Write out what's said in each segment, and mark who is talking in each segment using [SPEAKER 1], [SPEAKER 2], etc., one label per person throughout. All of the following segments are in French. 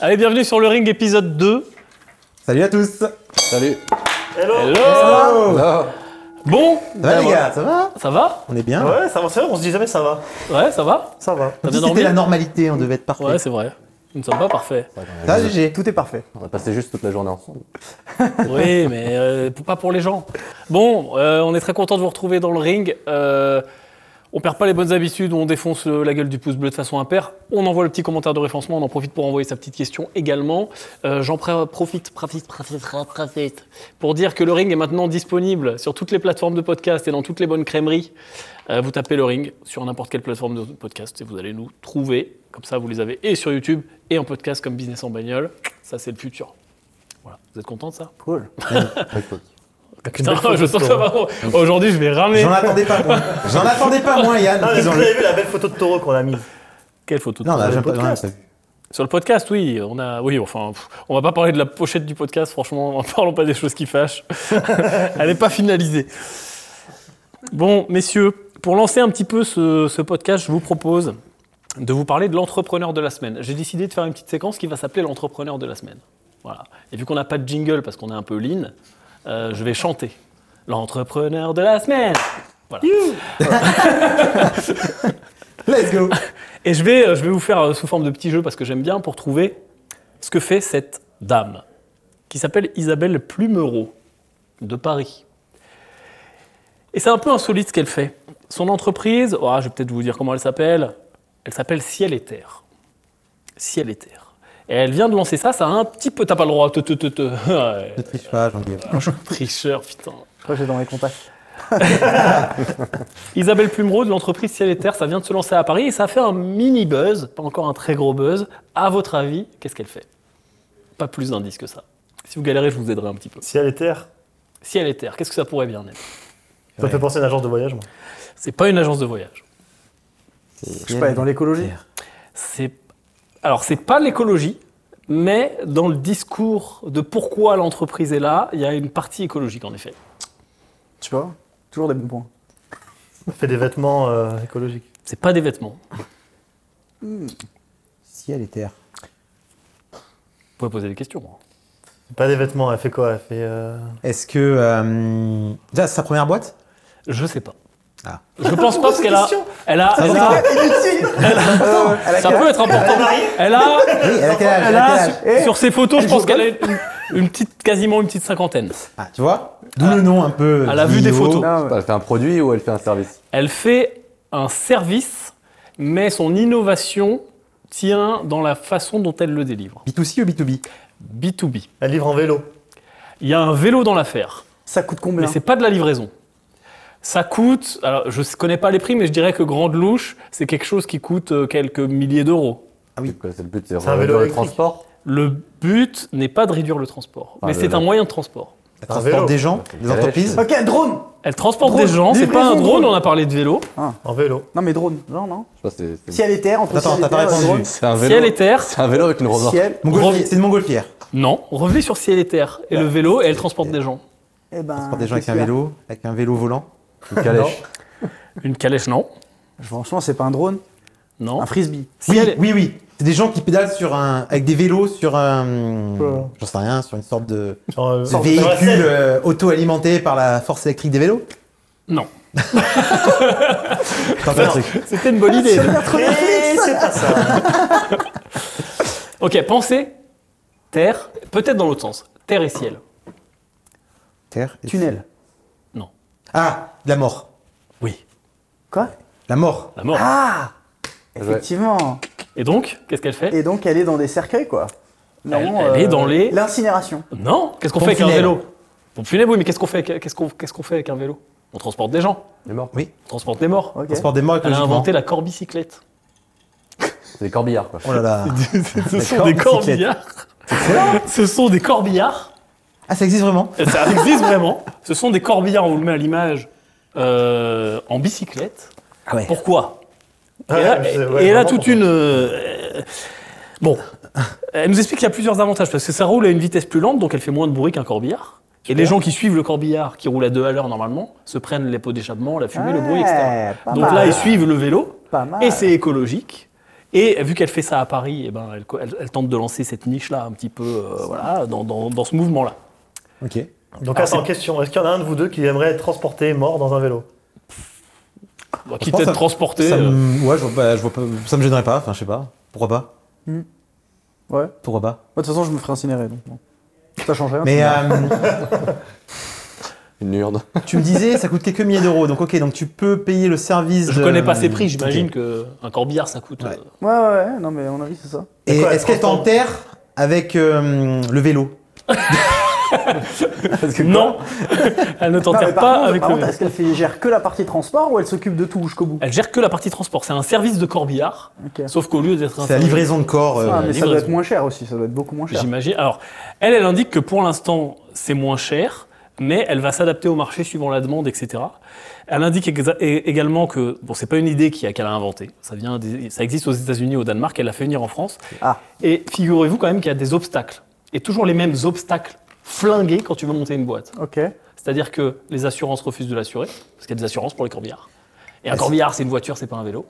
[SPEAKER 1] Allez, bienvenue sur le ring épisode 2.
[SPEAKER 2] Salut à tous Oh,
[SPEAKER 3] Salut.
[SPEAKER 1] Hello
[SPEAKER 3] Ah,
[SPEAKER 1] Bon,
[SPEAKER 2] Ça va
[SPEAKER 1] ben
[SPEAKER 2] les
[SPEAKER 1] voilà.
[SPEAKER 2] gars, ça va
[SPEAKER 1] ça va
[SPEAKER 2] On est bien
[SPEAKER 4] Ouais, ça va, c'est vrai, on se dit jamais ça va.
[SPEAKER 1] Ouais, ça va
[SPEAKER 4] Ça va.
[SPEAKER 1] T'as bien
[SPEAKER 2] Si C'était
[SPEAKER 1] dormi
[SPEAKER 2] la normalité, on devait être parfait.
[SPEAKER 1] Ouais, c'est vrai. Nous ne sommes pas parfaits.
[SPEAKER 2] ça, GG.
[SPEAKER 4] Tout est parfait.
[SPEAKER 3] on a passé juste toute la journée ensemble.
[SPEAKER 1] Oui, mais euh, pour- pas pour les gens. Bon, euh, on est très content de vous retrouver dans le ring. Euh, on perd pas les bonnes habitudes, on défonce le- la gueule du pouce bleu de façon impair. On envoie le petit commentaire de référencement, on en profite pour envoyer sa petite question également. Euh, J'en pré- profite, profite, profite, profite pour dire que le ring est maintenant disponible sur toutes les plateformes de podcast et dans toutes les bonnes crèmeries. Euh, vous tapez le ring sur n'importe quelle plateforme de podcast et vous allez nous trouver. Comme ça, vous les avez et sur YouTube et en podcast comme Business en bagnole. Ça, c'est le futur. Voilà. Vous êtes content de ça
[SPEAKER 3] Cool. Ah
[SPEAKER 1] Putain, je sens que ça va. Aujourd'hui, je vais ramer.
[SPEAKER 2] J'en attendais pas moins. J'en attendais pas moins, Yann.
[SPEAKER 4] Ah, est-ce que vous
[SPEAKER 2] disons-le.
[SPEAKER 4] avez vu la belle photo de taureau qu'on a mise
[SPEAKER 1] Quelle photo de
[SPEAKER 2] Non,
[SPEAKER 1] toi
[SPEAKER 2] là, j'aime pas.
[SPEAKER 4] podcast.
[SPEAKER 2] j'en ai pas vu.
[SPEAKER 1] Sur le podcast, oui, on a, oui, enfin, pff, on va pas parler de la pochette du podcast. Franchement, en parlons pas des choses qui fâchent. Elle n'est pas finalisée. Bon, messieurs, pour lancer un petit peu ce, ce podcast, je vous propose de vous parler de l'entrepreneur de la semaine. J'ai décidé de faire une petite séquence qui va s'appeler l'entrepreneur de la semaine. Voilà. Et vu qu'on n'a pas de jingle parce qu'on est un peu lean, euh, je vais chanter l'entrepreneur de la semaine. Voilà.
[SPEAKER 2] Let's go
[SPEAKER 1] Et je vais, euh, je vais vous faire euh, sous forme de petit jeu parce que j'aime bien pour trouver ce que fait cette dame qui s'appelle Isabelle Plumereau de Paris. Et c'est un peu insolite ce qu'elle fait. Son entreprise, oh, je vais peut-être vous dire comment elle s'appelle. Elle s'appelle Ciel et Terre. Ciel et Terre. Et elle vient de lancer ça, ça a un petit peu. T'as pas le droit. te, te, te, te. Ouais,
[SPEAKER 2] Je triche pas, Jean-Guillaume.
[SPEAKER 1] Tricheur, putain.
[SPEAKER 4] Après, j'ai dans mes contacts.
[SPEAKER 1] Isabelle Plumereau de l'entreprise Ciel et Terre, ça vient de se lancer à Paris et ça a fait un mini buzz, pas encore un très gros buzz. À votre avis, qu'est-ce qu'elle fait Pas plus d'indices que ça. Si vous galérez, je vous aiderai un petit peu.
[SPEAKER 4] Ciel et terre.
[SPEAKER 1] Ciel et Terre, qu'est-ce que ça pourrait bien être
[SPEAKER 4] Ça me fait penser à une agence de voyage, moi.
[SPEAKER 1] C'est pas une agence de voyage.
[SPEAKER 2] Je sais pas, dans l'écologie
[SPEAKER 1] C'est alors c'est pas l'écologie, mais dans le discours de pourquoi l'entreprise est là, il y a une partie écologique en effet.
[SPEAKER 5] Tu vois Toujours des bons points.
[SPEAKER 4] On fait des vêtements euh, écologiques.
[SPEAKER 1] C'est pas des vêtements.
[SPEAKER 2] Ciel et terre.
[SPEAKER 1] Vous pouvez poser des questions. hein.
[SPEAKER 4] Pas des vêtements, elle fait quoi Elle fait. euh,
[SPEAKER 2] Est-ce que. euh, Déjà, c'est sa première boîte
[SPEAKER 1] Je sais pas.
[SPEAKER 2] Ah.
[SPEAKER 1] Je pense pas parce qu'elle a, elle a,
[SPEAKER 2] Ça
[SPEAKER 1] elle
[SPEAKER 2] va.
[SPEAKER 1] a-
[SPEAKER 2] Ah,
[SPEAKER 1] ça peut être important. Elle a,
[SPEAKER 2] Oui, elle a quel âge,
[SPEAKER 1] Elle
[SPEAKER 2] elle a
[SPEAKER 1] a,
[SPEAKER 2] quel
[SPEAKER 1] sur,
[SPEAKER 2] âge
[SPEAKER 1] sur ses photos, je pense qu'elle a une, une petite, quasiment une petite cinquentaine.
[SPEAKER 2] Ah, tu vois D'où le nom un peu.
[SPEAKER 1] à la vue des
[SPEAKER 2] bio.
[SPEAKER 1] photos.
[SPEAKER 5] Non, ouais.
[SPEAKER 3] Elle fait un produit ou elle fait un service
[SPEAKER 1] Elle fait un service, mais son innovation tient dans la façon dont elle le délivre.
[SPEAKER 2] B2C ou B2B
[SPEAKER 1] B2B.
[SPEAKER 4] Elle livre en vélo.
[SPEAKER 1] Il y a un vélo dans l'affaire,
[SPEAKER 5] Ça coûte
[SPEAKER 1] mais
[SPEAKER 5] combien
[SPEAKER 1] c'est pas de la livraison. Ça coûte, alors je connais pas les prix, mais je dirais que Grande Louche, c'est quelque chose qui coûte euh, quelques milliers d'euros.
[SPEAKER 2] Ah oui.
[SPEAKER 3] C'est quoi, C'est le but, c'est
[SPEAKER 4] C'est un vélo
[SPEAKER 3] réduire le
[SPEAKER 4] électrique.
[SPEAKER 3] transport
[SPEAKER 1] Le but n'est pas de réduire le transport,
[SPEAKER 3] Ah,
[SPEAKER 1] mais
[SPEAKER 3] le-
[SPEAKER 1] c'est un moyen de transport.
[SPEAKER 2] Elle
[SPEAKER 4] Un vélo.
[SPEAKER 2] transporte des gens, des
[SPEAKER 3] calèche.
[SPEAKER 2] entreprises.
[SPEAKER 5] Ok, drone
[SPEAKER 1] Elle transporte
[SPEAKER 5] Drone,
[SPEAKER 1] des gens, c'est pas un
[SPEAKER 5] livraison
[SPEAKER 1] drone,
[SPEAKER 5] drone.
[SPEAKER 1] on a parlé de vélo.
[SPEAKER 4] En vélo.
[SPEAKER 5] Non, mais drone, genre, non
[SPEAKER 3] Je pense que c'est- c'est-
[SPEAKER 5] Ciel et terre, entre
[SPEAKER 2] Attends,
[SPEAKER 5] ciel
[SPEAKER 2] t'as
[SPEAKER 5] et
[SPEAKER 2] pas
[SPEAKER 5] terre,
[SPEAKER 2] répondu.
[SPEAKER 5] drone.
[SPEAKER 3] C'est un
[SPEAKER 1] Ciel et
[SPEAKER 3] vélo.
[SPEAKER 1] terre,
[SPEAKER 3] C'est un vélo avec une hein. remorque.
[SPEAKER 5] Ciel.
[SPEAKER 2] Montgolfier, C'est une montgolfière.
[SPEAKER 1] Non, revenez sur Ciel et Terre et le vélo, et elle transporte des gens.
[SPEAKER 5] Eh ben.
[SPEAKER 2] Transporte des gens avec un
[SPEAKER 5] qu'est-ce qu'il y a
[SPEAKER 2] vélo, avec un vélo volant.
[SPEAKER 3] Une calèche.
[SPEAKER 1] Une calèche, non.
[SPEAKER 5] Franchement, c'est pas un drone,
[SPEAKER 1] Non.
[SPEAKER 5] un frisbee.
[SPEAKER 2] Oui,
[SPEAKER 1] Ciel-
[SPEAKER 2] oui, oui. C'est des gens qui pédalent sur un, avec des vélos sur un,
[SPEAKER 5] Ouais.
[SPEAKER 2] j'en sais rien, sur une sorte de,
[SPEAKER 4] Genre, euh,
[SPEAKER 2] de
[SPEAKER 4] sur- sur la
[SPEAKER 2] véhicule
[SPEAKER 4] Seine.
[SPEAKER 2] euh, auto-alimenté par la force électrique des vélos.
[SPEAKER 1] Non.
[SPEAKER 2] T'en fais un truc.
[SPEAKER 1] C'était une bonne idée.
[SPEAKER 5] Eh, c'est pas ça
[SPEAKER 1] ok, pensez Terre, peut-être dans l'autre sens. Terre et ciel.
[SPEAKER 2] Terre et
[SPEAKER 5] Tunnel.
[SPEAKER 2] ciel.
[SPEAKER 1] Non.
[SPEAKER 2] Ah, de la mort.
[SPEAKER 1] Oui,
[SPEAKER 5] Quoi
[SPEAKER 2] La mort.
[SPEAKER 1] la mort.
[SPEAKER 5] Ah
[SPEAKER 3] Ouais.
[SPEAKER 5] Effectivement
[SPEAKER 1] Et donc, qu'est-ce qu'elle fait
[SPEAKER 5] Et donc, elle est dans des cercueils, quoi. euh,
[SPEAKER 1] Elle- elle est dans les-
[SPEAKER 5] L'incinération.
[SPEAKER 1] Non. Qu'est-ce qu'on
[SPEAKER 2] Pompe
[SPEAKER 1] fait avec un
[SPEAKER 2] funèbre.
[SPEAKER 1] vélo Pompe funèbre, oui, mais qu'est-ce qu'on fait avec- Qu'est-ce qu'on qu'est-ce qu'on fait avec un vélo On transporte des gens,
[SPEAKER 3] Les morts.
[SPEAKER 2] Oui.
[SPEAKER 1] on transporte des morts.
[SPEAKER 5] Ok.
[SPEAKER 2] Transport des morts
[SPEAKER 1] Elle a
[SPEAKER 2] écologiquement.
[SPEAKER 1] inventé la corbicyclette.
[SPEAKER 3] C'est des corbillards, quoi.
[SPEAKER 2] Oh là là.
[SPEAKER 1] Ce sont des corbillards. Ce sont des corbillards.
[SPEAKER 2] Ah, ça existe vraiment
[SPEAKER 1] Et Ça existe vraiment. Ce sont des corbillards, on vous le met à l'image, euh, en bicyclette.
[SPEAKER 2] Ah ouais.
[SPEAKER 1] Pourquoi Et
[SPEAKER 4] Ouais,
[SPEAKER 1] là,
[SPEAKER 4] je sais, ouais,
[SPEAKER 1] et
[SPEAKER 4] vraiment,
[SPEAKER 1] là, toute
[SPEAKER 4] pourquoi.
[SPEAKER 1] une... euh, bon, elle nous explique qu'il y a plusieurs avantages, parce que ça roule à une vitesse plus lente, donc elle fait moins de bruit qu'un corbillard. Et les gens qui suivent le corbillard, qui roule à deux à l'heure normalement, se prennent les pots d'échappement, la fumée, le bruit, etc.
[SPEAKER 5] Ouais, pas
[SPEAKER 1] Donc
[SPEAKER 5] mal. Ah
[SPEAKER 1] là, ils suivent le vélo,
[SPEAKER 5] Pas mal.
[SPEAKER 1] et c'est écologique. Et vu qu'elle fait ça à Paris, eh ben, elle, elle- elle tente de lancer cette niche-là un petit peu euh, voilà, dans, dans- dans ce mouvement-là.
[SPEAKER 2] Ok.
[SPEAKER 4] Donc
[SPEAKER 1] Ah,
[SPEAKER 4] attends, question. Est-ce qu'il y en a un de vous deux qui aimerait être transporté mort dans un vélo
[SPEAKER 1] Bah,
[SPEAKER 2] Je
[SPEAKER 1] Quitte
[SPEAKER 2] pense
[SPEAKER 1] à être
[SPEAKER 2] ça-
[SPEAKER 1] transporté.
[SPEAKER 2] Ça
[SPEAKER 1] euh,
[SPEAKER 2] me... Ouais, je vois pas, je vois pas- ça me gênerait pas, enfin, je sais pas. Pourquoi pas
[SPEAKER 5] Ouais. Moi,
[SPEAKER 2] Pourquoi pas
[SPEAKER 5] de toute façon, je me ferai incinérer, donc bon. Ça change rien.
[SPEAKER 2] Mais euh,
[SPEAKER 3] Une urne.
[SPEAKER 2] tu me disais, ça coûte quelques milliers d'euros, donc ok, donc tu peux payer le service
[SPEAKER 1] Je
[SPEAKER 2] de-
[SPEAKER 1] connais pas ses prix, j'imagine
[SPEAKER 2] Ok.
[SPEAKER 1] qu'un corbillard ça coûte.
[SPEAKER 2] euh, Ouais.
[SPEAKER 1] euh,
[SPEAKER 5] Ouais, ouais, ouais, non, mais à mon avis, c'est ça.
[SPEAKER 2] Et
[SPEAKER 4] Quoi,
[SPEAKER 2] est-ce qu'elle
[SPEAKER 4] transport-
[SPEAKER 2] t'enterre avec euh, le vélo
[SPEAKER 3] Parce que
[SPEAKER 1] Non Elle ne
[SPEAKER 5] Non, mais
[SPEAKER 1] t'enterre
[SPEAKER 5] par
[SPEAKER 1] pas
[SPEAKER 5] contre,
[SPEAKER 1] avec
[SPEAKER 5] par
[SPEAKER 1] le.
[SPEAKER 5] contre, Est-ce qu'elle fait- gère que la partie transport ou elle s'occupe de tout jusqu'au bout
[SPEAKER 1] Elle gère que la partie transport. C'est un service de corbillard,
[SPEAKER 5] Ok.
[SPEAKER 1] sauf qu'au lieu d'être un.
[SPEAKER 2] C'est la
[SPEAKER 1] service-
[SPEAKER 2] livraison de corps. euh,
[SPEAKER 5] Ah,
[SPEAKER 1] la
[SPEAKER 5] mais ça doit
[SPEAKER 1] livraison.
[SPEAKER 5] être moins cher aussi, ça doit être beaucoup moins cher.
[SPEAKER 1] J'imagine. Alors, elle, elle indique que pour l'instant, c'est moins cher, mais elle va s'adapter au marché suivant la demande, etc. Elle indique exa- é- également que, bon, c'est pas une idée qui a- qu'elle a inventée. Ça, vient des- ça existe aux États-Unis, au Danemark, elle l'a fait venir en France.
[SPEAKER 5] Ah.
[SPEAKER 1] Et figurez-vous quand même qu'il y a des obstacles. Et toujours les mêmes obstacles flingués quand tu veux monter une boîte.
[SPEAKER 5] Ok.
[SPEAKER 1] C'est-à-dire que les assurances refusent de l'assurer, parce qu'il y a des assurances pour les corbillards. Et un
[SPEAKER 2] Ah, c'est-
[SPEAKER 1] corbillard, c'est une voiture, c'est pas un vélo.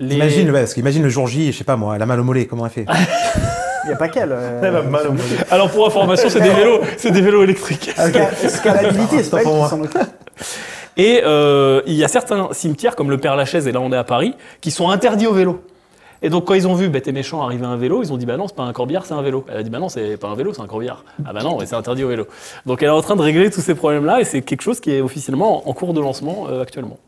[SPEAKER 1] Les-
[SPEAKER 2] Imagine, ouais, parce qu'imagine le jour J, je sais pas moi, elle a mal au mollet, comment elle fait
[SPEAKER 5] Il n'y a pas qu'elle. euh,
[SPEAKER 4] Elle a Eh ben, mal au mollet.
[SPEAKER 1] Alors pour information, c'est des vélos, c'est des vélos électriques.
[SPEAKER 2] Ah,
[SPEAKER 5] Parce qu'à- Ah, Scalabilité, c'est
[SPEAKER 2] Attends
[SPEAKER 5] pas elle
[SPEAKER 2] pour
[SPEAKER 5] qui
[SPEAKER 2] moi.
[SPEAKER 5] s'en occupe.
[SPEAKER 1] Et euh, il y a certains cimetières, comme le Père Lachaise, et là on est à Paris, qui sont interdits au vélo. Et donc quand ils ont vu Bête et Méchant arriver à un vélo, ils ont dit bah non, c'est pas un corbillard, c'est un vélo. Elle a dit bah non, c'est pas un vélo, c'est un corbillard. Ah bah non, et c'est interdit au vélo. Donc elle est en train de régler tous ces problèmes-là, et c'est quelque chose qui est officiellement en cours de lancement euh, actuellement.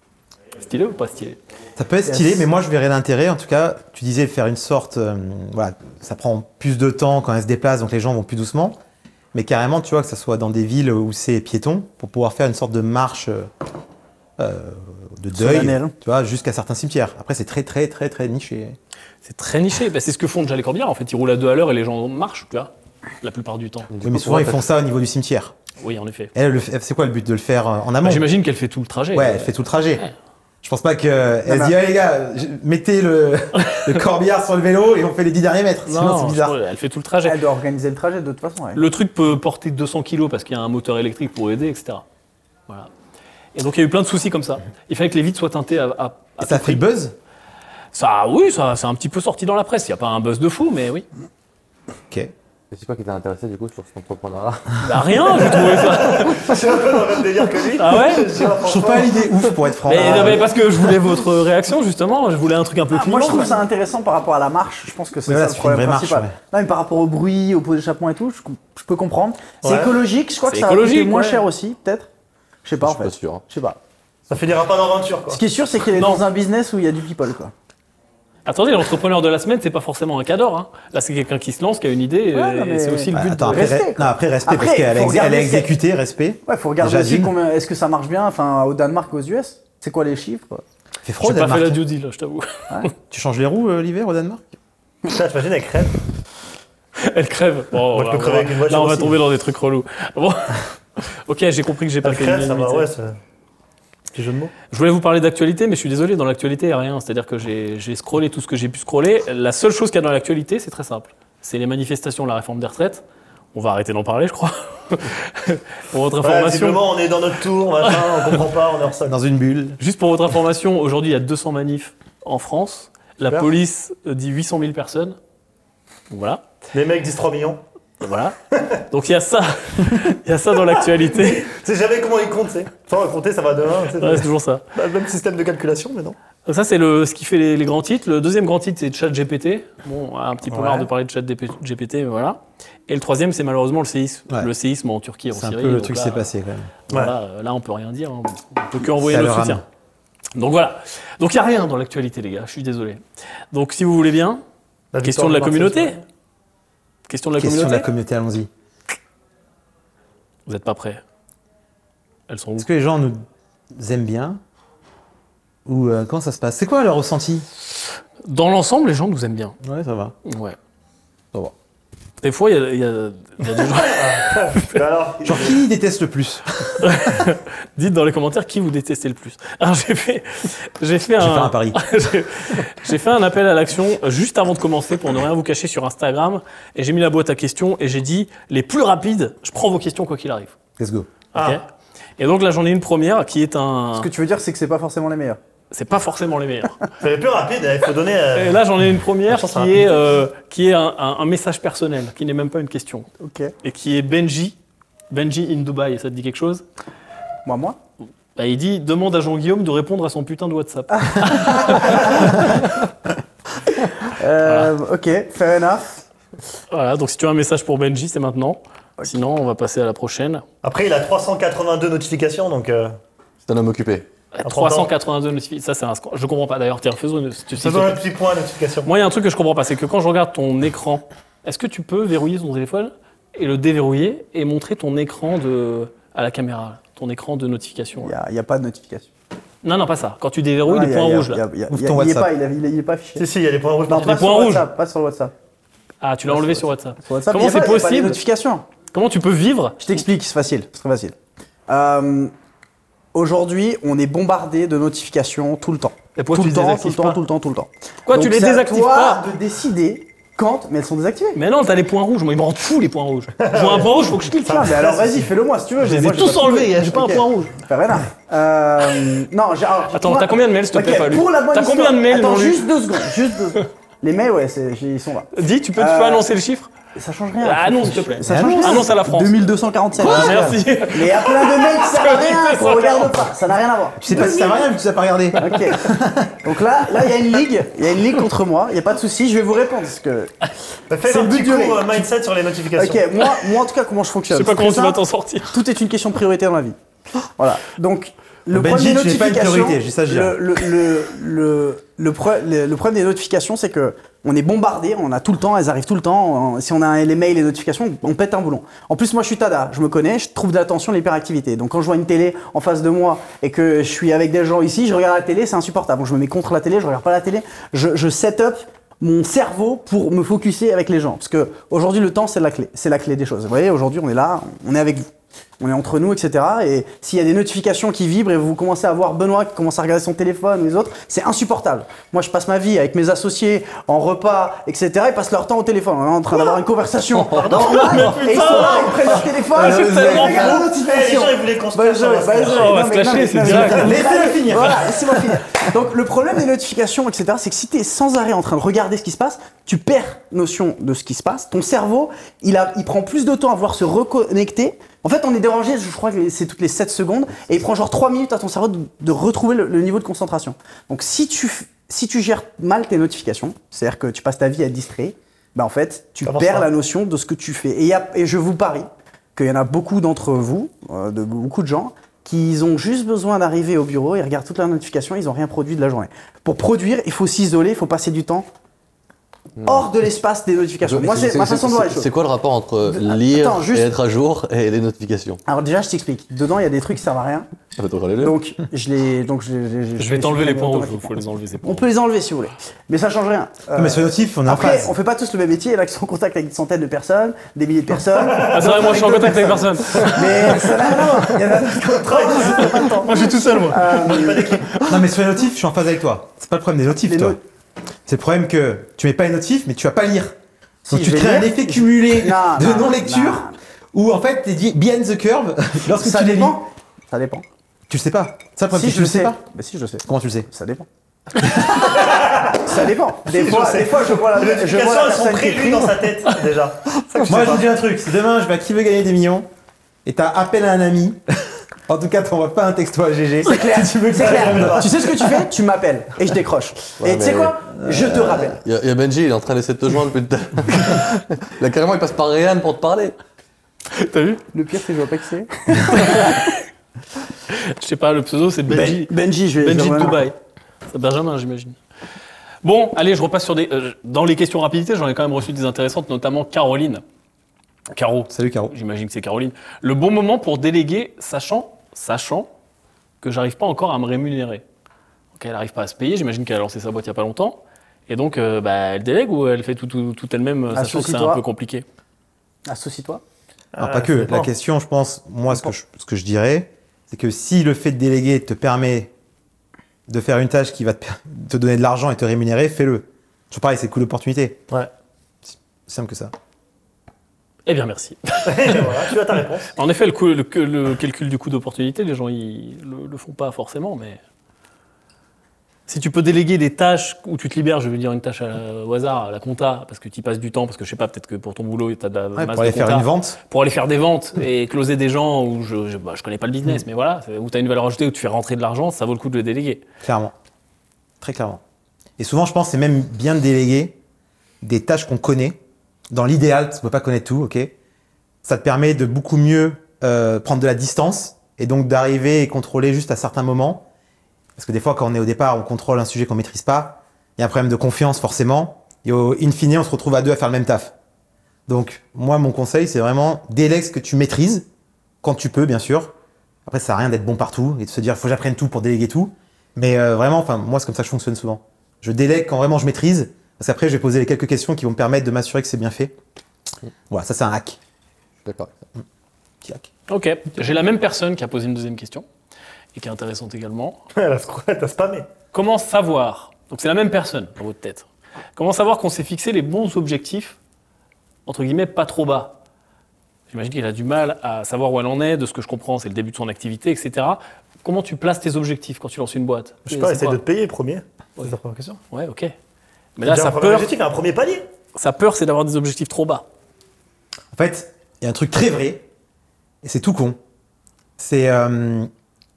[SPEAKER 1] Stylé ou pas stylé
[SPEAKER 2] Ça peut être stylé, mais moi je verrais l'intérêt. En tout cas, tu disais faire une sorte. euh, voilà, ça prend plus de temps quand elle se déplace, donc les gens vont plus doucement. Mais carrément, tu vois, que ça soit dans des villes où c'est piéton, pour pouvoir faire une sorte de marche euh, euh, de deuil,
[SPEAKER 5] Solennelle.
[SPEAKER 2] tu vois, jusqu'à certains cimetières. Après, c'est très, très, très, très niché.
[SPEAKER 1] C'est très niché. Bah, c'est ce que font déjà les corbillards. En fait, ils roulent à deux à l'heure et les gens marchent, tu vois, la plupart du temps.
[SPEAKER 2] Oui, mais souvent, ils font ça au niveau du cimetière.
[SPEAKER 1] Oui, en effet.
[SPEAKER 2] Elle, le fait- c'est quoi le but de le faire euh, en
[SPEAKER 1] Bah,
[SPEAKER 2] amont
[SPEAKER 1] J'imagine qu'elle fait tout le trajet.
[SPEAKER 2] Ouais,
[SPEAKER 1] Euh,
[SPEAKER 2] elle fait tout le trajet.
[SPEAKER 1] Ouais.
[SPEAKER 2] Je pense pas qu'elle se
[SPEAKER 5] Non,
[SPEAKER 2] dit, allez les gars, je- mettez le, le corbillard sur le vélo et on fait les 10 derniers mètres.
[SPEAKER 1] Non,
[SPEAKER 2] Sinon,
[SPEAKER 1] non,
[SPEAKER 2] c'est bizarre.
[SPEAKER 1] je- elle fait tout le trajet.
[SPEAKER 5] Elle doit organiser le trajet de toute façon. ouais.
[SPEAKER 1] Le truc peut porter 200 kilos parce qu'il y a un moteur électrique pour aider, etc. Voilà. Et donc il y a eu plein de soucis comme ça. Il fallait que les vitres soient teintées à. à- à
[SPEAKER 2] Et ça
[SPEAKER 1] tout prix.
[SPEAKER 2] fait le buzz
[SPEAKER 1] Ça, oui, ça, c'est un petit peu sorti dans la presse. Il n'y a pas un buzz de fou, mais oui.
[SPEAKER 2] Ok.
[SPEAKER 3] Je sais pas qui t'a intéressé du coup sur cet entrepreneur-là.
[SPEAKER 1] Bah, rien, j'ai trouvé ça.
[SPEAKER 4] C'est un peu dans le même délire que lui.
[SPEAKER 1] Ah ouais
[SPEAKER 2] Je trouve pas l'idée ouf pour être franc.
[SPEAKER 1] mais, non, mais parce que je voulais votre réaction justement. Je voulais un truc un peu
[SPEAKER 5] Ah,
[SPEAKER 1] clivant.
[SPEAKER 5] moi je trouve ça intéressant par rapport à la marche, je pense que c'est
[SPEAKER 2] Oui, voilà,
[SPEAKER 5] ça
[SPEAKER 2] c'est
[SPEAKER 5] le
[SPEAKER 2] une
[SPEAKER 5] problème
[SPEAKER 2] vraie marche,
[SPEAKER 5] principal.
[SPEAKER 2] ouais.
[SPEAKER 5] Non mais par rapport au bruit, au pot d'échappement et tout, je, com- je peux comprendre. C'est
[SPEAKER 4] Ouais.
[SPEAKER 5] écologique, je crois que
[SPEAKER 1] C'est
[SPEAKER 5] ça va coûter
[SPEAKER 1] écologique,
[SPEAKER 5] moins
[SPEAKER 1] ouais.
[SPEAKER 5] cher aussi, peut-être. Je sais pas
[SPEAKER 3] Je
[SPEAKER 5] en
[SPEAKER 3] suis pas
[SPEAKER 5] fait.
[SPEAKER 3] sûr. hein.
[SPEAKER 5] Je sais pas.
[SPEAKER 4] Ça finira pas dans l'aventure, quoi.
[SPEAKER 5] Ce qui est sûr, c'est qu'elle est
[SPEAKER 1] Non.
[SPEAKER 5] dans un business où il y a du people quoi.
[SPEAKER 1] Attendez, l'entrepreneur de la semaine, c'est pas forcément un cador. Hein. Là, c'est quelqu'un qui se lance, qui a une idée.
[SPEAKER 5] Ouais,
[SPEAKER 1] et
[SPEAKER 5] non, mais-
[SPEAKER 1] C'est aussi le
[SPEAKER 2] Bah,
[SPEAKER 1] but.
[SPEAKER 2] attends,
[SPEAKER 1] de...
[SPEAKER 2] après,
[SPEAKER 5] Respect,
[SPEAKER 2] re-
[SPEAKER 5] quoi.
[SPEAKER 2] non, après respect,
[SPEAKER 5] Après,
[SPEAKER 2] parce qu'elle a,
[SPEAKER 5] faut
[SPEAKER 2] ex- elle a
[SPEAKER 5] regarder ce qu'elle-
[SPEAKER 2] exécuté, respect.
[SPEAKER 5] Ouais, faut regarder
[SPEAKER 2] Déjà
[SPEAKER 5] aussi
[SPEAKER 2] digne.
[SPEAKER 5] combien est-ce que ça marche bien enfin au Danemark aux US, c'est quoi les chiffres quoi.
[SPEAKER 2] Fait
[SPEAKER 1] J'ai
[SPEAKER 2] froid au
[SPEAKER 1] pas fait
[SPEAKER 2] Danemark.
[SPEAKER 1] la due deal, je t'avoue.
[SPEAKER 2] Tu changes les roues euh, l'hiver au Danemark
[SPEAKER 4] Putain, t'imagines, elle crève.
[SPEAKER 1] Elle crève. Bon,
[SPEAKER 4] Moi, je peux crever avec une voiture
[SPEAKER 1] là, on va
[SPEAKER 4] aussi.
[SPEAKER 1] tomber dans des trucs relous. Bon. ok, j'ai compris que j'ai pas
[SPEAKER 4] Elle
[SPEAKER 1] fait
[SPEAKER 4] crève, ça va,
[SPEAKER 1] l'unanimité.
[SPEAKER 4] ouais, ça. Petit jeu de mots.
[SPEAKER 1] Je voulais vous parler d'actualité, mais je suis désolé, dans l'actualité, il n'y a rien. C'est-à-dire que j'ai j'ai scrollé tout ce que j'ai pu scroller. La seule chose qu'il y a dans l'actualité, c'est très simple. C'est les manifestations de la réforme des retraites. On va arrêter d'en parler, je crois. pour votre
[SPEAKER 4] Voilà,
[SPEAKER 1] information,
[SPEAKER 4] visiblement, on est dans notre tour, machin, on comprend pas, on est hors sol.
[SPEAKER 2] Dans une bulle.
[SPEAKER 1] juste pour votre information, aujourd'hui, il y a 200 manifs en France. La
[SPEAKER 4] Super.
[SPEAKER 1] police euh, dit 800 000 personnes. Voilà.
[SPEAKER 4] Les mecs disent 3 millions.
[SPEAKER 1] Voilà. Donc il y a ça. Il y a ça dans l'actualité.
[SPEAKER 4] C'est jamais comment ils comptent, tu sais. Sans compter, ça va demain. tu sais.
[SPEAKER 1] Ouais, c'est toujours ça.
[SPEAKER 4] Pas le même système de calculation, mais non.
[SPEAKER 1] Donc ça, c'est le, ce qui fait les, les grands titres. Le deuxième grand titre, c'est ChatGPT. Bon, un petit peu
[SPEAKER 4] Ouais.
[SPEAKER 1] marre de parler de ChatGPT, mais voilà. Et le troisième, c'est malheureusement le séisme.
[SPEAKER 2] Ouais.
[SPEAKER 1] Le séisme en Turquie, et en
[SPEAKER 2] C'est un
[SPEAKER 1] Syrie.
[SPEAKER 2] peu le
[SPEAKER 1] Donc
[SPEAKER 2] truc
[SPEAKER 1] là,
[SPEAKER 2] qui s'est passé quand même.
[SPEAKER 1] voilà, euh, là, on peut rien dire. hein. On peut que envoyer
[SPEAKER 2] C'est à
[SPEAKER 1] notre
[SPEAKER 2] leur
[SPEAKER 1] soutien.
[SPEAKER 2] âme.
[SPEAKER 1] Donc voilà. Donc il n'y a rien dans l'actualité, les gars. Je suis désolé. Donc si vous voulez bien,
[SPEAKER 4] La
[SPEAKER 1] question
[SPEAKER 4] victoire
[SPEAKER 1] de la
[SPEAKER 4] Marseille,
[SPEAKER 1] communauté. Question de la
[SPEAKER 2] Question de
[SPEAKER 1] communauté.
[SPEAKER 2] la communauté, allons-y.
[SPEAKER 1] vous n'êtes pas prêts. Elles sont où
[SPEAKER 2] Est-ce que les gens nous aiment bien Ou euh, comment ça se passe C'est quoi leur ressenti
[SPEAKER 1] Dans l'ensemble, les gens nous aiment bien.
[SPEAKER 2] Ouais, ça va.
[SPEAKER 1] Ouais.
[SPEAKER 2] Ça va.
[SPEAKER 1] Des fois, il y a- il y a- il y a des gens.
[SPEAKER 4] ouais. Bah alors,
[SPEAKER 2] Genre, qui déteste le plus
[SPEAKER 1] Dites dans les commentaires qui vous détestez le plus. Alors j'ai fait, j'ai fait
[SPEAKER 2] J'ai fait un
[SPEAKER 1] un,
[SPEAKER 2] pari.
[SPEAKER 1] j'ai- j'ai fait un appel à l'action juste avant de commencer pour ne rien vous cacher sur Instagram et j'ai mis la boîte à questions et j'ai dit les plus rapides, je prends vos questions quoi qu'il arrive.
[SPEAKER 2] Let's go.
[SPEAKER 4] Ah.
[SPEAKER 1] Ok et donc là j'en ai une première qui est un. Hein.
[SPEAKER 5] Ce que tu veux dire c'est que c'est pas forcément les meilleurs.
[SPEAKER 1] c'est pas forcément les meilleurs.
[SPEAKER 4] C'est plus rapide, il faut donner. euh,
[SPEAKER 1] Et là, j'en ai une première
[SPEAKER 4] Ça,
[SPEAKER 1] qui
[SPEAKER 4] ça
[SPEAKER 1] est, euh, qui est un, un- un message personnel, qui n'est même pas une question,
[SPEAKER 5] Ok.
[SPEAKER 1] et qui est Benji, Benji in Dubai, ça te dit quelque chose
[SPEAKER 5] Moi, moi
[SPEAKER 1] Bah, Il dit Demande à Jean-Guillaume de répondre à son putain de WhatsApp.
[SPEAKER 5] Euh, Ok, fair enough.
[SPEAKER 1] Voilà, donc si tu as un message pour Benji, c'est maintenant.
[SPEAKER 5] Ok.
[SPEAKER 1] Sinon, on va passer à la prochaine.
[SPEAKER 4] Après, il a 382 notifications, donc. euh,
[SPEAKER 3] C'est un homme occupé.
[SPEAKER 1] À 382 notifications. Ça, c'est un score. Je comprends pas d'ailleurs. Tiens, faisons une. tu-
[SPEAKER 4] Faisons un petit point notification.
[SPEAKER 1] Moi, il y a un truc que je comprends pas, c'est que quand je regarde ton écran, est-ce que tu peux verrouiller ton téléphone et le déverrouiller et montrer ton écran de... à la caméra, là, ton écran de notification
[SPEAKER 5] Il
[SPEAKER 1] là.
[SPEAKER 5] n'y a, il y a pas de notification.
[SPEAKER 1] Non, non, pas ça. Quand tu déverrouilles
[SPEAKER 5] Ah,
[SPEAKER 1] les
[SPEAKER 5] il y a-
[SPEAKER 1] points
[SPEAKER 5] il y a-
[SPEAKER 1] rouges
[SPEAKER 5] il y
[SPEAKER 1] là.
[SPEAKER 5] a- il y a-
[SPEAKER 2] Ouvre
[SPEAKER 5] il y a-
[SPEAKER 2] ton
[SPEAKER 5] il y est
[SPEAKER 2] WhatsApp.
[SPEAKER 5] pas- Il n'est pas affiché.
[SPEAKER 4] Si, si, il y a les points rouges.
[SPEAKER 5] Non,
[SPEAKER 4] partout.
[SPEAKER 5] pas
[SPEAKER 1] points
[SPEAKER 5] sur
[SPEAKER 1] rouges.
[SPEAKER 5] WhatsApp. Pas sur WhatsApp.
[SPEAKER 1] Ah, tu l'as enlevé sur WhatsApp.
[SPEAKER 5] Sur WhatsApp,
[SPEAKER 1] Comment
[SPEAKER 5] il y a
[SPEAKER 1] c'est
[SPEAKER 5] pas- il y a pas les
[SPEAKER 1] possible
[SPEAKER 5] notifications
[SPEAKER 1] Comment tu peux vivre
[SPEAKER 5] Je t'explique, c'est facile, c'est très facile. Euh, Aujourd'hui, on est bombardé de notifications tout le temps.
[SPEAKER 1] Et pourquoi
[SPEAKER 5] tout
[SPEAKER 1] tu les
[SPEAKER 5] le temps, tout
[SPEAKER 1] désactives
[SPEAKER 5] le temps,
[SPEAKER 1] pas
[SPEAKER 5] tout le temps, tout le temps.
[SPEAKER 1] Pourquoi tu
[SPEAKER 5] Donc,
[SPEAKER 1] les
[SPEAKER 5] c'est à
[SPEAKER 1] désactives
[SPEAKER 5] toi
[SPEAKER 1] pas
[SPEAKER 5] de décider quand, mais elles sont désactivées.
[SPEAKER 1] Mais non, t'as les points rouges. Moi, ils me rendent fou les points rouges. Je vois un point rouge, faut que je clique.
[SPEAKER 5] Putain, mais alors vas-y, fais-le moi si tu veux.
[SPEAKER 1] Je les
[SPEAKER 5] moi,
[SPEAKER 1] ai tous
[SPEAKER 5] pas trouvé.
[SPEAKER 1] enlevés. J'ai pas un
[SPEAKER 5] Ok.
[SPEAKER 1] point rouge.
[SPEAKER 5] Fais rien. Euh, non, j'ai. alors,
[SPEAKER 1] Attends,
[SPEAKER 5] moi-
[SPEAKER 1] t'as combien de mails, s'il te
[SPEAKER 5] Ok,
[SPEAKER 1] plaît, pas lu
[SPEAKER 5] Pour la bonne
[SPEAKER 1] T'as combien de
[SPEAKER 5] histoire-
[SPEAKER 1] mails,
[SPEAKER 5] Attends,
[SPEAKER 1] non lus
[SPEAKER 5] juste deux secondes, juste deux secondes. Les mails, ouais, c'est- j'ai- ils sont là.
[SPEAKER 1] Dis, tu peux, tu
[SPEAKER 5] Euh,
[SPEAKER 1] peux annoncer le chiffre
[SPEAKER 5] Ça change rien.
[SPEAKER 1] Ah, annonce, s'il te plaît.
[SPEAKER 5] Ça change rien.
[SPEAKER 1] Annonce à la France.
[SPEAKER 5] 2247.
[SPEAKER 1] Ah,
[SPEAKER 5] c'est pas grave.
[SPEAKER 1] Merci.
[SPEAKER 5] Mais il y a plein de mecs, ça n'a rien, qu'on
[SPEAKER 1] 2247.
[SPEAKER 5] regarde pas, ça n'a rien à voir.
[SPEAKER 2] Tu sais pas si ça va rien vu que tu sais pas regarder.
[SPEAKER 5] Ah. Ok. Donc là, là, il y a une ligue, il y a une ligue contre moi. Il y a pas de souci, je vais vous répondre parce que.
[SPEAKER 4] Bah, Fais
[SPEAKER 5] C'est
[SPEAKER 4] un
[SPEAKER 5] le but
[SPEAKER 4] petit
[SPEAKER 5] du
[SPEAKER 4] cours
[SPEAKER 5] ré.
[SPEAKER 4] euh, mindset sur les notifications.
[SPEAKER 5] Ok. Moi, moi en tout cas, comment je
[SPEAKER 1] Je
[SPEAKER 5] fonctionne
[SPEAKER 1] sais pas
[SPEAKER 5] C'est
[SPEAKER 1] comment tu
[SPEAKER 5] très
[SPEAKER 1] vas
[SPEAKER 5] simple.
[SPEAKER 1] t'en sortir.
[SPEAKER 5] Tout est une question de priorité dans la vie. Voilà. Donc, le
[SPEAKER 2] Benji,
[SPEAKER 5] problème des
[SPEAKER 2] tu n'es pas une
[SPEAKER 5] notifications.
[SPEAKER 2] priorité, j'ai ça, je
[SPEAKER 5] le,
[SPEAKER 2] dirais.
[SPEAKER 5] le, le, le, le pro- le- le problème des notifications, c'est que on est bombardé, on a tout le temps, elles arrivent tout le temps. on- Si on a les mails, les notifications, on pète un boulon. En plus, moi, je suis tada, je me connais, je trouve de l'attention, de l'hyperactivité. Donc, quand je vois une télé en face de moi et que je suis avec des gens ici, je regarde la télé, c'est insupportable. Donc, je me mets contre la télé, je regarde pas la télé, je, je set up mon cerveau pour me focuser avec les gens. Parce que aujourd'hui, le temps, c'est la clé. C'est la clé des choses. Vous voyez, aujourd'hui, on est là, on est avec vous. On est entre nous, etc. Et s'il y a des notifications qui vibrent et vous commencez à voir Benoît qui commence à regarder son téléphone ou les autres, c'est insupportable. Moi, je passe ma vie avec mes associés en repas, etc. Ils passent leur temps au téléphone. On est en train d'avoir une conversation. normale,
[SPEAKER 1] Mais
[SPEAKER 5] et ils sont
[SPEAKER 1] putain
[SPEAKER 5] là, ils prennent leur téléphone.
[SPEAKER 1] Ah, c'est
[SPEAKER 5] ils
[SPEAKER 1] tellement
[SPEAKER 5] regardent la
[SPEAKER 4] Eh, les
[SPEAKER 5] notification. Bah,
[SPEAKER 4] gens, ils voulaient
[SPEAKER 1] Bah,
[SPEAKER 4] construire.
[SPEAKER 5] Bonne
[SPEAKER 4] sur
[SPEAKER 5] journée,
[SPEAKER 4] la
[SPEAKER 5] bonne
[SPEAKER 4] semaine.
[SPEAKER 5] journée.
[SPEAKER 1] on va
[SPEAKER 5] Non,
[SPEAKER 1] se
[SPEAKER 5] mais-
[SPEAKER 1] lâcher,
[SPEAKER 5] non, mais-
[SPEAKER 1] c'est
[SPEAKER 5] non, mais-
[SPEAKER 1] direct.
[SPEAKER 5] non, mais-
[SPEAKER 2] Laissez-le finir.
[SPEAKER 5] Voilà, laissez-moi finir. Donc, le problème des notifications, etc., c'est que si t'es sans arrêt en train de regarder ce qui se passe, tu perds notion de ce qui se passe. Ton cerveau, il, a, il prend plus de temps à vouloir se reconnecter. En fait, on est dérangé, je crois que c'est toutes les 7 secondes, et il prend genre 3 minutes à ton cerveau de, de retrouver le, le niveau de concentration. Donc, si tu, f- si tu gères mal tes notifications, c'est-à-dire que tu passes ta vie à te distraire, bah en fait, tu
[SPEAKER 4] T'avances
[SPEAKER 5] perds
[SPEAKER 4] pas.
[SPEAKER 5] la notion de ce que tu fais. Et, il y a- et je vous parie qu'il y en a beaucoup d'entre vous, euh, de beaucoup de gens, qui ils ont juste besoin d'arriver au bureau, ils regardent toute la notification, ils n'ont rien produit de la journée. Pour produire, il faut s'isoler, il faut passer du temps hors de l'espace des notifications. Moi, c'est ma façon de voir les
[SPEAKER 3] c'est-
[SPEAKER 5] choses.
[SPEAKER 3] C'est quoi le rapport entre euh,
[SPEAKER 5] De-
[SPEAKER 3] lire
[SPEAKER 5] attends, juste-
[SPEAKER 3] et être à jour et les notifications
[SPEAKER 5] Alors déjà, je t'explique. Dedans, il y a des trucs qui servent à rien.
[SPEAKER 3] Ah bah, t'en parlais-le.
[SPEAKER 5] Donc, je les, donc je, les- je les- je
[SPEAKER 1] Je
[SPEAKER 5] les
[SPEAKER 1] vais t'enlever les
[SPEAKER 5] supprime
[SPEAKER 1] points rouges.
[SPEAKER 5] automatiquement.
[SPEAKER 1] Faut les enlever ces points.
[SPEAKER 5] On peut les enlever si vous voulez, mais ça change rien. Euh,
[SPEAKER 2] Non, mais sur les notifs, on est en
[SPEAKER 5] Après,
[SPEAKER 2] phase.
[SPEAKER 5] on fait pas tous le même métier. Il y en a qui sont en contact avec des centaines de personnes, des milliers de personnes.
[SPEAKER 1] Ah, c'est vrai, moi, je suis en
[SPEAKER 5] Avec
[SPEAKER 1] contact
[SPEAKER 5] d'autres
[SPEAKER 1] avec personne.
[SPEAKER 5] Mais ça n'a rien à voir. Il y en a qui ont travaillé, ils ont pas le temps.
[SPEAKER 1] Moi, je suis tout seul, moi.
[SPEAKER 5] Euh,
[SPEAKER 2] Non, mais sur les notifs, je suis en phase avec toi. C'est pas le problème des notifs,
[SPEAKER 5] Les
[SPEAKER 2] toi.
[SPEAKER 5] no-
[SPEAKER 2] C'est le problème que tu mets pas les notifs, mais tu vas pas lire.
[SPEAKER 5] Si,
[SPEAKER 2] Donc tu
[SPEAKER 5] je vais
[SPEAKER 2] crées un
[SPEAKER 5] lire.
[SPEAKER 2] effet cumulé
[SPEAKER 5] Non, non,
[SPEAKER 2] de
[SPEAKER 5] non,
[SPEAKER 2] non-lecture
[SPEAKER 5] non.
[SPEAKER 2] où en fait t'es dit behind the curve lorsque
[SPEAKER 5] ça
[SPEAKER 2] tu les lis.
[SPEAKER 5] dépend. Ça dépend.
[SPEAKER 2] Tu le sais pas. Ça, le problème, c'est
[SPEAKER 5] Si
[SPEAKER 2] que
[SPEAKER 5] je
[SPEAKER 2] tu
[SPEAKER 5] le
[SPEAKER 2] le sais
[SPEAKER 5] sais.
[SPEAKER 2] pas.
[SPEAKER 5] Mais si je le sais.
[SPEAKER 2] Comment tu le sais
[SPEAKER 5] Ça dépend. ça dépend. Des fois,
[SPEAKER 4] sais.
[SPEAKER 5] des fois, je vois la,
[SPEAKER 4] Les
[SPEAKER 5] je vois
[SPEAKER 4] notifications, elles
[SPEAKER 5] la
[SPEAKER 4] sont
[SPEAKER 5] personne qui
[SPEAKER 4] prévues
[SPEAKER 5] écrit.
[SPEAKER 4] dans sa tête, déjà.
[SPEAKER 2] Moi, je vous dis un truc. Si demain, je vais à qui veut gagner des millions et t'as appel à un ami, en tout cas, t'envoies pas un texto à GG.
[SPEAKER 5] C'est clair.
[SPEAKER 2] Si tu veux que
[SPEAKER 5] C'est
[SPEAKER 2] ça
[SPEAKER 5] clair.
[SPEAKER 2] arrive.
[SPEAKER 5] Tu sais ce que tu fais Tu m'appelles et je décroche.
[SPEAKER 3] Ouais,
[SPEAKER 5] et tu sais
[SPEAKER 3] mais-
[SPEAKER 5] quoi Je te rappelle.
[SPEAKER 3] Il y, a- il y a Benji, il est en train d'essayer de te joindre depuis tout à l'heure. Là, carrément, il passe par Réanne pour te parler.
[SPEAKER 1] T'as vu
[SPEAKER 5] Le pire, c'est que je vois pas qui c'est.
[SPEAKER 1] Je sais pas, le pseudo, c'est Benji.
[SPEAKER 5] Ben, Benji, je vais. je
[SPEAKER 1] Benji
[SPEAKER 5] vais
[SPEAKER 1] de
[SPEAKER 5] vraiment-
[SPEAKER 1] Dubaï. C'est Benjamin, j'imagine. Bon, allez, je repasse sur des. euh, dans les questions rapidité, j'en ai quand même reçu des intéressantes, notamment Caroline. Caro,
[SPEAKER 2] Salut, Caro.
[SPEAKER 1] j'imagine que c'est Caroline. Le bon moment pour déléguer, sachant, sachant que j'arrive pas encore à me rémunérer. Donc elle n'arrive pas à se payer, j'imagine qu'elle a lancé sa boîte il y a pas longtemps. Et donc, euh, bah, elle délègue ou elle fait tout, tout, tout elle-même, euh, sachant que c'est un
[SPEAKER 5] Associe-toi.
[SPEAKER 1] peu compliqué.
[SPEAKER 5] Associe-toi.
[SPEAKER 2] Alors, pas que.
[SPEAKER 4] ça dépend.
[SPEAKER 2] La question, je pense, moi, ce que je, ce que je dirais, c'est que si le fait de déléguer te permet de faire une tâche qui va te, per- te donner de l'argent et te rémunérer, fais-le. Toujours pareil, c'est cool d'opportunité.
[SPEAKER 4] Ouais.
[SPEAKER 2] C'est Simple que ça.
[SPEAKER 1] Eh bien, merci.
[SPEAKER 4] Voilà, tu as ta réponse.
[SPEAKER 1] En effet, le, coût- le- le calcul du coût d'opportunité, les gens ils le, le font pas forcément, mais si tu peux déléguer des tâches où tu te libères, je veux dire une tâche à la- au hasard, à la compta, parce que tu passes du temps, parce que je sais pas, peut-être que pour ton boulot, tu as de la
[SPEAKER 2] Ouais,
[SPEAKER 1] masse
[SPEAKER 2] pour aller
[SPEAKER 1] de
[SPEAKER 2] faire
[SPEAKER 1] compta.
[SPEAKER 2] une vente.
[SPEAKER 1] pour aller faire des ventes et closer des gens où je, je, bah, je connais pas le
[SPEAKER 2] Mm.
[SPEAKER 1] business, mais voilà, c'est- où tu as une valeur ajoutée, où tu fais rentrer de l'argent, ça vaut le coup de le déléguer.
[SPEAKER 2] Clairement. Très clairement. Et souvent, je pense que c'est même bien de déléguer des tâches qu'on connaît. Dans l'idéal, tu ne peux pas connaître tout, ok Ça te permet de beaucoup mieux euh, prendre de la distance et donc d'arriver et contrôler juste à certains moments. Parce que des fois, quand on est au départ, on contrôle un sujet qu'on maîtrise pas. Il y a un problème de confiance, forcément. Et au in fine, on se retrouve à deux à faire le même taf. Donc, moi, mon conseil, c'est vraiment délègue ce que tu maîtrises, quand tu peux, bien sûr. Après, ça sert à rien d'être bon partout et de se dire, faut que j'apprenne tout pour déléguer tout. Mais euh, vraiment, enfin, moi, c'est comme ça que je fonctionne souvent. Je délègue quand vraiment je maîtrise, parce qu'après, je vais poser les quelques questions qui vont me permettre de m'assurer que c'est bien fait. Voilà, ça, c'est un hack.
[SPEAKER 3] D'accord.
[SPEAKER 2] Petit hack.
[SPEAKER 1] Ok, j'ai la même personne qui a posé une deuxième question et qui est intéressante également.
[SPEAKER 4] Elle a scrollé, elle t'a spammé.
[SPEAKER 1] Comment savoir, donc c'est la même personne dans votre tête, comment savoir qu'on s'est fixé les bons objectifs, entre guillemets, pas trop bas J'imagine qu'il a du mal à savoir où elle en est, de ce que je comprends, c'est le début de son activité, etc. Comment tu places tes objectifs quand tu lances une boîte
[SPEAKER 4] Je sais pas,
[SPEAKER 1] C'est
[SPEAKER 4] essaye
[SPEAKER 1] quoi
[SPEAKER 4] de te payer premier. C'est la première question.
[SPEAKER 1] Ouais, ok. Mais là,
[SPEAKER 4] Déjà, un
[SPEAKER 1] sa
[SPEAKER 4] premier
[SPEAKER 1] peur,
[SPEAKER 4] objectif, un premier palier.
[SPEAKER 1] sa peur, c'est d'avoir des objectifs trop bas.
[SPEAKER 2] En fait, il y a un truc très vrai, et c'est tout con. C'est euh,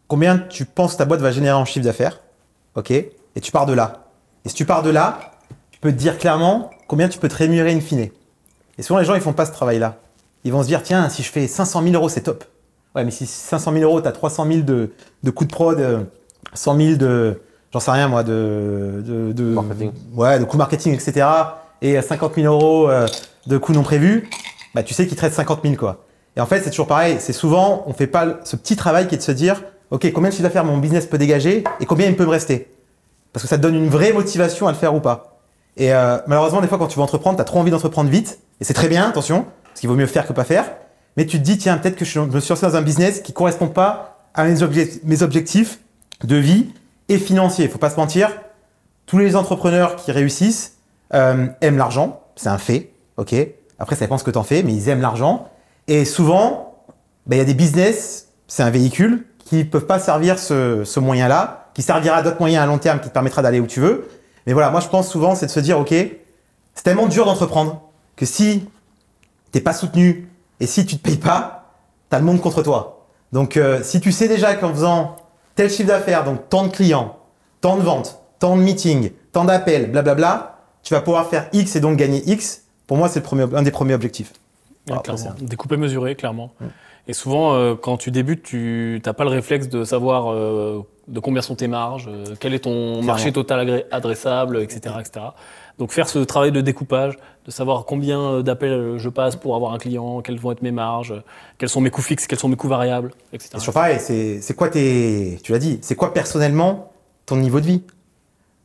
[SPEAKER 2] combien tu penses ta boîte va générer en chiffre d'affaires, ok Et tu pars de là. Et si tu pars de là, tu peux te dire clairement combien tu peux te rémunérer in fine. Et souvent, les gens, ils font pas ce travail-là. Ils vont se dire, tiens, si je fais 500 000 euros, c'est top. Ouais, mais si 500 000 euros, tu as 300 000 de, de coûts de prod, euh, 100 000 de, j'en sais rien moi, de, de, de-
[SPEAKER 3] Marketing.
[SPEAKER 2] Ouais, de coûts marketing, etc. Et euh, 50 000 euros euh, de coûts non prévus, bah, tu sais qu'il te reste 50 000 quoi. Et en fait, c'est toujours pareil. C'est souvent, on fait pas le- ce petit travail qui est de se dire, OK, combien de chiffre d'affaires mon business peut dégager et combien il me peut me rester. Parce que ça te donne une vraie motivation à le faire ou pas. Et euh, malheureusement, des fois, quand tu veux entreprendre, tu as trop envie d'entreprendre vite. Et c'est très bien, attention, parce qu'il vaut mieux faire que pas faire. Mais tu te dis, tiens, peut-être que je me suis lancé dans un business qui correspond pas à mes, obje- mes objectifs de vie et financiers. faut pas se mentir. Tous les entrepreneurs qui réussissent euh, aiment l'argent. C'est un fait. OK. Après, ça dépend ce que tu en fais, mais ils aiment l'argent. Et souvent, ben, il y a des business, c'est un véhicule, qui ne peuvent pas servir ce, ce moyen-là, qui servira à d'autres moyens à long terme, qui te permettra d'aller où tu veux. Mais voilà, moi je pense souvent, c'est de se dire, ok, c'est tellement dur d'entreprendre que si t'es pas soutenu et si tu te payes pas, t'as le monde contre toi. Donc euh, si tu sais déjà qu'en faisant tel chiffre d'affaires, donc tant de clients, tant de ventes, tant de meetings, tant d'appels, blablabla, tu vas pouvoir faire X et donc gagner X, pour moi c'est le premier, un des premiers objectifs.
[SPEAKER 1] Ouais,
[SPEAKER 2] Ah,
[SPEAKER 1] clairement.
[SPEAKER 2] après,
[SPEAKER 1] Découpé, mesuré, clairement. Et souvent, euh, quand tu débutes, tu n'as pas le réflexe de savoir euh, de combien sont tes marges, euh, quel est ton marché total agré- adressable, etc., etc. Donc faire ce travail de découpage, de savoir combien euh, d'appels euh, je passe pour avoir un client, quelles vont être mes marges, euh, quels sont mes coûts fixes, quels sont mes coûts variables, etc.
[SPEAKER 2] C'est toujours pareil, c'est c'est quoi tes. Tu l'as dit, c'est quoi personnellement ton niveau de vie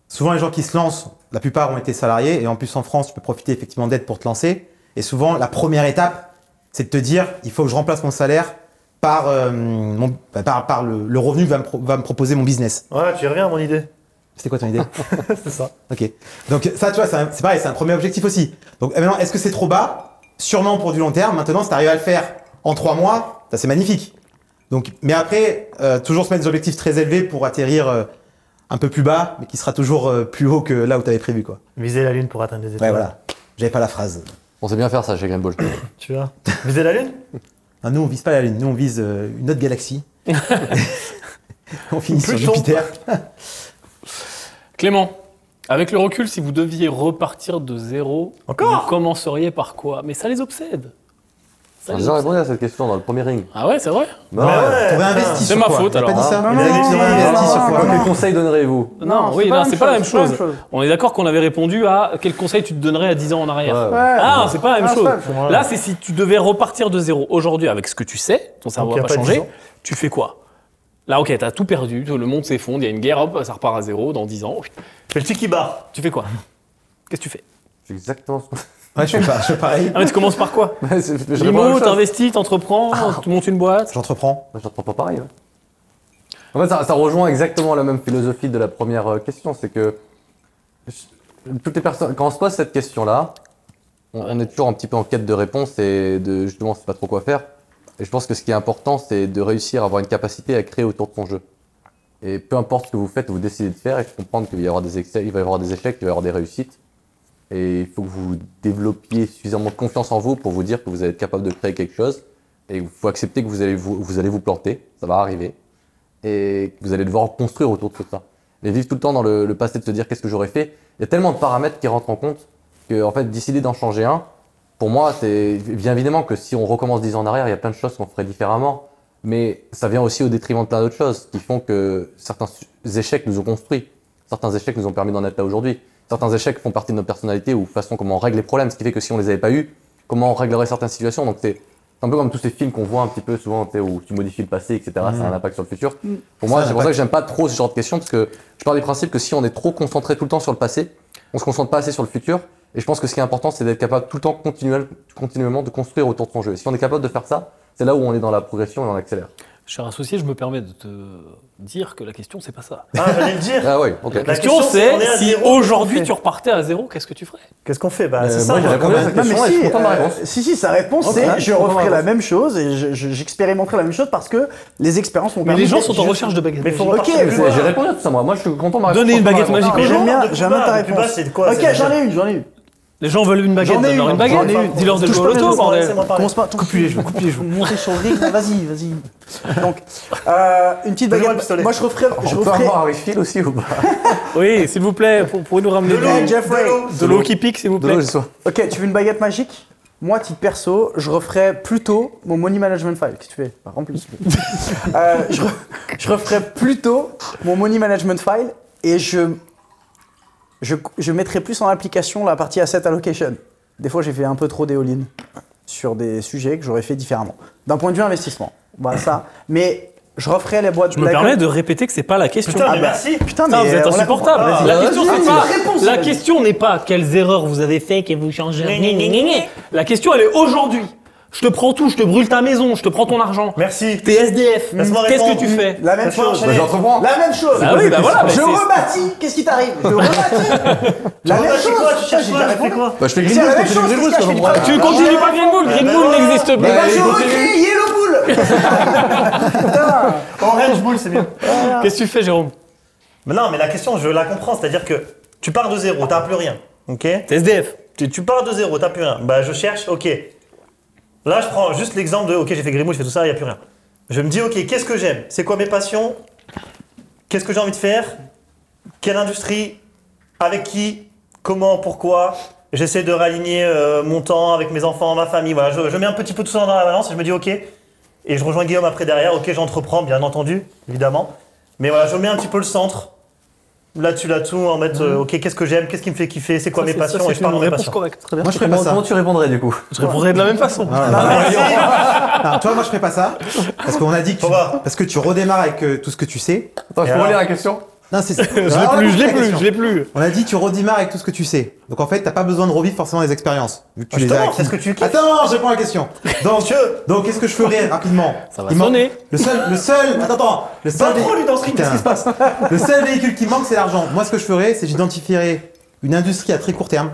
[SPEAKER 2] Souvent, les gens qui se lancent, la plupart ont été salariés, et en plus en France, tu peux profiter effectivement d'aide pour te lancer. Et souvent, la première étape, c'est de te dire il faut que je remplace mon salaire par, euh, mon- bah, par, par le, le revenu que va me, pro- va me proposer mon business.
[SPEAKER 4] Voilà, tu y reviens à mon idée.
[SPEAKER 2] C'était quoi ton idée
[SPEAKER 4] c'est ça.
[SPEAKER 2] Ok. Donc ça, tu vois, c'est un- c'est pareil, c'est un premier objectif aussi. Donc euh, maintenant, est-ce que c'est trop bas Sûrement pour du long terme. Maintenant, si t'arrives à le faire en trois mois, ça c'est magnifique. Donc, mais après, euh, toujours se mettre des objectifs très élevés pour atterrir euh, un peu plus bas, mais qui sera toujours euh, plus haut que là où t'avais prévu, quoi.
[SPEAKER 4] Viser la lune pour atteindre les étoiles.
[SPEAKER 2] Ouais, voilà. J'avais pas la phrase.
[SPEAKER 3] On sait bien faire ça chez Greenball.
[SPEAKER 4] Tu vois Viser la lune
[SPEAKER 2] Ah, nous, on vise pas la Lune, nous on vise euh, une autre galaxie. on finit sur
[SPEAKER 1] Pluton.
[SPEAKER 2] Jupiter.
[SPEAKER 1] Clément, avec le recul, si vous deviez repartir de zéro,
[SPEAKER 4] Encore
[SPEAKER 1] vous commenceriez par quoi Mais ça les obsède. Ça
[SPEAKER 3] J'ai
[SPEAKER 1] les
[SPEAKER 3] déjà
[SPEAKER 1] obsède.
[SPEAKER 3] répondu à cette question dans le premier ring.
[SPEAKER 1] Ah ouais, c'est vrai
[SPEAKER 3] Non,
[SPEAKER 4] Mais
[SPEAKER 3] Bah ouais.
[SPEAKER 4] ouais,
[SPEAKER 2] T'aurais
[SPEAKER 4] putain.
[SPEAKER 2] investi
[SPEAKER 1] C'est
[SPEAKER 2] sur
[SPEAKER 1] ma
[SPEAKER 2] quoi
[SPEAKER 1] faute,
[SPEAKER 2] Il a
[SPEAKER 1] alors,
[SPEAKER 2] pas dit
[SPEAKER 3] hein.
[SPEAKER 2] ça
[SPEAKER 5] Non,
[SPEAKER 2] Il a dit que tu aurais
[SPEAKER 5] non,
[SPEAKER 2] investi
[SPEAKER 5] non,
[SPEAKER 2] sur quoi
[SPEAKER 5] non,
[SPEAKER 3] Quel
[SPEAKER 5] non.
[SPEAKER 3] conseil donneriez-vous
[SPEAKER 1] Non,
[SPEAKER 5] c'est
[SPEAKER 1] oui,
[SPEAKER 5] pas
[SPEAKER 1] non,
[SPEAKER 5] la
[SPEAKER 1] c'est
[SPEAKER 5] même
[SPEAKER 1] pas la même
[SPEAKER 5] chose, c'est pas la
[SPEAKER 1] chose.
[SPEAKER 5] même chose.
[SPEAKER 1] On est d'accord qu'on avait répondu à quel conseil tu te donnerais à 10 ans en arrière.
[SPEAKER 3] Ouais.
[SPEAKER 1] Ah, c'est pas la même
[SPEAKER 5] Ah, c'est
[SPEAKER 1] chose.
[SPEAKER 5] pas la même
[SPEAKER 1] Là, c'est si tu devais repartir de zéro aujourd'hui avec ce que tu sais, ton cerveau
[SPEAKER 4] Donc,
[SPEAKER 1] n'a
[SPEAKER 4] il y
[SPEAKER 1] pas
[SPEAKER 4] a pas
[SPEAKER 1] changé,
[SPEAKER 4] dix ans.
[SPEAKER 1] tu fais quoi Là, ok, t'as tout perdu, le monde s'effondre, il y a une guerre, hop, ça repart à zéro dans 10 ans.
[SPEAKER 4] Fais le tiki bar.
[SPEAKER 1] Tu fais quoi Qu'est-ce que tu fais
[SPEAKER 3] C'est exactement ce
[SPEAKER 2] Ouais, je fais pas- je fais pareil.
[SPEAKER 1] Ah, mais tu commences par quoi
[SPEAKER 3] Ouais, c'est- je réponds à la
[SPEAKER 1] Limo,
[SPEAKER 3] même chose. Ah.
[SPEAKER 1] t'investis, t'entreprends, tu montes une boîte.
[SPEAKER 2] J'entreprends.
[SPEAKER 3] Moi, j'entends Bah, pas pareil. ouais. En fait, ça, ça rejoint exactement la même philosophie de la première euh, question. C'est que je- toutes les personnes, quand on se pose cette question-là, on, on est toujours un petit peu en quête de réponse et de justement, on sait pas trop quoi faire. Et je pense que ce qui est important, c'est de réussir à avoir une capacité à créer autour de son jeu. Et peu importe ce que vous faites, vous décidez de faire et comprendre qu'il va y avoir des excès, il va y avoir des échecs, il va y avoir des réussites. Et il faut que vous développiez suffisamment de confiance en vous pour vous dire que vous allez être capable de créer quelque chose. Et il faut accepter que vous allez vous, vous allez vous planter, ça va arriver. Et que vous allez devoir construire autour de tout ça. Mais vivre tout le temps dans le, le passé de se dire qu'est-ce que j'aurais fait, il y a tellement de paramètres qui rentrent en compte que en fait décider d'en changer un, pour moi, c'est bien évidemment que si on recommence 10 ans en arrière, il y a plein de choses qu'on ferait différemment. Mais ça vient aussi au détriment de plein d'autres choses qui font que certains su- échecs nous ont construits. Certains échecs nous ont permis d'en être là aujourd'hui. Certains échecs font partie de notre personnalité ou façon comment on règle les problèmes. Ce qui fait que si on les avait pas eus, comment on réglerait certaines situations. Donc c'est c'est un peu comme tous ces films qu'on voit un petit peu souvent tu sais, où tu modifies le passé, etc. Ça a un impact sur le futur. Pour moi,
[SPEAKER 2] Ça a un
[SPEAKER 3] c'est
[SPEAKER 2] impact.
[SPEAKER 3] pour ça que j'aime pas trop ce genre de questions parce que je pars du principe que si on est trop concentré tout le temps sur le passé, on se concentre pas assez sur le futur. Et je pense que ce qui est important, c'est d'être capable tout le temps continuel- continuellement de construire autour de son jeu. Et si on est capable de faire ça, c'est là où on est dans la progression et on accélère.
[SPEAKER 1] Cher associé, je me permets de te dire que la question, c'est pas ça.
[SPEAKER 4] Ah, j'allais le dire.
[SPEAKER 3] Ah oui, ok.
[SPEAKER 1] La
[SPEAKER 4] La
[SPEAKER 1] question,
[SPEAKER 4] question, c'est, on est
[SPEAKER 1] c'est
[SPEAKER 4] à
[SPEAKER 1] si
[SPEAKER 4] zéro,
[SPEAKER 1] aujourd'hui
[SPEAKER 4] qu'est-ce qu'on
[SPEAKER 1] tu repartais à zéro, qu'est-ce que tu ferais
[SPEAKER 4] Qu'est-ce qu'on fait Bah,
[SPEAKER 3] Euh,
[SPEAKER 4] c'est ça.
[SPEAKER 3] moi, j'ai
[SPEAKER 4] hein.
[SPEAKER 3] répondu à cette
[SPEAKER 5] Non, mais
[SPEAKER 3] question et je
[SPEAKER 5] si,
[SPEAKER 3] suis content de ma
[SPEAKER 5] euh,
[SPEAKER 3] réponse.
[SPEAKER 5] si, si, sa réponse,
[SPEAKER 3] Ok, je
[SPEAKER 5] c'est
[SPEAKER 3] suis
[SPEAKER 5] je
[SPEAKER 3] content de ma
[SPEAKER 5] referai la
[SPEAKER 3] réponse.
[SPEAKER 5] même chose et je- je- j'expérimenterai la même chose parce que les expériences m'ont
[SPEAKER 3] Bah
[SPEAKER 1] Mais
[SPEAKER 5] permis.
[SPEAKER 1] les gens
[SPEAKER 5] de-
[SPEAKER 1] sont en
[SPEAKER 5] je-
[SPEAKER 1] recherche de baguettes
[SPEAKER 4] Mais faut
[SPEAKER 1] magiques.
[SPEAKER 4] repartir
[SPEAKER 5] Ok,
[SPEAKER 4] de
[SPEAKER 3] C'est-
[SPEAKER 4] plus bas.
[SPEAKER 3] J'ai répondu à tout ça, moi. Moi, je suis content de ma réponse.
[SPEAKER 1] Donnez
[SPEAKER 3] je suis
[SPEAKER 1] une
[SPEAKER 3] content de
[SPEAKER 1] baguette
[SPEAKER 3] ma
[SPEAKER 1] magique
[SPEAKER 3] réponse.
[SPEAKER 1] aux
[SPEAKER 4] Mais
[SPEAKER 1] gens.
[SPEAKER 4] j'aime
[SPEAKER 5] J'aime
[SPEAKER 4] bien-
[SPEAKER 5] bien,
[SPEAKER 4] de plus
[SPEAKER 5] j'aime bien
[SPEAKER 4] bas,
[SPEAKER 5] ta
[SPEAKER 4] de plus
[SPEAKER 5] réponse.
[SPEAKER 4] bas, c'est de quoi,
[SPEAKER 5] Ok,
[SPEAKER 4] de-
[SPEAKER 5] j'en ai une, j'en ai une.
[SPEAKER 1] Les gens veulent une baguette,
[SPEAKER 5] J'en ai
[SPEAKER 1] donne-leur
[SPEAKER 5] une,
[SPEAKER 1] une baguette.
[SPEAKER 5] j'en ai une.
[SPEAKER 1] Dis-leur de
[SPEAKER 4] Touche
[SPEAKER 1] jouer au
[SPEAKER 4] pas,
[SPEAKER 1] loto,
[SPEAKER 4] hein. laisse-moi-
[SPEAKER 1] bordel.
[SPEAKER 4] laisse-moi parler.
[SPEAKER 5] Commence pas, coupe les cheveux, coupe les cheveux. Montez sur le ring, vas-y, vas-y. Donc, euh, une
[SPEAKER 4] Donnez-moi
[SPEAKER 5] petite
[SPEAKER 4] le
[SPEAKER 5] baguette.
[SPEAKER 4] pistolet.
[SPEAKER 5] Moi, je referais, je
[SPEAKER 3] On peut
[SPEAKER 5] referais.
[SPEAKER 3] avoir un refill aussi ou pas
[SPEAKER 1] Oui, s'il vous plaît, pour- pourrez nous ramener
[SPEAKER 4] De l'eau,
[SPEAKER 1] du-
[SPEAKER 5] Jeff Ray.
[SPEAKER 4] de l'eau.
[SPEAKER 1] de l'eau qui pique, s'il vous
[SPEAKER 3] De
[SPEAKER 1] plaît.
[SPEAKER 3] l'eau, j'ai soif.
[SPEAKER 5] Ok, tu veux une baguette magique Moi, titre perso, je referais plutôt mon money management file. Qu'est-ce que tu fais Bah, Remplis. Euh, je, re- je referais plutôt mon money management file et je, je, je mettrais plus en application la partie asset allocation. Des fois, j'ai fait un peu trop des all-in sur des sujets que j'aurais fait différemment. D'un point de vue investissement, voilà ça. Mais je referais les boîtes.
[SPEAKER 1] Je me permets de répéter que c'est pas la question.
[SPEAKER 4] Putain,
[SPEAKER 5] Ah
[SPEAKER 4] mais
[SPEAKER 5] bah,
[SPEAKER 4] merci.
[SPEAKER 5] Putain,
[SPEAKER 1] Putain,
[SPEAKER 5] mais
[SPEAKER 1] vous êtes
[SPEAKER 5] on la comprend
[SPEAKER 1] insupportable.
[SPEAKER 5] pas.
[SPEAKER 1] La question,
[SPEAKER 5] vas-y,
[SPEAKER 1] c'est
[SPEAKER 5] vas-y,
[SPEAKER 1] pas.
[SPEAKER 5] réponse,
[SPEAKER 1] La
[SPEAKER 5] vas-y.
[SPEAKER 1] question n'est pas quelles erreurs vous avez fait que vous changez. La question, elle est aujourd'hui. Je te prends tout, je te brûle ta maison, je te prends ton argent.
[SPEAKER 4] Merci.
[SPEAKER 1] T'es SDF.
[SPEAKER 4] Laisse-moi
[SPEAKER 1] Qu'est-ce que
[SPEAKER 4] répondre.
[SPEAKER 1] tu
[SPEAKER 2] Hmm.
[SPEAKER 1] fais
[SPEAKER 5] La même
[SPEAKER 4] Laisse-moi
[SPEAKER 5] chose.
[SPEAKER 4] enchaîner.
[SPEAKER 3] Bah, j'entreprends.
[SPEAKER 5] La même chose.
[SPEAKER 1] Bah oui, bah voilà. mais
[SPEAKER 5] je
[SPEAKER 1] c'est-
[SPEAKER 5] rebâtis. Qu'est-ce qui t'arrive Je rebâtis. la
[SPEAKER 4] Toi,
[SPEAKER 5] même
[SPEAKER 4] tu fais
[SPEAKER 5] chose.
[SPEAKER 4] quoi Tu
[SPEAKER 5] Putain,
[SPEAKER 4] cherches quoi
[SPEAKER 5] j'ai déjà
[SPEAKER 4] Tu fais
[SPEAKER 5] répondu.
[SPEAKER 4] quoi
[SPEAKER 3] Bah, je fais
[SPEAKER 5] C'est
[SPEAKER 3] Green Bull,
[SPEAKER 5] la même
[SPEAKER 3] je fais
[SPEAKER 5] chose,
[SPEAKER 3] Green Bull,
[SPEAKER 5] qu'est-ce
[SPEAKER 3] je
[SPEAKER 5] qu'il
[SPEAKER 3] comprends.
[SPEAKER 5] y a
[SPEAKER 1] Tu
[SPEAKER 5] Ah,
[SPEAKER 1] continues
[SPEAKER 5] bah,
[SPEAKER 1] pas Green Bull, Green
[SPEAKER 4] bah,
[SPEAKER 1] Bull
[SPEAKER 4] voilà.
[SPEAKER 1] n'existe
[SPEAKER 5] Eh
[SPEAKER 1] plus.
[SPEAKER 5] ben, je recrée Yellow Bull.
[SPEAKER 4] Orange Bull, c'est mieux.
[SPEAKER 1] Qu'est-ce que tu fais, Jérôme
[SPEAKER 4] Mais non, mais la question, je la comprends. C'est-à-dire que tu pars de zéro, t'as plus rien. Ok
[SPEAKER 1] T'es SDF.
[SPEAKER 4] tu, tu pars de zéro, t'as plus rien. Bah, je cherche, ok. Là, je prends juste l'exemple de, ok, j'ai fait Grimoire, je fais tout ça, il n'y a plus rien. Je me dis, ok, qu'est-ce que j'aime C'est quoi mes passions Qu'est-ce que j'ai envie de faire Quelle industrie Avec qui Comment Pourquoi J'essaie de réaligner euh, mon temps avec mes enfants, ma famille. Voilà, je, je mets un petit peu tout ça dans la balance et je me dis, ok. Et je rejoins Guillaume après derrière, ok, j'entreprends, bien entendu, évidemment. Mais voilà, je mets un petit peu le centre. Là-dessus, là-dessous, en mettre, euh, ok, qu'est-ce que j'aime, qu'est-ce qui me fait kiffer, c'est quoi mes passions, et je pars dans mes
[SPEAKER 1] réponse
[SPEAKER 4] passions.
[SPEAKER 1] correcte. Très bien.
[SPEAKER 2] Moi, je ferais pas
[SPEAKER 3] Comment,
[SPEAKER 2] ça.
[SPEAKER 3] comment tu répondrais du coup
[SPEAKER 1] Je répondrai de la même façon.
[SPEAKER 2] Ah, non,
[SPEAKER 5] bah,
[SPEAKER 2] non. Non, Ah, toi, moi, je ferais pas ça. Parce qu'on a dit que tu,
[SPEAKER 4] Faut voir.
[SPEAKER 2] parce que tu redémarres avec euh, tout ce que tu sais.
[SPEAKER 3] Attends, je
[SPEAKER 4] Et
[SPEAKER 3] peux
[SPEAKER 4] alors
[SPEAKER 3] relire la question
[SPEAKER 2] Non, Ah c'est
[SPEAKER 1] Je l'ai plus, je l'ai plus, je l'ai plus.
[SPEAKER 2] On a dit tu redémarres avec tout ce que tu sais. Donc en fait, t'as pas besoin de revivre forcément les expériences. Vu que tu les as
[SPEAKER 4] Ah, Justement,
[SPEAKER 2] acquises.
[SPEAKER 4] c'est ce que tu kiffes.
[SPEAKER 2] Attends, je réponds à la question. Donc,
[SPEAKER 4] Monsieur.
[SPEAKER 2] donc qu'est-ce que je ferais rapidement
[SPEAKER 1] Ça va
[SPEAKER 2] Il manque-
[SPEAKER 1] sonner.
[SPEAKER 2] Le seul, le seul, attends, attends. Le seul,
[SPEAKER 4] trop, lui, dans ce ring,
[SPEAKER 2] Putain.
[SPEAKER 4] qu'est-ce qui se passe
[SPEAKER 2] le seul véhicule qui manque, c'est l'argent. Moi, ce que je ferais, c'est j'identifierais une industrie à très court terme,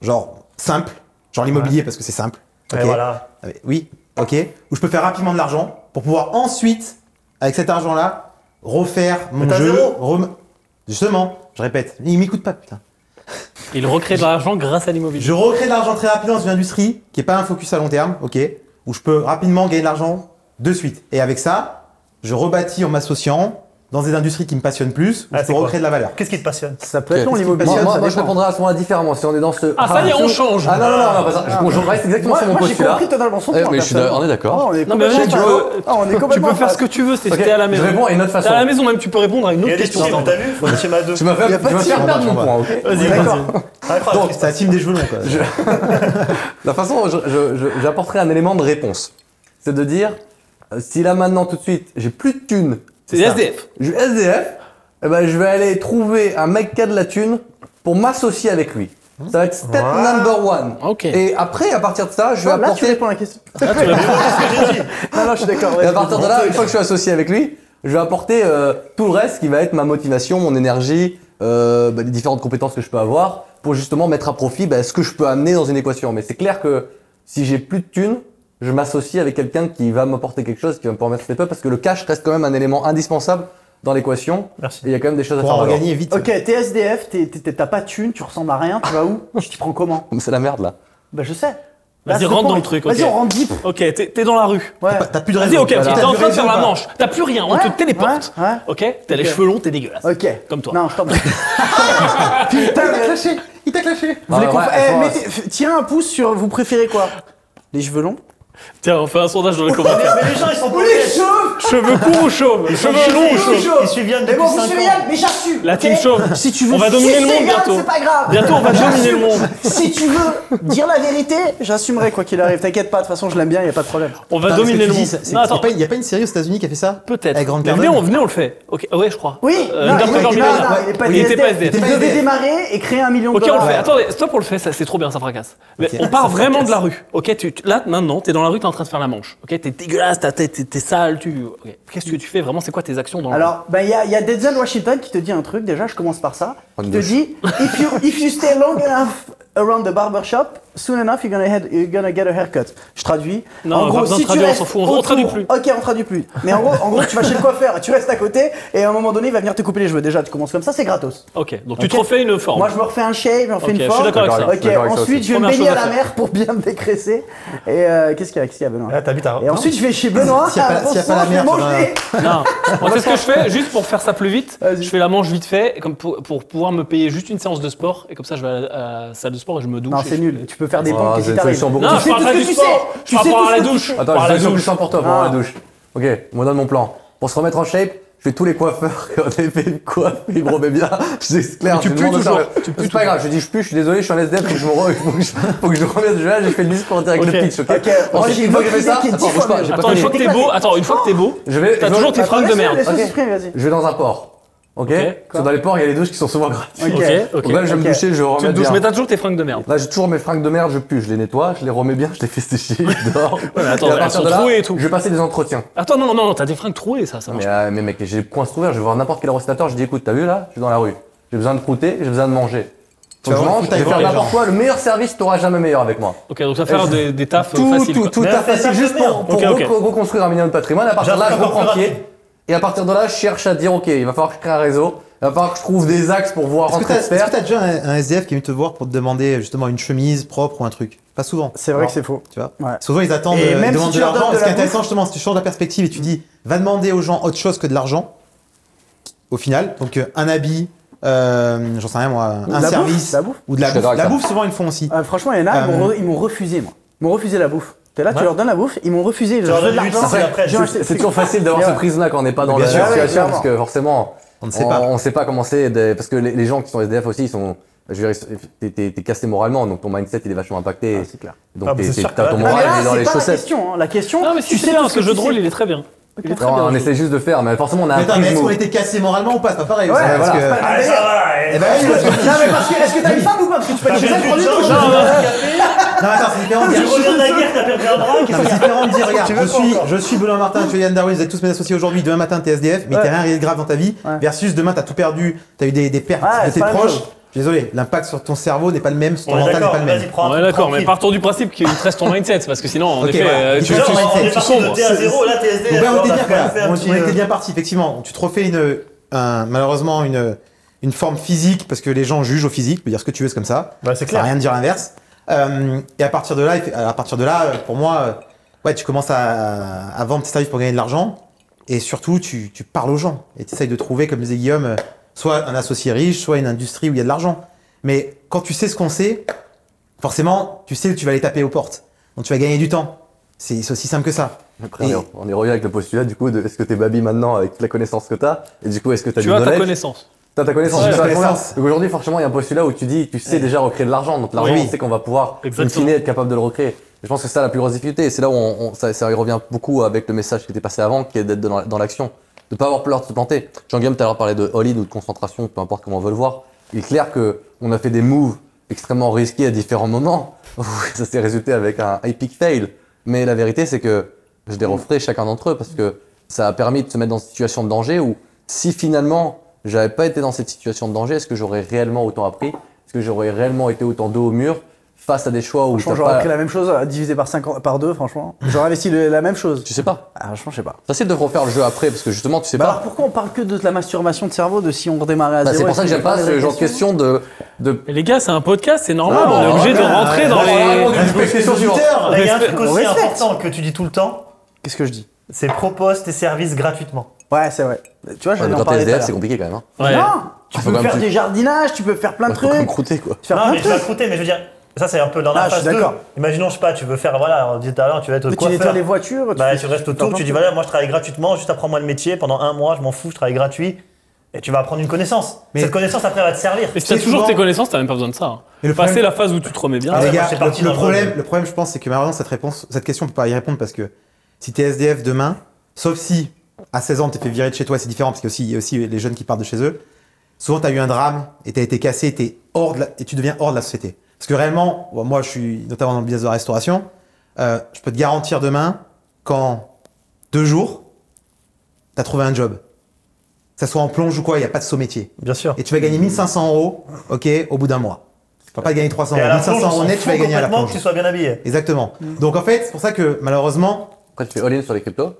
[SPEAKER 2] genre simple, genre l'immobilier parce que c'est simple.
[SPEAKER 4] Ouais,
[SPEAKER 2] Ok.
[SPEAKER 4] voilà.
[SPEAKER 2] Ah, mais Oui, ok. Où je peux faire rapidement de l'argent pour pouvoir ensuite, avec cet argent-là, refaire mon
[SPEAKER 4] t'as
[SPEAKER 2] jeu.
[SPEAKER 4] zéro.
[SPEAKER 2] rem- Justement, je répète, il m'écoute pas, putain.
[SPEAKER 1] Il recrée de l'argent grâce à l'immobilier.
[SPEAKER 2] Je recrée de l'argent très rapidement dans une industrie qui n'est pas un focus à long terme, ok, où je peux rapidement gagner de l'argent de suite. Et avec ça, je rebâtis en m'associant dans des industries qui me passionnent plus, où
[SPEAKER 4] Ah,
[SPEAKER 2] je peux
[SPEAKER 4] c'est quoi
[SPEAKER 2] recréer de la valeur.
[SPEAKER 4] Qu'est-ce qui te passionne
[SPEAKER 5] Ça peut être
[SPEAKER 3] Ok.
[SPEAKER 5] long, l'immobilier.
[SPEAKER 3] Moi, moi,
[SPEAKER 5] ça
[SPEAKER 3] moi, je
[SPEAKER 5] dépend.
[SPEAKER 3] répondrai à ce moment-là différemment. Si on est dans ce.
[SPEAKER 1] Ah, ça y est, on change.
[SPEAKER 3] Ah non, non, non, non, pas ça. Je- je reste exactement
[SPEAKER 5] Moi,
[SPEAKER 3] sur mon
[SPEAKER 5] moi, j'ai
[SPEAKER 3] postulat.
[SPEAKER 5] compris totalement son
[SPEAKER 3] Eh,
[SPEAKER 5] point,
[SPEAKER 3] mais je suis
[SPEAKER 5] personne.
[SPEAKER 3] d'accord, on est
[SPEAKER 5] Ah,
[SPEAKER 3] d'accord.
[SPEAKER 5] on est
[SPEAKER 1] Non, mais vas-y, tu,
[SPEAKER 5] complètement en phase.
[SPEAKER 1] peux,
[SPEAKER 5] Ah, on est
[SPEAKER 1] tu
[SPEAKER 5] complètement
[SPEAKER 1] peux
[SPEAKER 5] en
[SPEAKER 1] faire
[SPEAKER 5] phase.
[SPEAKER 1] ce que tu veux, c'est
[SPEAKER 3] Ok,
[SPEAKER 1] si t'es à la maison.
[SPEAKER 3] Je réponds à une autre
[SPEAKER 1] T'es à la
[SPEAKER 3] façon.
[SPEAKER 1] maison, même tu peux répondre à une
[SPEAKER 4] Il y
[SPEAKER 1] autre
[SPEAKER 4] a des
[SPEAKER 1] question.
[SPEAKER 4] films, t'as vu Faut le schéma 2.
[SPEAKER 3] Tu m'as
[SPEAKER 5] Il y
[SPEAKER 3] fait,
[SPEAKER 5] a pas
[SPEAKER 3] tu
[SPEAKER 5] de
[SPEAKER 3] m'as fait
[SPEAKER 5] signe.
[SPEAKER 3] perdre mon
[SPEAKER 2] Moi,
[SPEAKER 3] point, ok
[SPEAKER 4] Vas-y,
[SPEAKER 5] D'accord.
[SPEAKER 4] vas-y. Incroyable.
[SPEAKER 2] C'est la team des genoux, quoi.
[SPEAKER 3] La façon, je- je- je- j'apporterai un élément de réponse. C'est de dire, euh, si là maintenant tout de suite, j'ai plus de thunes.
[SPEAKER 1] C'est
[SPEAKER 3] ça.
[SPEAKER 1] SDF.
[SPEAKER 3] Je suis SDF. eh ben, je vais aller trouver un mec qui a de la thune pour m'associer avec lui. Ça va être step
[SPEAKER 4] Voilà.
[SPEAKER 3] number one.
[SPEAKER 1] Ok.
[SPEAKER 3] Et après, à partir de ça, je vais
[SPEAKER 5] Non, Là, tu
[SPEAKER 3] apporter.
[SPEAKER 5] réponds à la question.
[SPEAKER 1] Ah,
[SPEAKER 4] Vas-y.
[SPEAKER 5] Non, non, je suis d'accord.
[SPEAKER 3] Et
[SPEAKER 5] ouais.
[SPEAKER 3] à partir de là, une fois que je suis associé avec lui, je vais apporter euh, tout le reste qui va être ma motivation, mon énergie, euh, bah, les différentes compétences que je peux avoir pour justement mettre à profit bah, ce que je peux amener dans une équation. Mais c'est clair que si j'ai plus de thunes, je m'associe avec quelqu'un qui va m'apporter quelque chose, qui va me permettre de step up, parce que le cash reste quand même un élément indispensable dans l'équation.
[SPEAKER 4] Merci.
[SPEAKER 3] Et il y a quand même des choses à
[SPEAKER 2] Pour
[SPEAKER 3] faire.
[SPEAKER 2] en
[SPEAKER 3] valoir.
[SPEAKER 2] gagner vite.
[SPEAKER 5] Ok, t'es SDF, t'es- t'es- t'as pas de thune, tu ressembles à rien, tu vas où Je t'y prends comment
[SPEAKER 3] C'est la merde là.
[SPEAKER 5] Bah je sais.
[SPEAKER 1] Vas-y,
[SPEAKER 5] Là, c'est
[SPEAKER 1] rentre
[SPEAKER 5] point.
[SPEAKER 1] dans le truc,
[SPEAKER 5] Vas-y,
[SPEAKER 1] ok.
[SPEAKER 5] on rentre deep.
[SPEAKER 1] Ok, t'es t'es dans la rue.
[SPEAKER 5] Ouais.
[SPEAKER 2] T'as plus de
[SPEAKER 1] Vas-y,
[SPEAKER 2] raison.
[SPEAKER 1] ok, t'es
[SPEAKER 2] T'as
[SPEAKER 1] en
[SPEAKER 2] plus
[SPEAKER 1] train de
[SPEAKER 2] raison,
[SPEAKER 1] faire la
[SPEAKER 2] quoi.
[SPEAKER 1] manche. T'as plus rien, on
[SPEAKER 5] Ouais,
[SPEAKER 1] te téléporte.
[SPEAKER 5] ouais, ouais.
[SPEAKER 1] Ok T'as les
[SPEAKER 5] Ok.
[SPEAKER 1] cheveux longs, t'es dégueulasse.
[SPEAKER 5] Ok.
[SPEAKER 1] Comme toi.
[SPEAKER 5] Non, je t'en prie. Putain, il a clashé. Il t'a clashé. Vous voulez
[SPEAKER 3] Ah,
[SPEAKER 5] qu'on
[SPEAKER 3] ouais,
[SPEAKER 5] fa-
[SPEAKER 3] ouais,
[SPEAKER 5] eh,
[SPEAKER 3] ouais.
[SPEAKER 5] mettez- f- Tirez un pouce sur vous préférez quoi Les cheveux longs
[SPEAKER 1] Tiens, on fait un sondage dans les commentaires.
[SPEAKER 4] Mais les gens, ils sont polés
[SPEAKER 5] cheveux
[SPEAKER 1] cheveux courts ou chauves Cheveux longs ou chauves
[SPEAKER 4] Ils suivent bien
[SPEAKER 5] Mais bon,
[SPEAKER 4] depuis
[SPEAKER 5] vous
[SPEAKER 4] 5
[SPEAKER 5] suivez,
[SPEAKER 4] ans.
[SPEAKER 5] mais j'ai reçu.
[SPEAKER 1] La
[SPEAKER 5] ok
[SPEAKER 1] team chauve.
[SPEAKER 5] Si tu veux
[SPEAKER 1] On va dominer
[SPEAKER 5] sucer
[SPEAKER 1] le monde
[SPEAKER 5] Reagan,
[SPEAKER 1] bientôt.
[SPEAKER 5] C'est pas grave.
[SPEAKER 1] Bientôt, on va
[SPEAKER 5] J'assume.
[SPEAKER 1] dominer le monde.
[SPEAKER 5] Si tu veux dire la vérité, j'assumerai quoi qu'il arrive. T'inquiète pas, de toute façon, je l'aime bien, y a pas de problème.
[SPEAKER 1] On va
[SPEAKER 2] Attends, ce que
[SPEAKER 1] dominer
[SPEAKER 2] tu
[SPEAKER 1] le
[SPEAKER 2] dis,
[SPEAKER 1] monde.
[SPEAKER 2] c'est- c'est-
[SPEAKER 1] Non,
[SPEAKER 2] y a
[SPEAKER 1] attends,
[SPEAKER 2] pas- y a pas une série aux États-Unis qui a fait ça
[SPEAKER 1] peut-être.
[SPEAKER 2] Avec Grant
[SPEAKER 1] Mais venez, on,
[SPEAKER 2] Cardone.
[SPEAKER 1] venez, on le fait. Ok, ouais, je crois.
[SPEAKER 5] Oui,
[SPEAKER 1] Euh,
[SPEAKER 5] non,
[SPEAKER 1] Grant
[SPEAKER 5] il, non,
[SPEAKER 1] Cardone,
[SPEAKER 5] non,
[SPEAKER 1] là.
[SPEAKER 5] il est pas
[SPEAKER 1] Oui, il était pas
[SPEAKER 5] SDF.
[SPEAKER 1] SDF.
[SPEAKER 5] Il
[SPEAKER 2] pas
[SPEAKER 5] devait
[SPEAKER 2] SDF.
[SPEAKER 5] démarrer et créer un million de
[SPEAKER 1] Ok, on
[SPEAKER 5] dollars.
[SPEAKER 1] le fait. Attendez, stop, on le fait. ça, C'est trop bien, ça fracasse. Mais
[SPEAKER 2] Ok.
[SPEAKER 1] on part vraiment de la rue. Ok, tu, tu- là, maintenant, t'es dans la rue, t'es en train de faire la manche. Ok, t'es dégueulasse, t'as- t'es t'es- t'es sale, tu. ok. Qu'est-ce que tu fais vraiment C'est quoi tes actions dans la
[SPEAKER 5] Alors, ben, il y a, il y a Denzel Washington qui te dit un truc, déjà, je commence par ça.
[SPEAKER 3] Prends
[SPEAKER 5] Qui
[SPEAKER 3] une
[SPEAKER 5] te
[SPEAKER 3] douche.
[SPEAKER 5] dit if you, if you stay long enough around the barber shop, soon enough you're gonna, head- you're gonna get a haircut. Je traduis.
[SPEAKER 1] Non,
[SPEAKER 5] en
[SPEAKER 1] on
[SPEAKER 5] gros,
[SPEAKER 1] va pas
[SPEAKER 5] si tu
[SPEAKER 1] traduire, on
[SPEAKER 5] restes
[SPEAKER 1] s'en fout, on- on
[SPEAKER 5] autour-
[SPEAKER 1] traduit plus.
[SPEAKER 5] Ok, on traduit plus. Mais en gros, en gros, tu vas chez le coiffeur et tu restes à côté et à un moment donné, il va venir te couper les cheveux. Déjà, tu commences comme ça, c'est gratos.
[SPEAKER 1] Ok, donc tu
[SPEAKER 5] Ok.
[SPEAKER 1] te refais une forme.
[SPEAKER 5] Moi, je me refais un shave, je me refais
[SPEAKER 1] Ok, je
[SPEAKER 5] une
[SPEAKER 1] suis
[SPEAKER 5] forme.
[SPEAKER 1] d'accord avec
[SPEAKER 3] D'accord,
[SPEAKER 1] ça.
[SPEAKER 3] avec-
[SPEAKER 5] Ok,
[SPEAKER 3] d'accord avec ça
[SPEAKER 5] ensuite,
[SPEAKER 3] aussi.
[SPEAKER 5] je vais me
[SPEAKER 1] Première
[SPEAKER 5] baigner à
[SPEAKER 1] chose à
[SPEAKER 5] la mer pour bien me dégraisser. Et euh, qu'est-ce qu'il y a, qu'est-ce qu'il y a, Benoît
[SPEAKER 4] Là, Ah, t'habites à.
[SPEAKER 5] Et ensuite, je vais chez Benoît.
[SPEAKER 2] S'il y a pas-
[SPEAKER 5] ah, bon
[SPEAKER 2] s'il y a pas la
[SPEAKER 5] sang, je vais
[SPEAKER 2] mer, tu vas-
[SPEAKER 5] manger.
[SPEAKER 1] Non, moi c'est ce que je fais, juste pour faire ça plus vite,
[SPEAKER 5] Vas-y.
[SPEAKER 1] je fais la manche vite fait, et comme pour, pour pouvoir me payer juste une séance de sport, et comme ça je vais à la, à la salle de sport et je me douche.
[SPEAKER 5] Non,
[SPEAKER 1] et
[SPEAKER 5] c'est
[SPEAKER 1] je-
[SPEAKER 5] nul. Tu peux faire des
[SPEAKER 3] Ah,
[SPEAKER 5] banques
[SPEAKER 3] c'est
[SPEAKER 5] et si
[SPEAKER 3] une
[SPEAKER 5] t'arrives.
[SPEAKER 3] solution beaucoup
[SPEAKER 1] Non,
[SPEAKER 5] Tu
[SPEAKER 1] je
[SPEAKER 5] sais
[SPEAKER 1] parle
[SPEAKER 5] tout
[SPEAKER 1] pas
[SPEAKER 5] ce que
[SPEAKER 1] du
[SPEAKER 5] tu sais.
[SPEAKER 1] sport,
[SPEAKER 5] Tu
[SPEAKER 1] je
[SPEAKER 5] sais
[SPEAKER 1] parle
[SPEAKER 5] tout
[SPEAKER 1] à
[SPEAKER 5] ce
[SPEAKER 1] la
[SPEAKER 5] que tu-
[SPEAKER 1] douche.
[SPEAKER 3] Attends,
[SPEAKER 1] par la
[SPEAKER 3] j'ai une
[SPEAKER 1] douche.
[SPEAKER 3] solution pour toi, pour
[SPEAKER 5] Ah.
[SPEAKER 3] la douche. Ok, moi donne mon plan. Pour se remettre en shape, je vais tous les coiffeurs qui ont des fait quoi ils me remettent bien. Je dis, c'est clair,
[SPEAKER 1] tu
[SPEAKER 3] j'ai
[SPEAKER 1] pues
[SPEAKER 3] le monde de
[SPEAKER 1] toujours,
[SPEAKER 3] faire le-
[SPEAKER 1] tu pues
[SPEAKER 3] C'est pas grave, je dis je pue, je suis désolé, je suis en SDF, faut que je me re- faut que je, faut que je remette le là, j'ai fait le discours direct
[SPEAKER 1] Ok.
[SPEAKER 3] le pitch, ok
[SPEAKER 5] Ok, moi, j'ai une
[SPEAKER 3] fois que
[SPEAKER 5] autre
[SPEAKER 3] j'ai fait
[SPEAKER 5] idée
[SPEAKER 3] ça,
[SPEAKER 5] qui est dix
[SPEAKER 3] attends,
[SPEAKER 5] fois
[SPEAKER 3] bouge pas,
[SPEAKER 5] mieux.
[SPEAKER 3] j'ai pas
[SPEAKER 1] Attends, une
[SPEAKER 3] fini.
[SPEAKER 1] fois que t'es beau, attends, une fois que t'es beau,
[SPEAKER 3] Je vais-
[SPEAKER 1] t'as
[SPEAKER 3] je vais-
[SPEAKER 1] toujours tes
[SPEAKER 3] attends,
[SPEAKER 1] fringues de
[SPEAKER 5] laisse-le,
[SPEAKER 1] merde.
[SPEAKER 5] laisse-le.
[SPEAKER 3] Ok.
[SPEAKER 5] s'exprimer, vas-y.
[SPEAKER 3] Je vais dans un port. Ok, Parce que dans les ports, il y a les douches qui sont souvent gratuites.
[SPEAKER 5] Ok.
[SPEAKER 1] Ok, ok.
[SPEAKER 3] Donc là, je vais
[SPEAKER 5] ok.
[SPEAKER 3] me doucher, je vais
[SPEAKER 1] Tu te
[SPEAKER 3] remettre
[SPEAKER 1] douches,
[SPEAKER 3] bien.
[SPEAKER 1] mais t'as toujours tes fringues de merde.
[SPEAKER 3] Là, j'ai toujours mes fringues de merde, je pue, je les nettoie, je les remets bien, je les fais sécher, je dors.
[SPEAKER 1] mais attends,
[SPEAKER 3] Et à
[SPEAKER 1] elles
[SPEAKER 3] partir
[SPEAKER 1] sont
[SPEAKER 3] de là,
[SPEAKER 1] trouées et tout.
[SPEAKER 3] Je vais passer des entretiens.
[SPEAKER 1] Attends, non, non, non, t'as des fringues trouées, ça, ça
[SPEAKER 3] Mais,
[SPEAKER 1] marche.
[SPEAKER 3] euh, mais mec, j'ai le coin ouvert, je vais voir n'importe quel restaurateur, je dis écoute, t'as vu là, je suis dans la rue, j'ai besoin de croûter, j'ai besoin de manger. Faut
[SPEAKER 2] Tu
[SPEAKER 3] que
[SPEAKER 2] vas
[SPEAKER 3] je
[SPEAKER 2] voir,
[SPEAKER 3] mange,
[SPEAKER 2] faut
[SPEAKER 3] je vais
[SPEAKER 2] que t'ailles
[SPEAKER 3] faire
[SPEAKER 2] voir les
[SPEAKER 3] n'importe quoi, le meilleur service, t'auras jamais meilleur avec moi.
[SPEAKER 1] Ok, donc ça va faire des, des tafs
[SPEAKER 3] Tout,
[SPEAKER 1] faciles.
[SPEAKER 3] tout,
[SPEAKER 1] quoi.
[SPEAKER 3] tout
[SPEAKER 4] Mais
[SPEAKER 3] à
[SPEAKER 4] fais
[SPEAKER 3] fait,
[SPEAKER 4] ça
[SPEAKER 3] c'est juste
[SPEAKER 4] demain.
[SPEAKER 3] pour, pour
[SPEAKER 1] Ok, ok.
[SPEAKER 3] recon- reconstruire un million de patrimoine. À partir de là, je
[SPEAKER 4] J'arrive pas à
[SPEAKER 3] reprends
[SPEAKER 4] faire
[SPEAKER 3] pied. Et à partir de là, je cherche à dire, ok, il va falloir que je crée un réseau, il va falloir que je trouve des axes pour voir
[SPEAKER 2] Est-ce que
[SPEAKER 3] rentrer
[SPEAKER 2] t'as- est-ce
[SPEAKER 3] faire.
[SPEAKER 2] que t'as déjà un, un SDF qui est venu te voir pour te demander justement une chemise propre ou un truc Pas souvent.
[SPEAKER 5] C'est vrai que c'est faux.
[SPEAKER 2] Tu vois
[SPEAKER 5] Ouais.
[SPEAKER 2] Souvent ils attendent,
[SPEAKER 5] Et
[SPEAKER 2] euh,
[SPEAKER 5] même
[SPEAKER 2] ils demandent
[SPEAKER 5] si tu
[SPEAKER 2] de
[SPEAKER 5] leur donnes
[SPEAKER 2] l'argent.
[SPEAKER 5] de
[SPEAKER 2] Ce qui est
[SPEAKER 5] la bouffe- Mm.
[SPEAKER 2] intéressant justement, c'est que tu changes la perspective et tu dis, va demander aux gens autre chose que de l'argent. Au final, donc euh, un habit, euh, j'en sais rien moi,
[SPEAKER 5] Ou de
[SPEAKER 2] un
[SPEAKER 5] la bouffe,
[SPEAKER 2] service
[SPEAKER 5] de la bouffe.
[SPEAKER 2] ou de la
[SPEAKER 3] Je suis d'accord
[SPEAKER 2] bouffe. La
[SPEAKER 3] avec ça.
[SPEAKER 2] bouffe souvent ils le font aussi.
[SPEAKER 5] Euh, franchement, il y en a, ils m'ont
[SPEAKER 2] Euh,
[SPEAKER 5] re- ils m'ont refusé, moi. Ils m'ont refusé la bouffe. T'es là, tu
[SPEAKER 1] Ouais.
[SPEAKER 5] leur donnes la bouffe, ils m'ont refusé. Je
[SPEAKER 4] leur
[SPEAKER 5] veux de
[SPEAKER 4] donnes du luxe,
[SPEAKER 5] l'argent.
[SPEAKER 4] c'est après.
[SPEAKER 5] j'ai acheté-
[SPEAKER 3] C'est toujours facile d'avoir
[SPEAKER 5] Mais
[SPEAKER 3] ce
[SPEAKER 5] ouais.
[SPEAKER 3] prisme-là quand on n'est pas dans
[SPEAKER 2] Bien
[SPEAKER 3] la
[SPEAKER 2] sûr,
[SPEAKER 5] ouais,
[SPEAKER 3] situation,
[SPEAKER 5] clairement.
[SPEAKER 3] parce que forcément,
[SPEAKER 2] On ne sait pas.
[SPEAKER 3] On sait pas comment c'est, des- parce que les, les gens qui sont SDF aussi, ils sont, je veux dire, ils sont- t'es- t'es t'es cassé moralement, donc ton mindset il est vachement impacté.
[SPEAKER 5] Ah, c'est clair.
[SPEAKER 3] Donc
[SPEAKER 4] Ah, bah,
[SPEAKER 3] t'es-
[SPEAKER 4] c'est
[SPEAKER 3] t'es-
[SPEAKER 4] sûr que
[SPEAKER 3] t'as
[SPEAKER 4] là,
[SPEAKER 3] ton
[SPEAKER 4] t'es-
[SPEAKER 5] Non, mais
[SPEAKER 3] moral
[SPEAKER 5] là,
[SPEAKER 3] il est dans
[SPEAKER 5] c'est
[SPEAKER 3] les
[SPEAKER 5] pas la
[SPEAKER 3] chaussettes.
[SPEAKER 5] question. hein. La question,
[SPEAKER 1] Non, mais si
[SPEAKER 5] tu sais
[SPEAKER 1] bien,
[SPEAKER 5] tout
[SPEAKER 1] parce
[SPEAKER 5] ce
[SPEAKER 1] que ce jeu
[SPEAKER 5] tu
[SPEAKER 1] de rôle,
[SPEAKER 5] sais.
[SPEAKER 1] il est très bien. Il est très
[SPEAKER 3] Non,
[SPEAKER 1] bien.
[SPEAKER 3] on essaie juste de faire, mais forcément on a
[SPEAKER 2] Mais
[SPEAKER 3] un
[SPEAKER 2] attends, mais
[SPEAKER 3] prisme.
[SPEAKER 2] est-ce
[SPEAKER 3] où-
[SPEAKER 2] qu'on était cassé moralement ou pas C'est pas pareil.
[SPEAKER 5] Ouais,
[SPEAKER 2] aussi, parce
[SPEAKER 5] voilà.
[SPEAKER 2] que-
[SPEAKER 5] Pas-
[SPEAKER 4] Allez, ça va, eh.
[SPEAKER 2] Eh ben, oui, parce que-
[SPEAKER 5] Non, mais parce que est-ce que t'as une femme ou pas Parce que tu peux
[SPEAKER 4] T'as
[SPEAKER 5] être
[SPEAKER 4] perdu
[SPEAKER 5] une
[SPEAKER 4] une jambe,
[SPEAKER 5] femme
[SPEAKER 1] Non, non,
[SPEAKER 2] Non, attends, c'est différent. de
[SPEAKER 4] Tu
[SPEAKER 2] dire-
[SPEAKER 4] reviens de la guerre, t'as perdu un bras,
[SPEAKER 2] Non,
[SPEAKER 4] qu'est-ce
[SPEAKER 2] mais
[SPEAKER 4] que
[SPEAKER 2] c'est différent de dire, regarde,
[SPEAKER 4] Tu veux
[SPEAKER 2] je
[SPEAKER 4] pas
[SPEAKER 2] suis,
[SPEAKER 4] encore.
[SPEAKER 2] je suis Benoît Martin, je suis Yann Darwin, vous êtes tous mes associés aujourd'hui, demain matin t'es SDF, mais
[SPEAKER 5] Ouais.
[SPEAKER 2] t'as rien rien de grave dans ta vie,
[SPEAKER 5] Ouais.
[SPEAKER 2] versus demain t'as tout perdu, t'as eu des, des pertes
[SPEAKER 5] Ouais,
[SPEAKER 2] de
[SPEAKER 5] c'est
[SPEAKER 2] tes
[SPEAKER 5] pas la même
[SPEAKER 2] proches.
[SPEAKER 5] chose.
[SPEAKER 2] Désolé, l'impact sur ton cerveau n'est pas le même, sur ton
[SPEAKER 4] On est
[SPEAKER 2] mental n'est
[SPEAKER 4] d'accord,
[SPEAKER 2] pas le
[SPEAKER 4] vas-y,
[SPEAKER 2] même.
[SPEAKER 4] prends un
[SPEAKER 1] Ouais,
[SPEAKER 4] truc
[SPEAKER 1] d'accord, mais
[SPEAKER 4] tranquille.
[SPEAKER 1] partons du principe qu'il te reste ton mindset, parce que sinon, en
[SPEAKER 2] Ok,
[SPEAKER 1] effet,
[SPEAKER 2] voilà.
[SPEAKER 1] euh,
[SPEAKER 2] Il
[SPEAKER 1] tu,
[SPEAKER 2] faut
[SPEAKER 1] tu- tu-
[SPEAKER 2] Sur
[SPEAKER 4] Déjà,
[SPEAKER 2] le
[SPEAKER 4] on
[SPEAKER 2] mindset,
[SPEAKER 4] est
[SPEAKER 2] tu
[SPEAKER 4] parti de
[SPEAKER 1] sombres.
[SPEAKER 4] T à 0, là, t'es SDF.
[SPEAKER 2] Donc là, on était
[SPEAKER 4] a
[SPEAKER 2] bien,
[SPEAKER 4] quand même fait
[SPEAKER 2] voilà,
[SPEAKER 4] un
[SPEAKER 2] on,
[SPEAKER 4] petit,
[SPEAKER 2] on
[SPEAKER 4] euh,
[SPEAKER 2] était bien parti, effectivement. Tu te refais une, un- malheureusement une, une forme physique, parce que les gens jugent au physique, tu peux dire ce que tu veux, c'est comme ça.
[SPEAKER 4] Bah, c'est
[SPEAKER 2] Ça
[SPEAKER 4] clair.
[SPEAKER 2] veut rien de dire l'inverse. Euh, et à partir de là, eff- à partir de là, euh, pour moi, euh, ouais, tu commences à, à vendre tes services pour gagner de l'argent. Et surtout, tu, tu parles aux gens. Et tu essayes de trouver, comme disait Guillaume, euh, soit un associé riche, soit une industrie où il y a de l'argent. Mais quand tu sais ce qu'on sait, forcément, tu sais que tu vas aller taper aux portes. Donc tu vas gagner du temps. C'est c'est aussi simple que ça.
[SPEAKER 3] Après,
[SPEAKER 2] Et-
[SPEAKER 3] on- on est revenu avec le postulat du coup de est-ce que t'es baby maintenant avec toute la connaissance que t'as et du coup est-ce que t'as
[SPEAKER 1] Tu
[SPEAKER 3] du
[SPEAKER 1] as ta
[SPEAKER 3] knowledge
[SPEAKER 1] connaissance.
[SPEAKER 3] T'as ta connaissance,
[SPEAKER 2] Ouais,
[SPEAKER 3] tu
[SPEAKER 2] la
[SPEAKER 3] sais la
[SPEAKER 2] connaissance.
[SPEAKER 3] connaissance. Donc aujourd'hui, franchement, il y a un postulat où tu dis, tu sais déjà recréer de l'argent, donc l'argent,
[SPEAKER 2] Oui.
[SPEAKER 3] on sait qu'on va pouvoir, in
[SPEAKER 1] Exactement.
[SPEAKER 3] fine, être capable de le recréer. Et Je pense que c'est ça la plus grosse difficulté, et c'est là où on, on- ça, ça y revient beaucoup avec le message qui était passé avant, qui est d'être dans, la- dans l'action, de pas avoir peur de se planter. Jean-Guillaume, tout à l'heure, parlait de all-in ou de concentration, peu importe comment on veut le voir. Il est clair que on a fait des moves extrêmement risqués à différents moments, où ça s'est résulté avec un epic fail. Mais la vérité, c'est que je les referai chacun d'entre eux parce que ça a permis de se mettre dans une situation de danger où si finalement j'avais pas été dans cette situation de danger, est-ce que j'aurais réellement autant appris Est-ce que j'aurais réellement été autant dos au mur face à des choix où
[SPEAKER 5] Franchement,
[SPEAKER 3] t'as
[SPEAKER 5] j'aurais
[SPEAKER 3] pas-
[SPEAKER 5] pris la même chose euh, divisé par 5 par 2, franchement. J'aurais investi le- la même chose.
[SPEAKER 3] Tu sais pas.
[SPEAKER 5] Ah, franchement, je sais pas.
[SPEAKER 3] Ça c'est de refaire le jeu après parce que justement tu sais
[SPEAKER 5] Bah
[SPEAKER 3] pas.
[SPEAKER 5] alors pourquoi on parle que de la masturbation de cerveau, de si on redémarrait à
[SPEAKER 3] Bah,
[SPEAKER 5] zéro
[SPEAKER 3] c'est pour ça que
[SPEAKER 5] est-ce
[SPEAKER 3] j'aime pas
[SPEAKER 5] les
[SPEAKER 3] ce genre de
[SPEAKER 5] questions
[SPEAKER 3] question de. de...
[SPEAKER 1] Mais les gars, c'est un podcast, c'est normal,
[SPEAKER 2] Ah,
[SPEAKER 1] on est
[SPEAKER 2] bah,
[SPEAKER 1] obligé de
[SPEAKER 2] voilà,
[SPEAKER 1] rentrer
[SPEAKER 2] ouais,
[SPEAKER 1] dans
[SPEAKER 2] ouais,
[SPEAKER 1] les.
[SPEAKER 3] ouais, ouais,
[SPEAKER 2] Question sur
[SPEAKER 3] suivante.
[SPEAKER 2] Twitter.
[SPEAKER 4] Là, Il y a un truc
[SPEAKER 5] on
[SPEAKER 4] aussi
[SPEAKER 5] respecte.
[SPEAKER 4] important que tu dis tout le temps,
[SPEAKER 5] Qu'est-ce que je dis
[SPEAKER 4] c'est propose tes services gratuitement.
[SPEAKER 5] Ouais, c'est vrai. Tu vois, j'allais
[SPEAKER 3] Quand
[SPEAKER 5] en
[SPEAKER 3] t'es
[SPEAKER 5] parler tout à
[SPEAKER 3] SDF,
[SPEAKER 5] l'heure.
[SPEAKER 3] c'est compliqué quand même. Hein.
[SPEAKER 1] Ouais.
[SPEAKER 5] Non Tu
[SPEAKER 3] Faut
[SPEAKER 5] peux
[SPEAKER 3] quand même
[SPEAKER 5] faire
[SPEAKER 3] tu-
[SPEAKER 5] du jardinage, tu peux faire plein de
[SPEAKER 3] Faut quand même
[SPEAKER 5] trucs.
[SPEAKER 3] croûter quoi.
[SPEAKER 5] Faire
[SPEAKER 4] non,
[SPEAKER 5] plein
[SPEAKER 4] mais
[SPEAKER 5] de
[SPEAKER 4] je vais
[SPEAKER 5] trucs.
[SPEAKER 4] accouter, mais je veux dire, ça c'est un peu dans la
[SPEAKER 5] Ah, je
[SPEAKER 4] phase
[SPEAKER 5] suis
[SPEAKER 4] 2.
[SPEAKER 5] d'accord.
[SPEAKER 4] Imaginons, je sais pas, tu veux faire, voilà, on disait tout à l'heure, tu vas être
[SPEAKER 5] Mais Tu
[SPEAKER 4] coiffeur.
[SPEAKER 5] nettoies les voitures. tu
[SPEAKER 4] Bah,
[SPEAKER 5] fais-
[SPEAKER 4] tu restes au
[SPEAKER 5] fais plein
[SPEAKER 4] taux,
[SPEAKER 5] de
[SPEAKER 4] tu dis
[SPEAKER 5] trucs.
[SPEAKER 4] voilà, moi je travaille gratuitement, juste apprends-moi le métier pendant un mois, je m'en fous, je travaille gratuit. Et tu vas apprendre une connaissance.
[SPEAKER 2] Mais-
[SPEAKER 4] Cette connaissance après va te servir.
[SPEAKER 1] Et si t'as
[SPEAKER 2] C'est
[SPEAKER 1] toujours
[SPEAKER 2] souvent-
[SPEAKER 1] tes connaissances, t'as même pas besoin de ça. hein.
[SPEAKER 2] Mais le
[SPEAKER 1] Passer
[SPEAKER 2] problème-
[SPEAKER 1] la phase où tu te remets bien.
[SPEAKER 4] Ah
[SPEAKER 2] Mais
[SPEAKER 4] ouais,
[SPEAKER 2] les
[SPEAKER 4] moi,
[SPEAKER 2] gars,
[SPEAKER 4] c'est parti
[SPEAKER 2] le, le
[SPEAKER 4] dans le
[SPEAKER 2] problème,
[SPEAKER 4] mode.
[SPEAKER 2] le problème, je pense, c'est que malheureusement, cette, réponse, cette question, on peut pas y répondre parce que si t'es SDF demain, sauf si à 16 ans, t'es fait virer de chez toi, c'est différent parce qu'il y a aussi- il y a aussi les jeunes qui partent de chez eux. Souvent, t'as eu un drame et t'as été cassé t'es hors de la- et tu deviens hors de la société. Parce que réellement, bon, moi, je suis notamment dans le business de la restauration, euh, je peux te garantir demain qu'en deux jours, t'as trouvé un job. Que ça soit en plonge ou quoi, il n'y a pas de saut métier.
[SPEAKER 4] Bien sûr.
[SPEAKER 2] Et tu vas gagner 1500 euros, ok, au bout d'un mois. Tu vas pas gagner 300
[SPEAKER 4] Et à
[SPEAKER 2] euros.
[SPEAKER 4] la plonge,
[SPEAKER 2] 1500
[SPEAKER 4] on
[SPEAKER 2] euros
[SPEAKER 4] s'en
[SPEAKER 2] net, tu
[SPEAKER 4] fout
[SPEAKER 2] vas gagner à la
[SPEAKER 4] complètement
[SPEAKER 2] plonge.
[SPEAKER 4] que tu sois bien habillé.
[SPEAKER 2] Exactement. Donc en fait, c'est pour ça que malheureusement,
[SPEAKER 3] Après tu fais all-in sur les cryptos.
[SPEAKER 2] non,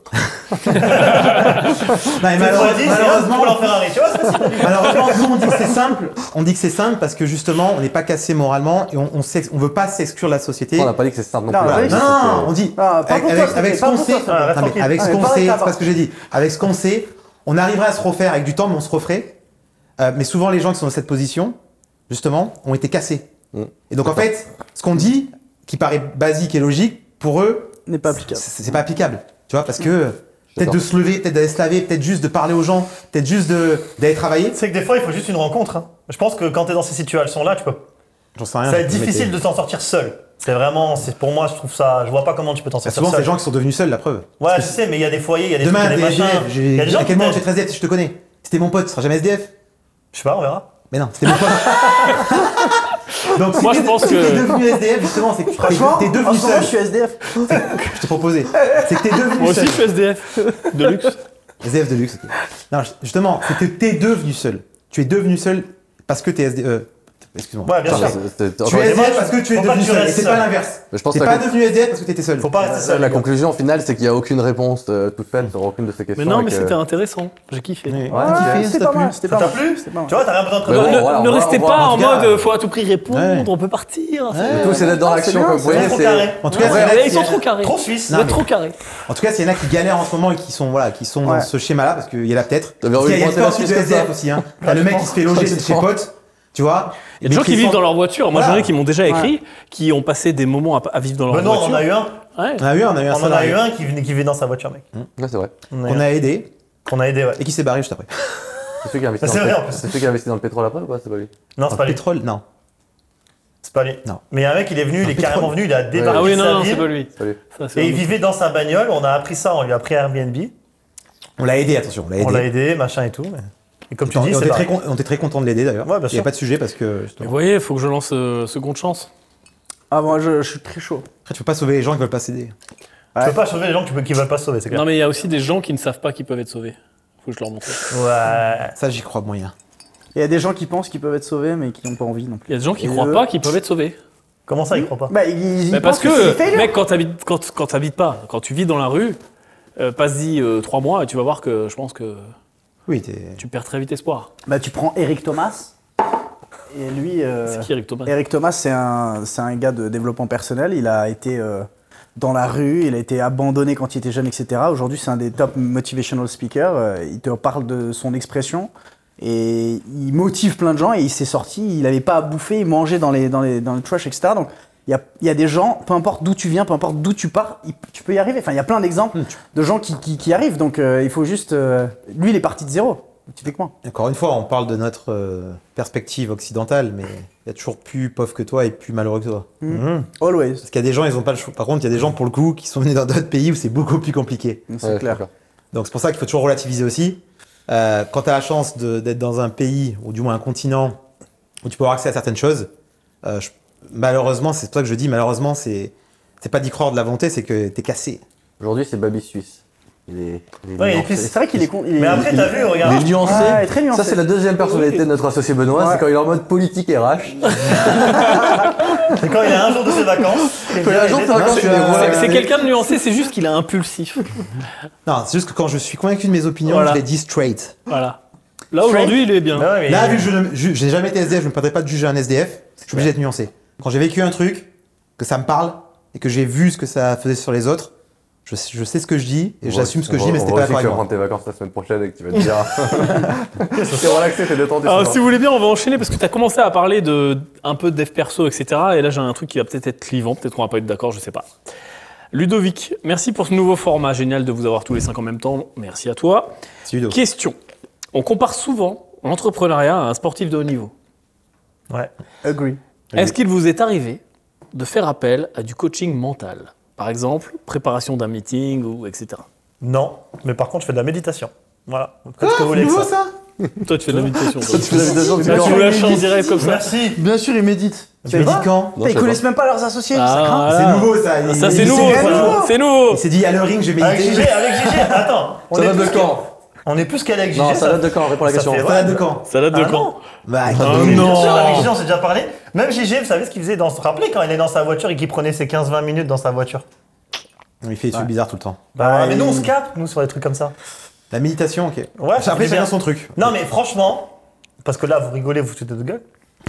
[SPEAKER 2] mais
[SPEAKER 4] Tu
[SPEAKER 2] malheure-
[SPEAKER 4] vois, dis, c'est un
[SPEAKER 2] malheureusement,
[SPEAKER 4] pour leur Ferrari, tu vois, c'est facile.
[SPEAKER 2] malheureusement, nous on dit que c'est simple. On dit que c'est simple parce que justement, on n'est pas cassé moralement et on, on, s'ex- on veut pas s'exclure de la société.
[SPEAKER 3] On n'a pas dit que c'est simple non
[SPEAKER 5] Non,
[SPEAKER 3] plus.
[SPEAKER 5] on a
[SPEAKER 2] Voilà.
[SPEAKER 5] pas dit
[SPEAKER 2] Non,
[SPEAKER 5] que
[SPEAKER 2] non,
[SPEAKER 3] c'était-
[SPEAKER 2] on dit
[SPEAKER 5] Ah, pas
[SPEAKER 2] avec,
[SPEAKER 5] pour toi,
[SPEAKER 2] avec-
[SPEAKER 5] s'il te
[SPEAKER 2] avec
[SPEAKER 5] plaît,
[SPEAKER 2] ce
[SPEAKER 5] pas
[SPEAKER 2] qu'on
[SPEAKER 5] pour toi,
[SPEAKER 2] sait,
[SPEAKER 5] s'il te plaît.
[SPEAKER 2] Non, mais
[SPEAKER 4] Tranquille.
[SPEAKER 2] avec ce
[SPEAKER 5] Ouais,
[SPEAKER 2] qu'on
[SPEAKER 5] pareil,
[SPEAKER 2] sait,
[SPEAKER 5] t'as
[SPEAKER 2] c'est pas ce que j'ai dit. Avec ce qu'on sait, on arriverait à se refaire avec du temps, mais on se referait. Euh, mais souvent, les gens qui sont dans cette position, justement, ont été cassés.
[SPEAKER 3] Mm.
[SPEAKER 2] Et donc en fait, ce qu'on dit, qui paraît basique et logique, pour eux,
[SPEAKER 5] N'est pas applicable.
[SPEAKER 2] c'est c'est pas applicable. Tu vois, parce
[SPEAKER 4] Mm.
[SPEAKER 2] que peut-être
[SPEAKER 3] D'accord.
[SPEAKER 2] de se lever, peut-être d'aller se laver, peut-être juste de parler aux gens, peut-être juste de- d'aller travailler.
[SPEAKER 4] C'est que des fois, il faut juste une rencontre. hein. Je pense que quand t'es dans ces situations-là, tu peux.
[SPEAKER 2] J'en sais rien.
[SPEAKER 4] Ça va être
[SPEAKER 2] mais
[SPEAKER 4] difficile
[SPEAKER 2] t'es-
[SPEAKER 4] de s'en sortir seul. C'est vraiment, c'est pour moi, je trouve ça. Je vois pas comment tu peux t'en
[SPEAKER 2] Bah,
[SPEAKER 4] sortir
[SPEAKER 2] souvent, c'est
[SPEAKER 4] seul.
[SPEAKER 2] les gens qui sont devenus seuls, la preuve.
[SPEAKER 4] Ouais, je sais, mais il y a des foyers, il y a des
[SPEAKER 2] Demain,
[SPEAKER 4] trucs, il y
[SPEAKER 2] t'es
[SPEAKER 4] a des machins.
[SPEAKER 2] SDF.
[SPEAKER 4] Il y a des
[SPEAKER 2] j'ai-
[SPEAKER 4] gens
[SPEAKER 2] À
[SPEAKER 4] qui
[SPEAKER 2] quel moment j'ai
[SPEAKER 4] t'aident.
[SPEAKER 2] 13 SDF si je te connais C'était mon pote, tu seras jamais SDF
[SPEAKER 4] Je sais pas, on verra.
[SPEAKER 2] Mais non, c'était mon pote. Donc,
[SPEAKER 1] Moi,
[SPEAKER 2] si
[SPEAKER 1] je
[SPEAKER 2] t'es-
[SPEAKER 1] pense
[SPEAKER 2] si
[SPEAKER 1] que-
[SPEAKER 2] T'es devenu SDF, justement, c'est que
[SPEAKER 5] Franchement,
[SPEAKER 2] t'es t'es
[SPEAKER 5] en
[SPEAKER 2] devenu
[SPEAKER 5] ce moment,
[SPEAKER 2] seul.
[SPEAKER 5] je suis SDF.
[SPEAKER 2] Je t'ai proposé. C'est que t'es devenu
[SPEAKER 1] Moi aussi,
[SPEAKER 2] seul.
[SPEAKER 1] je suis SDF de luxe.
[SPEAKER 2] SDF de luxe. ok. Non, ju- justement, c'est que t'es devenu seul. Tu es devenu seul parce que t'es SDF. euh, Excuse-moi.
[SPEAKER 4] Ouais, bien
[SPEAKER 3] Enfin,
[SPEAKER 4] sûr.
[SPEAKER 3] c'est- c'est-
[SPEAKER 2] Tu
[SPEAKER 3] encore
[SPEAKER 2] es
[SPEAKER 3] une
[SPEAKER 2] SDF
[SPEAKER 4] moi,
[SPEAKER 2] parce que tu es
[SPEAKER 4] faut pas
[SPEAKER 2] devenu
[SPEAKER 4] que tu
[SPEAKER 2] seul. Et
[SPEAKER 4] restes
[SPEAKER 2] c'est pas
[SPEAKER 4] seul.
[SPEAKER 2] l'inverse.
[SPEAKER 3] Mais je pense
[SPEAKER 2] T'es
[SPEAKER 3] que
[SPEAKER 2] pas
[SPEAKER 3] la-
[SPEAKER 2] devenu SDF parce que t'étais seul.
[SPEAKER 4] Faut pas rester
[SPEAKER 3] fois,
[SPEAKER 4] seul.
[SPEAKER 3] La
[SPEAKER 4] les gars.
[SPEAKER 3] conclusion finale, c'est qu'il n'y a aucune réponse euh, toute faite sur aucune de ces questions.
[SPEAKER 1] Mais non,
[SPEAKER 3] et
[SPEAKER 1] mais
[SPEAKER 3] que-
[SPEAKER 1] c'était intéressant. J'ai kiffé.
[SPEAKER 2] Ouais,
[SPEAKER 3] Ouais,
[SPEAKER 2] t'as kiffé, ça
[SPEAKER 5] C'était pas
[SPEAKER 2] t'a plu
[SPEAKER 5] mal. C'était
[SPEAKER 4] Ça
[SPEAKER 5] pas
[SPEAKER 4] t'a
[SPEAKER 5] mal.
[SPEAKER 4] plu
[SPEAKER 5] C'était pas mal.
[SPEAKER 4] Tu vois, t'as rien besoin de te
[SPEAKER 3] Mais
[SPEAKER 1] Ne,
[SPEAKER 3] bon, Bah
[SPEAKER 1] ne-
[SPEAKER 4] préparer.
[SPEAKER 3] voilà, on
[SPEAKER 1] ne
[SPEAKER 3] va-
[SPEAKER 1] restez
[SPEAKER 3] on va-
[SPEAKER 1] pas
[SPEAKER 3] en
[SPEAKER 1] en
[SPEAKER 2] tout cas,
[SPEAKER 1] mode
[SPEAKER 2] euh,
[SPEAKER 1] faut à tout prix répondre,
[SPEAKER 2] ouais.
[SPEAKER 1] on peut partir. c'est-
[SPEAKER 3] Le tout, c'est d'être dans
[SPEAKER 5] Ah, c'est
[SPEAKER 3] l'action,
[SPEAKER 5] bien,
[SPEAKER 3] comme
[SPEAKER 5] c'est
[SPEAKER 3] vous voyez.
[SPEAKER 4] bien. Trop
[SPEAKER 3] c'est-
[SPEAKER 4] carré.
[SPEAKER 2] En tout cas,
[SPEAKER 3] Ouais,
[SPEAKER 2] c'est là
[SPEAKER 1] Mais
[SPEAKER 2] qu'il
[SPEAKER 1] Ils
[SPEAKER 2] y a-
[SPEAKER 1] sont trop carrés.
[SPEAKER 4] Trop suisse.
[SPEAKER 1] Vous
[SPEAKER 2] Non,
[SPEAKER 1] êtes trop carrés.
[SPEAKER 2] En tout cas, s'il y en a qui galèrent en ce moment et qui sont voilà, qui sont
[SPEAKER 5] Ouais.
[SPEAKER 2] dans ce schéma-là, parce qu'il y en a peut-être.
[SPEAKER 3] T'avais
[SPEAKER 2] Il
[SPEAKER 3] envie
[SPEAKER 2] y a- il y a
[SPEAKER 3] de
[SPEAKER 2] le cas
[SPEAKER 3] pointer
[SPEAKER 2] aussi
[SPEAKER 3] la
[SPEAKER 2] de
[SPEAKER 3] Suisse comme
[SPEAKER 2] SDF
[SPEAKER 3] ça.
[SPEAKER 2] aussi. Hein. T'as le mec qui se fait loger chez potes, tu vois.
[SPEAKER 1] Il y a des gens qui vivent dans leur voiture. Moi, j'en ai
[SPEAKER 2] Voilà.
[SPEAKER 1] qui m'ont déjà écrit, qui ont passé des moments à, à vivre dans leur
[SPEAKER 4] Benoît, on en a
[SPEAKER 1] voiture.
[SPEAKER 4] eu un.
[SPEAKER 1] Ouais.
[SPEAKER 2] On a eu, un- on a eu un
[SPEAKER 4] On en a eu
[SPEAKER 2] salarié
[SPEAKER 4] un qui venait qui vivait dans sa voiture, mec.
[SPEAKER 3] Ouais, c'est vrai.
[SPEAKER 4] On
[SPEAKER 2] qu'on
[SPEAKER 4] a eu un. Ah,
[SPEAKER 2] a aidé
[SPEAKER 4] Qu'on a aidé, ouais.
[SPEAKER 2] et qui s'est barré juste après.
[SPEAKER 3] C'est celui qui a investi
[SPEAKER 4] C'est
[SPEAKER 3] dans
[SPEAKER 4] vrai,
[SPEAKER 3] le
[SPEAKER 4] en
[SPEAKER 3] pétrole.
[SPEAKER 4] plus.
[SPEAKER 3] C'est celui qui a investi dans le pétrole après ou pas C'est pas lui.
[SPEAKER 4] Non, c'est
[SPEAKER 2] En
[SPEAKER 4] pas lui.
[SPEAKER 2] pétrole, non.
[SPEAKER 4] C'est pas lui.
[SPEAKER 2] Non.
[SPEAKER 4] Mais un mec, il est venu, il est carrément venu, il a débarqué
[SPEAKER 1] Ah oui,
[SPEAKER 4] de sa
[SPEAKER 1] non, non,
[SPEAKER 4] ville,
[SPEAKER 1] c'est pas lui.
[SPEAKER 3] Salut.
[SPEAKER 1] Ça, c'est
[SPEAKER 4] Et
[SPEAKER 1] un
[SPEAKER 4] il
[SPEAKER 1] autre.
[SPEAKER 4] vivait dans sa bagnole. On a appris ça, on lui a pris Airbnb.
[SPEAKER 2] On l'a aidé, attention, on l'a
[SPEAKER 4] On l'a
[SPEAKER 2] aidé.
[SPEAKER 4] aidé, machin et tout. mais- Et comme
[SPEAKER 2] Et
[SPEAKER 4] tu
[SPEAKER 2] on-
[SPEAKER 4] dis,
[SPEAKER 2] et on
[SPEAKER 4] c'est
[SPEAKER 2] était
[SPEAKER 4] pas-
[SPEAKER 2] très con- on était très content de l'aider d'ailleurs.
[SPEAKER 4] Ouais, bien
[SPEAKER 2] Il n'y
[SPEAKER 4] sûr.
[SPEAKER 2] a pas de sujet parce que
[SPEAKER 1] Mais
[SPEAKER 2] justement.
[SPEAKER 1] Vous voyez, faut que je lance euh, seconde chance.
[SPEAKER 5] Ah, moi, je je suis très chaud.
[SPEAKER 2] Après, tu peux pas sauver les gens qui veulent pas s'aider.
[SPEAKER 4] Tu peux pas sauver les gens que tu peux- qui veulent pas sauver, c'est clair.
[SPEAKER 1] Non, mais il y a aussi des gens qui ne savent pas qu'ils peuvent être sauvés. Faut que je leur montre.
[SPEAKER 4] Ouais.
[SPEAKER 2] Ça, j'y crois moyen.
[SPEAKER 5] Il y a des gens qui pensent qu'ils peuvent être sauvés, mais qui n'ont pas envie non plus.
[SPEAKER 1] Il y a des gens qui
[SPEAKER 5] Et
[SPEAKER 1] croient
[SPEAKER 5] eux
[SPEAKER 1] pas qu'ils peuvent être sauvés.
[SPEAKER 4] Comment ça, il croit pas
[SPEAKER 5] Bah, ils, ils
[SPEAKER 1] Mais parce
[SPEAKER 5] pensent que, c'est
[SPEAKER 1] que,
[SPEAKER 5] failure.
[SPEAKER 1] mec, quand t'habites, quand, quand t'habites pas, quand tu vis dans la rue, euh, passe-y euh, trois mois et tu vas voir que je pense que
[SPEAKER 2] Oui, t'es.
[SPEAKER 1] tu perds très vite espoir.
[SPEAKER 5] Bah, tu prends Eric Thomas. Et lui. euh,
[SPEAKER 1] C'est qui Eric Thomas
[SPEAKER 5] Eric Thomas, c'est un, c'est un gars de développement personnel. Il a été euh, dans la rue, il a été abandonné quand il était jeune, etc. Aujourd'hui, c'est un des top motivational speakers. Euh, Il te parle de son expression et il motive plein de gens. Et il s'est sorti, il n'avait pas à bouffer, il mangeait dans, les, dans, les, dans le trash, etc. Donc, il y a, il y a des gens, peu importe d'où tu viens, peu importe d'où tu pars, il- tu peux y arriver. Enfin, il y a plein d'exemples
[SPEAKER 4] Hmm,
[SPEAKER 5] de gens qui, qui- qui arrivent. Donc, euh, il faut juste. euh, lui, il est parti de zéro, typiquement.
[SPEAKER 2] Encore une fois, on parle de notre euh, perspective occidentale, mais il y a toujours plus pauvre que toi et plus malheureux que toi.
[SPEAKER 5] Always.
[SPEAKER 2] Parce qu'il y a des gens, ils ont pas le choix. Par contre, il y a des gens, pour le coup, qui sont venus dans d'autres pays où c'est beaucoup plus compliqué.
[SPEAKER 5] Donc, C'est
[SPEAKER 3] Ouais,
[SPEAKER 5] clair.
[SPEAKER 3] d'accord.
[SPEAKER 2] Donc c'est pour ça qu'il faut toujours relativiser aussi. Euh, quand tu as la chance de- d'être dans un pays, ou du moins un continent, où tu peux avoir accès à certaines choses, euh, je- malheureusement, c'est pour ça que je dis, malheureusement, c'est c'est pas d'y croire de la volonté, c'est que t'es cassé.
[SPEAKER 3] Aujourd'hui, c'est Baby Suisse. Il est. il est
[SPEAKER 4] Ouais, il est
[SPEAKER 3] nuancé.
[SPEAKER 4] plus-
[SPEAKER 5] C'est vrai qu'il est con. il est-
[SPEAKER 4] Mais après, t'as vu,
[SPEAKER 3] Il est
[SPEAKER 4] regarde.
[SPEAKER 3] nuancé.
[SPEAKER 5] Ouais, très nuancé.
[SPEAKER 3] Ça, c'est la deuxième personnalité de notre associé Benoît,
[SPEAKER 5] Ouais.
[SPEAKER 3] c'est quand il est en mode politique RH.
[SPEAKER 4] Et quand il a un jour de ses vacances, il
[SPEAKER 3] Quand il a un jour de ses
[SPEAKER 4] vient et
[SPEAKER 3] vacances,
[SPEAKER 4] jette-
[SPEAKER 3] tu les vois.
[SPEAKER 1] C'est- C'est
[SPEAKER 2] Ouais.
[SPEAKER 1] quelqu'un de nuancé, c'est juste qu'il est impulsif.
[SPEAKER 2] Non, c'est juste que quand je suis convaincu de mes opinions,
[SPEAKER 1] Voilà.
[SPEAKER 2] je les dis straight.
[SPEAKER 1] Voilà. Là aujourd'hui, il est bien.
[SPEAKER 4] Ah ouais, mais-
[SPEAKER 2] Là, vu que je ne- je- j'ai jamais été SDF, je me permettrais pas de juger un SDF. Je suis obligé d'être nuancé. Quand j'ai vécu un truc, que ça me parle et que j'ai vu ce que ça faisait sur les autres, je, je sais ce que je dis et j'assume ce que je dis, mais c'était pas d'accord
[SPEAKER 3] Tu vas
[SPEAKER 2] avec moi.
[SPEAKER 3] prendre tes vacances la semaine prochaine et que tu vas te dire. T'es relaxé, t'es détendu.
[SPEAKER 1] Alors,
[SPEAKER 3] ça
[SPEAKER 1] Ah, si
[SPEAKER 3] va.
[SPEAKER 1] vous voulez bien, on va enchaîner parce que tu as commencé à parler de un peu de dev perso, etc. Et là, j'ai un truc qui va peut-être être clivant, peut-être qu'on va pas être d'accord, je sais pas. Ludovic, merci pour ce nouveau format. Génial de vous avoir tous les cinq en même temps. Merci à toi.
[SPEAKER 2] C'est Ludo.
[SPEAKER 1] Question. On compare souvent l'entrepreneuriat à un sportif de haut niveau.
[SPEAKER 4] Ouais.
[SPEAKER 5] Agree.
[SPEAKER 1] Est-ce qu'il vous est arrivé de faire appel à du coaching mental Par exemple, préparation d'un meeting ou etc.
[SPEAKER 4] Non, mais par contre, je fais de la méditation. Voilà. Qu'est-ce que vous voulez que ça
[SPEAKER 1] Toi, tu fais de la méditation. toi.
[SPEAKER 3] Tu fais la méditation, tu
[SPEAKER 1] Là,
[SPEAKER 3] dors.
[SPEAKER 1] tu me lâches en direct comme ça.
[SPEAKER 4] Merci.
[SPEAKER 5] Bien sûr, Ah. ils méditent.
[SPEAKER 2] Tu me dis quand
[SPEAKER 3] Non,
[SPEAKER 5] Ils
[SPEAKER 3] je sais
[SPEAKER 5] connaissent même pas leurs associés, ça craint.
[SPEAKER 1] Ah,
[SPEAKER 2] C'est
[SPEAKER 1] voilà.
[SPEAKER 2] nouveau ça. Il-
[SPEAKER 1] Ça,
[SPEAKER 2] il-
[SPEAKER 1] c'est
[SPEAKER 2] il
[SPEAKER 1] nouveau.
[SPEAKER 2] s'est-
[SPEAKER 5] c'est
[SPEAKER 1] ça.
[SPEAKER 5] nouveau.
[SPEAKER 1] C'est nouveau.
[SPEAKER 2] Il s'est dit à le ring, j'ai
[SPEAKER 4] Avec
[SPEAKER 2] médité.
[SPEAKER 4] Gégé, avec Gégé, attends.
[SPEAKER 3] pas.
[SPEAKER 4] On
[SPEAKER 3] Ça
[SPEAKER 4] est
[SPEAKER 3] date
[SPEAKER 4] plus
[SPEAKER 3] de quand
[SPEAKER 4] qu'à- On est plus qu'avec Gégé.
[SPEAKER 3] Non, ça date de quand Réponds à la
[SPEAKER 4] ça
[SPEAKER 3] question.
[SPEAKER 4] fait-
[SPEAKER 2] Ça date de quand
[SPEAKER 1] Ça date de
[SPEAKER 4] Ah
[SPEAKER 1] quand
[SPEAKER 4] non.
[SPEAKER 2] Bah,
[SPEAKER 1] Ah
[SPEAKER 2] quand-
[SPEAKER 1] non.
[SPEAKER 4] Bien sûr, avec Gégé, on s'est déjà parlé. Même Gégé, vous savez ce qu'il faisait dans se rappeler quand il est dans sa voiture et qu'il prenait ses 15-20 minutes dans sa voiture.
[SPEAKER 2] Il fait des trucs bizarres tout le temps.
[SPEAKER 4] Bah,
[SPEAKER 5] Bah,
[SPEAKER 4] mais nous, on
[SPEAKER 5] il-
[SPEAKER 4] se capte, nous, sur des trucs comme ça.
[SPEAKER 2] La méditation, ok.
[SPEAKER 4] Ouais, ça fait
[SPEAKER 2] Après,
[SPEAKER 4] du bien.
[SPEAKER 2] chacun son truc.
[SPEAKER 4] Non, mais franchement, parce que là, vous rigolez, vous vous foutez de notre gueule.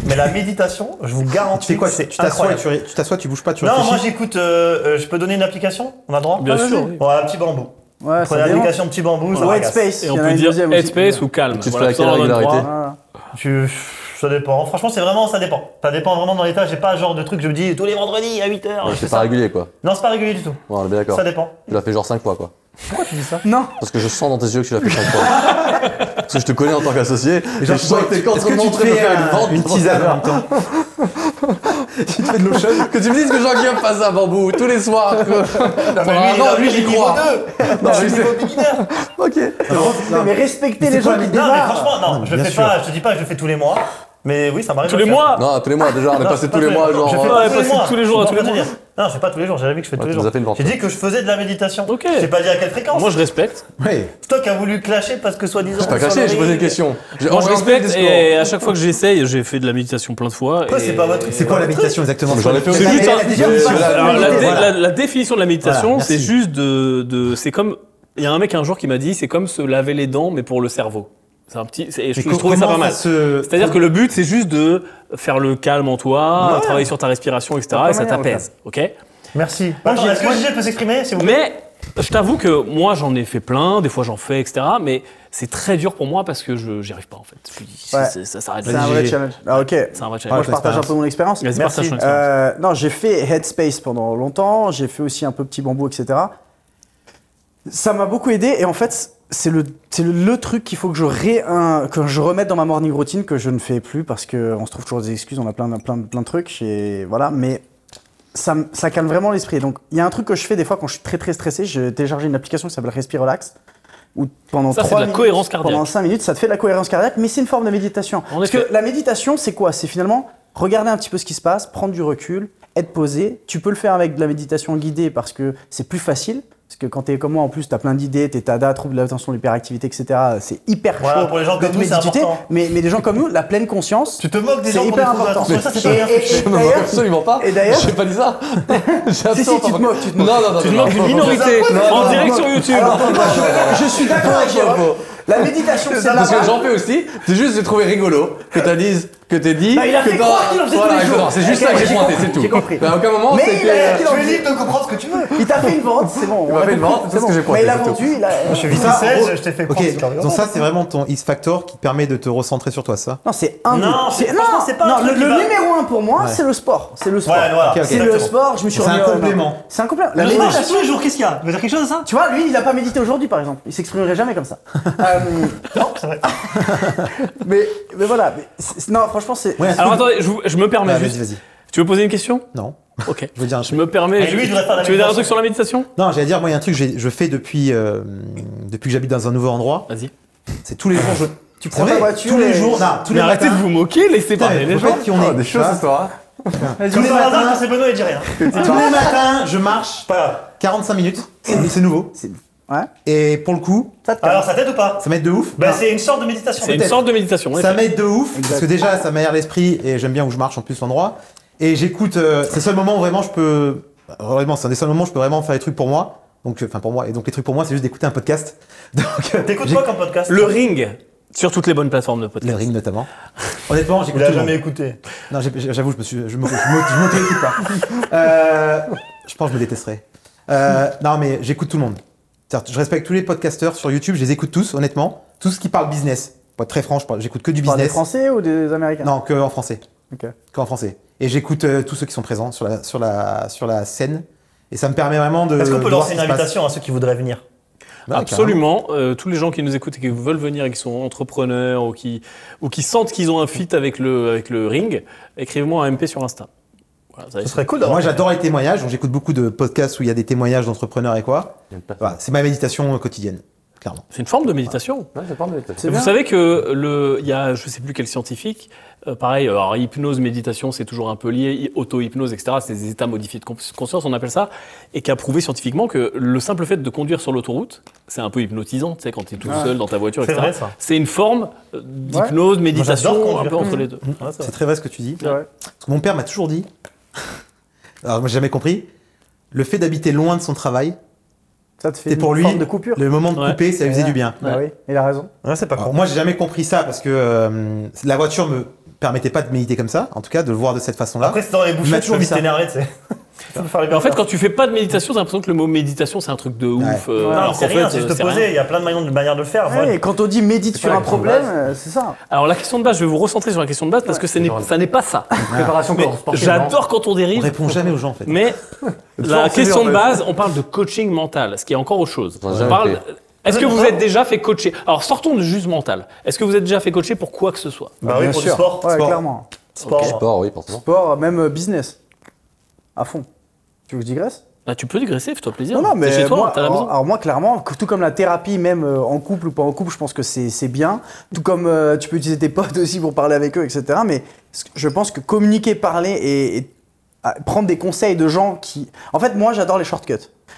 [SPEAKER 4] Mais la méditation, je vous
[SPEAKER 2] Tu
[SPEAKER 4] garantis.
[SPEAKER 2] fais quoi
[SPEAKER 4] que
[SPEAKER 2] Tu
[SPEAKER 4] C'est
[SPEAKER 2] tu t'assois, et
[SPEAKER 4] incroyable.
[SPEAKER 2] tu, ré- tu t'assois, tu bouges pas, tu
[SPEAKER 4] Non, moi
[SPEAKER 2] réfléchis.
[SPEAKER 4] j'écoute. euh, euh, je peux donner une application On a le droit
[SPEAKER 1] Bien
[SPEAKER 4] Ah,
[SPEAKER 1] sûr,
[SPEAKER 4] vas-y.
[SPEAKER 1] oui.
[SPEAKER 4] Voilà, petit bambou.
[SPEAKER 5] Ouais,
[SPEAKER 4] Prenez
[SPEAKER 5] ça dérange.
[SPEAKER 4] l'application petit bambou. ça
[SPEAKER 5] White
[SPEAKER 4] agace.
[SPEAKER 5] Space.
[SPEAKER 1] Et
[SPEAKER 5] il y
[SPEAKER 1] on
[SPEAKER 5] en a
[SPEAKER 1] peut
[SPEAKER 5] une
[SPEAKER 1] dire
[SPEAKER 5] deuxième aussi.
[SPEAKER 1] Headspace ou Calme.
[SPEAKER 3] Tu te
[SPEAKER 1] Voilà,
[SPEAKER 3] fais à
[SPEAKER 1] ça, on
[SPEAKER 3] quelle
[SPEAKER 1] en donne
[SPEAKER 3] régularité
[SPEAKER 1] trois.
[SPEAKER 5] Voilà.
[SPEAKER 4] Tu... Ça dépend. Franchement, c'est vraiment. Ça dépend. Ça dépend vraiment dans l'état. J'ai pas genre de truc que je me dis tous les vendredis à 8h.
[SPEAKER 3] Ouais, C'est pas régulier quoi.
[SPEAKER 4] Non, c'est pas régulier du tout.
[SPEAKER 3] Ouais, on est bien d'accord.
[SPEAKER 4] Ça dépend.
[SPEAKER 3] Tu l'as fait genre 5 fois quoi.
[SPEAKER 4] Pourquoi tu dis ça
[SPEAKER 5] Non,
[SPEAKER 3] Parce que je sens dans tes yeux que tu l'as fait 5 fois. Parce que je te connais en tant qu'associé. Et je
[SPEAKER 2] Genre,
[SPEAKER 3] sens que t'es en
[SPEAKER 2] est-ce
[SPEAKER 3] train de
[SPEAKER 2] que tu te
[SPEAKER 3] montrer de
[SPEAKER 2] fais
[SPEAKER 3] faire une
[SPEAKER 2] un-
[SPEAKER 3] vente
[SPEAKER 2] une
[SPEAKER 3] pour
[SPEAKER 2] tisane en
[SPEAKER 3] savoir.
[SPEAKER 2] même temps
[SPEAKER 3] Tu te fais de l'eau chaude. Que tu me dises que Jean-Guillaume passe à bambou tous les soirs.
[SPEAKER 4] mais
[SPEAKER 3] que-
[SPEAKER 4] lui,
[SPEAKER 3] Non,
[SPEAKER 4] non,
[SPEAKER 3] lui,
[SPEAKER 4] lui, il est
[SPEAKER 3] j'y
[SPEAKER 4] niveau
[SPEAKER 3] crois.
[SPEAKER 4] 2.
[SPEAKER 3] Non,
[SPEAKER 4] Je
[SPEAKER 3] je
[SPEAKER 4] suis
[SPEAKER 3] sais.
[SPEAKER 4] niveau beginner.
[SPEAKER 3] Ok.
[SPEAKER 2] Non,
[SPEAKER 5] mais
[SPEAKER 2] mais
[SPEAKER 5] respectez
[SPEAKER 2] c'est
[SPEAKER 5] les
[SPEAKER 2] quoi
[SPEAKER 5] gens qui
[SPEAKER 2] l'idée
[SPEAKER 4] Non, mais
[SPEAKER 5] démarrent.
[SPEAKER 4] franchement, non,
[SPEAKER 2] mais
[SPEAKER 4] je
[SPEAKER 2] bien
[SPEAKER 4] fais
[SPEAKER 2] sûr.
[SPEAKER 4] pas, je te dis pas que je le fais tous les mois, mais oui, ça m'arrive.
[SPEAKER 1] Tous
[SPEAKER 4] de le
[SPEAKER 1] les
[SPEAKER 4] faire.
[SPEAKER 1] mois
[SPEAKER 3] Non, tous les mois déjà, on est
[SPEAKER 4] Non,
[SPEAKER 3] passé
[SPEAKER 4] c'est
[SPEAKER 3] tous
[SPEAKER 4] pas
[SPEAKER 3] les mois
[SPEAKER 4] Je
[SPEAKER 3] genre. euh,
[SPEAKER 4] fais
[SPEAKER 1] Ouais,
[SPEAKER 4] pas tous
[SPEAKER 1] parce
[SPEAKER 4] les
[SPEAKER 1] que
[SPEAKER 4] mois.
[SPEAKER 1] tous les jours,
[SPEAKER 4] Je
[SPEAKER 1] à
[SPEAKER 4] peux
[SPEAKER 1] tous les
[SPEAKER 4] pas
[SPEAKER 1] mois.
[SPEAKER 4] dire. Non, je fais pas tous les jours, j'ai jamais dit que je fais
[SPEAKER 3] Ouais,
[SPEAKER 4] tous les
[SPEAKER 3] tu nous
[SPEAKER 4] jours.
[SPEAKER 3] as fait une vente.
[SPEAKER 4] J'ai dit que je faisais de la méditation.
[SPEAKER 1] Ok.
[SPEAKER 4] J'ai pas dit à quelle fréquence.
[SPEAKER 1] Moi, je respecte.
[SPEAKER 2] Ouais.
[SPEAKER 4] C'est toi qui as voulu clasher parce que soi-disant.
[SPEAKER 3] T'as craché, j'ai posé une question. J'ai
[SPEAKER 1] Moi, je
[SPEAKER 3] orienté le
[SPEAKER 1] respecte
[SPEAKER 3] discours.
[SPEAKER 1] et à chaque fois que j'essaye, j'ai fait de la méditation plein de fois.
[SPEAKER 4] Toi,
[SPEAKER 1] et-
[SPEAKER 4] c'est pas votre truc.
[SPEAKER 2] C'est quoi la méditation exactement
[SPEAKER 3] J'en ai fait aussi.
[SPEAKER 1] C'est juste
[SPEAKER 2] la-
[SPEAKER 1] un-
[SPEAKER 2] la définition.
[SPEAKER 1] c'est-
[SPEAKER 3] Voilà.
[SPEAKER 1] alors, la, dé-
[SPEAKER 2] Voilà.
[SPEAKER 1] la- la définition de la méditation,
[SPEAKER 2] Voilà,
[SPEAKER 1] c'est
[SPEAKER 2] merci.
[SPEAKER 1] juste de, de- c'est comme, il y a un mec un jour qui m'a dit, c'est comme se laver les dents mais pour le cerveau. C'est un petit, c'est- et je,
[SPEAKER 2] Mais
[SPEAKER 1] je trouvais ça
[SPEAKER 2] comment
[SPEAKER 1] pas mal.
[SPEAKER 2] se-
[SPEAKER 1] C'est-à-dire que le but, c'est juste de faire le calme en toi, travailler sur ta respiration, etc. Et ça
[SPEAKER 5] manière,
[SPEAKER 1] t'apaise, ok
[SPEAKER 4] Merci. Attends, Est-ce que Gégé peut s'exprimer s'il vous plaît
[SPEAKER 1] Mais je t'avoue que moi, j'en ai fait plein, des fois j'en fais, etc. Mais c'est très dur pour moi parce que je j'y arrive pas en fait. Je me dis,
[SPEAKER 5] Ouais.
[SPEAKER 1] c'est- ça s'arrête
[SPEAKER 5] C'est
[SPEAKER 1] là.
[SPEAKER 5] un
[SPEAKER 2] Vas-y,
[SPEAKER 5] vrai
[SPEAKER 2] Gégé.
[SPEAKER 5] challenge. Ah, ok.
[SPEAKER 1] C'est un vrai challenge.
[SPEAKER 5] Moi, je partage un peu mon expérience.
[SPEAKER 1] Vas-y,
[SPEAKER 5] Merci.
[SPEAKER 1] partage ton expérience.
[SPEAKER 5] Euh, non, j'ai fait Headspace pendant longtemps. J'ai fait aussi un peu Petit Bambou, etc. Ça m'a beaucoup aidé et en fait, c'est le, c'est le, le truc qu'il faut que je, ré, un- que je remette dans ma morning routine que je ne fais plus parce qu'on se trouve toujours des excuses, on a plein, de- plein, de- plein de trucs et voilà. Mais ça, me- ça calme vraiment l'esprit. Donc, il y a un truc que je fais des fois quand je suis très très stressé, j'ai téléchargé une application qui s'appelle Respire Relax. Où pendant
[SPEAKER 1] Ça, c'est
[SPEAKER 5] trois
[SPEAKER 1] de la
[SPEAKER 5] minutes-
[SPEAKER 1] cohérence cardiaque.
[SPEAKER 5] Pendant 5 minutes, ça te fait de la cohérence cardiaque, mais c'est une forme de méditation.
[SPEAKER 1] En
[SPEAKER 5] Parce
[SPEAKER 1] effet.
[SPEAKER 5] que la méditation, c'est quoi C'est finalement regarder un petit peu ce qui se passe, prendre du recul, être posé. Tu peux le faire avec de la méditation guidée parce que c'est plus facile. Parce que quand t'es comme moi, en plus, t'as plein d'idées, t'es tada, trouble de l'attention, l'hyperactivité, etc. C'est hyper
[SPEAKER 4] Voilà,
[SPEAKER 5] chaud
[SPEAKER 4] pour les gens
[SPEAKER 5] de
[SPEAKER 4] comme nous, c'est
[SPEAKER 5] méditer.
[SPEAKER 4] important.
[SPEAKER 5] Mais, mais des gens comme nous, la pleine conscience,
[SPEAKER 4] Tu te moques des gens
[SPEAKER 5] c'est
[SPEAKER 4] qui ont
[SPEAKER 5] hyper
[SPEAKER 4] des troubles
[SPEAKER 5] important.
[SPEAKER 4] d'attention, ça, c'est
[SPEAKER 5] Et-
[SPEAKER 4] pas bien ce que
[SPEAKER 5] et-
[SPEAKER 4] je
[SPEAKER 5] et
[SPEAKER 4] fais.
[SPEAKER 3] Je me moque
[SPEAKER 5] d'ailleurs-
[SPEAKER 3] absolument pas.
[SPEAKER 5] et d'ailleurs-
[SPEAKER 3] J'ai pas dit ça. J'ai
[SPEAKER 5] Si, si,
[SPEAKER 3] absolument
[SPEAKER 5] tu te
[SPEAKER 3] pas-
[SPEAKER 5] moques, tu te moques.
[SPEAKER 3] Non, non, non.
[SPEAKER 1] Tu te
[SPEAKER 3] non,
[SPEAKER 1] moques
[SPEAKER 3] non,
[SPEAKER 1] d'une
[SPEAKER 3] non,
[SPEAKER 1] minorité
[SPEAKER 3] non, non,
[SPEAKER 1] en
[SPEAKER 3] non,
[SPEAKER 1] direct
[SPEAKER 3] non.
[SPEAKER 1] sur YouTube.
[SPEAKER 5] Alors, attends, moi, je, je suis d'accord avec Jérôme. La méditation, c'est la
[SPEAKER 3] Parce que
[SPEAKER 5] base.
[SPEAKER 3] j'en fais aussi, c'est juste j'ai trouvé rigolo que t'as dit, que t'aies dit.
[SPEAKER 5] Non, Bah, il a
[SPEAKER 3] que
[SPEAKER 5] fait
[SPEAKER 3] t'as-
[SPEAKER 5] croire qu'il en faisait tous les jours.
[SPEAKER 3] exactement, C'est juste
[SPEAKER 5] Ok,
[SPEAKER 3] ça que j'ai
[SPEAKER 5] j'ai
[SPEAKER 3] pointé,
[SPEAKER 5] compris,
[SPEAKER 3] c'est tout.
[SPEAKER 5] j'ai compris.
[SPEAKER 3] Mais à aucun moment,
[SPEAKER 5] Mais
[SPEAKER 3] c'est
[SPEAKER 5] il a-
[SPEAKER 3] que.
[SPEAKER 5] qu'il en
[SPEAKER 4] Tu es
[SPEAKER 5] fait.
[SPEAKER 4] libre de comprendre ce que tu veux.
[SPEAKER 5] Il t'a fait une vente, c'est bon.
[SPEAKER 3] Il
[SPEAKER 5] on
[SPEAKER 3] m'a
[SPEAKER 5] a
[SPEAKER 3] fait une
[SPEAKER 5] compris,
[SPEAKER 3] vente,
[SPEAKER 5] c'est
[SPEAKER 3] c'est ce que j'ai
[SPEAKER 5] Mais
[SPEAKER 3] pointé,
[SPEAKER 5] il a
[SPEAKER 3] c'est tout.
[SPEAKER 5] vendu, il a.
[SPEAKER 4] Je suis
[SPEAKER 2] Ça,
[SPEAKER 4] vice-16,
[SPEAKER 2] re-
[SPEAKER 4] je t'ai fait prendre ce
[SPEAKER 2] Ok,
[SPEAKER 4] carburant.
[SPEAKER 2] donc ça c'est vraiment ton X Factor qui te permet de te recentrer sur toi, ça
[SPEAKER 5] Non, c'est
[SPEAKER 4] Non,
[SPEAKER 5] un. des-
[SPEAKER 4] c'est- franchement, c'est pas un
[SPEAKER 5] non,
[SPEAKER 4] truc
[SPEAKER 5] le,
[SPEAKER 4] qui
[SPEAKER 5] le
[SPEAKER 4] va-
[SPEAKER 5] numéro un pour moi,
[SPEAKER 2] Ouais.
[SPEAKER 5] c'est le sport. C'est le sport.
[SPEAKER 4] Ouais, voilà,
[SPEAKER 2] Ok, ok.
[SPEAKER 5] C'est le
[SPEAKER 4] exactement.
[SPEAKER 5] sport. Je me suis
[SPEAKER 2] C'est un
[SPEAKER 5] remis, euh,
[SPEAKER 2] complément.
[SPEAKER 5] non. C'est un complément. La
[SPEAKER 4] Mais non,
[SPEAKER 5] méditation.
[SPEAKER 4] tous les jours, qu'est-ce qu'il y a Tu veux dire quelque chose à ça
[SPEAKER 5] Tu vois, lui, il a pas médité aujourd'hui, par exemple. Il s'exprimerait jamais comme ça. Euh,
[SPEAKER 4] Non, c'est vrai.
[SPEAKER 5] mais, mais voilà. mais c'est- non, franchement, c'est.
[SPEAKER 2] Ouais,
[SPEAKER 1] Alors attendez, je, vous- je me permets
[SPEAKER 2] Ah,
[SPEAKER 1] juste.
[SPEAKER 2] vas-y, vas-y.
[SPEAKER 1] Tu veux poser une question
[SPEAKER 2] Non.
[SPEAKER 1] Ok.
[SPEAKER 2] Je veux dire un
[SPEAKER 1] Je
[SPEAKER 2] truc.
[SPEAKER 1] me permets.
[SPEAKER 4] Et lui, il devrait faire la
[SPEAKER 1] tu veux dire un
[SPEAKER 4] méditation.
[SPEAKER 1] truc sur la méditation
[SPEAKER 2] Non, j'allais dire, moi, il y a un truc que j'ai- je fais depuis, euh, depuis que j'habite dans un nouveau endroit.
[SPEAKER 1] Vas-y.
[SPEAKER 2] C'est tous les jours, je. Tu
[SPEAKER 5] prends ta voiture
[SPEAKER 2] Tous les
[SPEAKER 5] et-
[SPEAKER 2] jours, non, tous
[SPEAKER 1] Mais
[SPEAKER 2] les
[SPEAKER 1] arrêtez de
[SPEAKER 2] matins.
[SPEAKER 1] vous moquer, laissez
[SPEAKER 2] Putain,
[SPEAKER 1] parler
[SPEAKER 2] mais
[SPEAKER 1] les
[SPEAKER 2] faut pas
[SPEAKER 1] gens.
[SPEAKER 2] qu'il y en ait-
[SPEAKER 3] Oh, des choses ce soir.
[SPEAKER 4] Comme
[SPEAKER 2] les
[SPEAKER 4] par hasard,
[SPEAKER 2] matins.
[SPEAKER 4] quand c'est Benoît, hein. il dit rien.
[SPEAKER 2] Tous les matins, je marche
[SPEAKER 4] C'est pas grave.
[SPEAKER 2] 45 minutes. C'est c'est nouveau.
[SPEAKER 5] c'est- ouais.
[SPEAKER 2] Et pour le coup,
[SPEAKER 5] Ça te calme.
[SPEAKER 4] Alors, ça t'aide ou pas
[SPEAKER 2] ça m'aide de ouf.
[SPEAKER 4] Bah,
[SPEAKER 2] Non,
[SPEAKER 4] c'est une sorte de méditation.
[SPEAKER 1] C'est une
[SPEAKER 2] peut-être.
[SPEAKER 1] sorte de méditation. en
[SPEAKER 2] ça
[SPEAKER 1] effet.
[SPEAKER 2] m'aide de ouf. Parce que déjà, ça m'aère l'esprit et j'aime bien où je marche en plus l'endroit. Et j'écoute. euh, c'est le seul moment où vraiment je peux. Vraiment, c'est un des seuls moments où je peux vraiment faire des trucs pour moi. Donc, euh, enfin pour moi. Et donc les trucs pour moi, c'est juste d'écouter un podcast. Donc. euh,
[SPEAKER 4] T'écoutes
[SPEAKER 2] j'ai-
[SPEAKER 4] quoi comme podcast
[SPEAKER 1] Le ring sur toutes les bonnes plateformes de podcast.
[SPEAKER 2] Le ring notamment. Honnêtement,
[SPEAKER 4] Il
[SPEAKER 2] j'écoute.
[SPEAKER 4] l'a
[SPEAKER 2] tout le
[SPEAKER 4] jamais
[SPEAKER 2] monde. Euh,
[SPEAKER 4] écouté.
[SPEAKER 2] Non, j'ai- j'avoue, je me suis, je me- je me- je m'auto-écoute pas. Euh, je pense que je me détesterais. Euh, non, mais j'écoute tout le monde. C'est-à-dire que Je respecte tous les podcasteurs sur YouTube, je les écoute tous, honnêtement. Tout ce qui parle business. Pour être très franc, je parle- j'écoute que du
[SPEAKER 5] Tu parles des
[SPEAKER 2] business.
[SPEAKER 5] Français ou des Américains
[SPEAKER 2] Non, que en français.
[SPEAKER 5] Ok.
[SPEAKER 2] Que en français. Et j'écoute euh, tous ceux qui sont présents sur la, sur, la, sur la scène. Et ça me permet vraiment de.
[SPEAKER 4] Est-ce qu'on
[SPEAKER 2] de
[SPEAKER 4] peut
[SPEAKER 2] voir
[SPEAKER 4] lancer
[SPEAKER 2] ce
[SPEAKER 4] une
[SPEAKER 2] qui se passe.
[SPEAKER 4] invitation à ceux qui voudraient venir
[SPEAKER 2] Bah,
[SPEAKER 1] Absolument. Euh, tous les gens qui nous écoutent et qui veulent venir et qui sont entrepreneurs ou qui, ou qui sentent qu'ils ont un fit avec le, avec le ring, écrivez-moi un MP sur Insta. Voilà, ça va
[SPEAKER 4] Ce
[SPEAKER 1] être-
[SPEAKER 4] serait cool hein.
[SPEAKER 2] carrément. Moi,
[SPEAKER 4] d'avoir.
[SPEAKER 2] j'adore les témoignages. donc J'écoute beaucoup de podcasts où il y a des témoignages d'entrepreneurs et quoi.
[SPEAKER 3] Il y a une place.
[SPEAKER 2] Voilà, c'est ma méditation euh, quotidienne, clairement.
[SPEAKER 1] C'est une forme de méditation.
[SPEAKER 3] Ouais, c'est pas mal.
[SPEAKER 5] C'est
[SPEAKER 1] Vous
[SPEAKER 5] bien.
[SPEAKER 1] savez que le, il y a, je sais plus quel scientifique, euh, pareil, alors hypnose, méditation, c'est toujours un peu lié, hy- auto-hypnose, etc. C'est des états modifiés de cons- conscience, on appelle ça, et qui a prouvé scientifiquement que le simple fait de conduire sur l'autoroute, c'est un peu hypnotisant, tu sais, quand tu es tout
[SPEAKER 5] Ouais.
[SPEAKER 1] seul dans ta voiture,
[SPEAKER 4] C'est
[SPEAKER 1] etc.
[SPEAKER 4] vrai, ça.
[SPEAKER 1] C'est une forme euh, d'hypnose, méditation, un
[SPEAKER 4] conduire. Mmh.
[SPEAKER 1] peu entre les deux.
[SPEAKER 4] Ouais, c'est
[SPEAKER 2] C'est
[SPEAKER 4] vrai.
[SPEAKER 2] très vrai ce que tu dis.
[SPEAKER 5] C'est vrai.
[SPEAKER 2] Parce que mon père m'a toujours dit, alors moi j'ai jamais compris, le fait d'habiter loin de son travail,
[SPEAKER 5] Ça te fait
[SPEAKER 2] c'était
[SPEAKER 5] une
[SPEAKER 2] pour lui
[SPEAKER 5] forme de coupure
[SPEAKER 2] le moment de
[SPEAKER 1] Ouais.
[SPEAKER 2] couper, ça lui faisait du bien.
[SPEAKER 5] Bah oui, il a raison.
[SPEAKER 4] Ouais, c'est pas
[SPEAKER 2] Alors,
[SPEAKER 4] con.
[SPEAKER 2] moi j'ai jamais compris ça parce que euh, la voiture me permettait pas de méditer comme ça, en tout cas de le voir de cette façon-là.
[SPEAKER 4] Après, c'est dans les bouchons,
[SPEAKER 2] Mathieu
[SPEAKER 4] tu peux
[SPEAKER 2] dit
[SPEAKER 4] vite
[SPEAKER 2] ça.
[SPEAKER 4] t'énerver, tu sais. Tu peux faire les
[SPEAKER 1] Mais en fait, quand tu fais pas de méditation, t'as l'impression que le mot méditation, c'est un truc de ouf. euh,
[SPEAKER 5] Ouais.
[SPEAKER 4] Non,
[SPEAKER 1] alors
[SPEAKER 4] c'est
[SPEAKER 1] qu'en
[SPEAKER 4] rien,
[SPEAKER 1] fait,
[SPEAKER 4] c'est
[SPEAKER 1] euh,
[SPEAKER 4] juste
[SPEAKER 1] c'est
[SPEAKER 4] te poser.
[SPEAKER 1] rien.
[SPEAKER 4] Il y a plein de manières de manière de le faire.
[SPEAKER 5] Ouais,
[SPEAKER 4] Moi,
[SPEAKER 5] et quand on dit médite sur
[SPEAKER 3] pas
[SPEAKER 5] un
[SPEAKER 3] la
[SPEAKER 5] problème,
[SPEAKER 3] base.
[SPEAKER 5] euh, c'est ça.
[SPEAKER 1] Alors la question de base, je vais vous recentrer sur la question de base parce que ce n'est-
[SPEAKER 3] genre-
[SPEAKER 1] ça n'est pas ça.
[SPEAKER 3] Préparation
[SPEAKER 1] Mais
[SPEAKER 3] corps sportive,
[SPEAKER 1] J'adore quand on
[SPEAKER 2] On
[SPEAKER 1] dérive.
[SPEAKER 2] répond jamais aux gens en fait.
[SPEAKER 1] Mais
[SPEAKER 3] Toujours,
[SPEAKER 1] la
[SPEAKER 3] on s'est
[SPEAKER 1] question
[SPEAKER 3] vu,
[SPEAKER 1] de
[SPEAKER 3] en fait.
[SPEAKER 1] base, on parle de coaching mental, ce qui est encore autre chose.
[SPEAKER 3] On a
[SPEAKER 1] On parle.
[SPEAKER 3] jamais
[SPEAKER 1] Est-ce que vous êtes déjà fait coacher Alors sortons de juste mental. Est-ce que vous êtes déjà fait coacher pour quoi que ce soit
[SPEAKER 4] Bah oui,
[SPEAKER 2] bien
[SPEAKER 4] pour du
[SPEAKER 2] sûr.
[SPEAKER 4] sport.
[SPEAKER 5] Ouais,
[SPEAKER 2] Sport.
[SPEAKER 5] clairement.
[SPEAKER 3] non
[SPEAKER 4] Sport.
[SPEAKER 3] Sport, oui, forcément.
[SPEAKER 5] Sport, même euh, business. À fond. Tu veux que je digresse
[SPEAKER 1] Bah, Tu peux digresser, fais-toi plaisir.
[SPEAKER 5] Non, non, mais
[SPEAKER 1] T'es chez
[SPEAKER 5] moi,
[SPEAKER 1] toi, t'as la
[SPEAKER 5] alors,
[SPEAKER 1] maison.
[SPEAKER 5] alors moi, clairement, que- tout comme la thérapie, même euh, en couple ou pas en couple, je pense que c'est c'est bien. Tout comme euh, tu peux utiliser tes potes aussi pour parler avec eux, etc. Mais ce que- je pense que communiquer, parler et, et, ah, prendre des conseils de gens qui... En fait, moi, j'adore les shortcuts.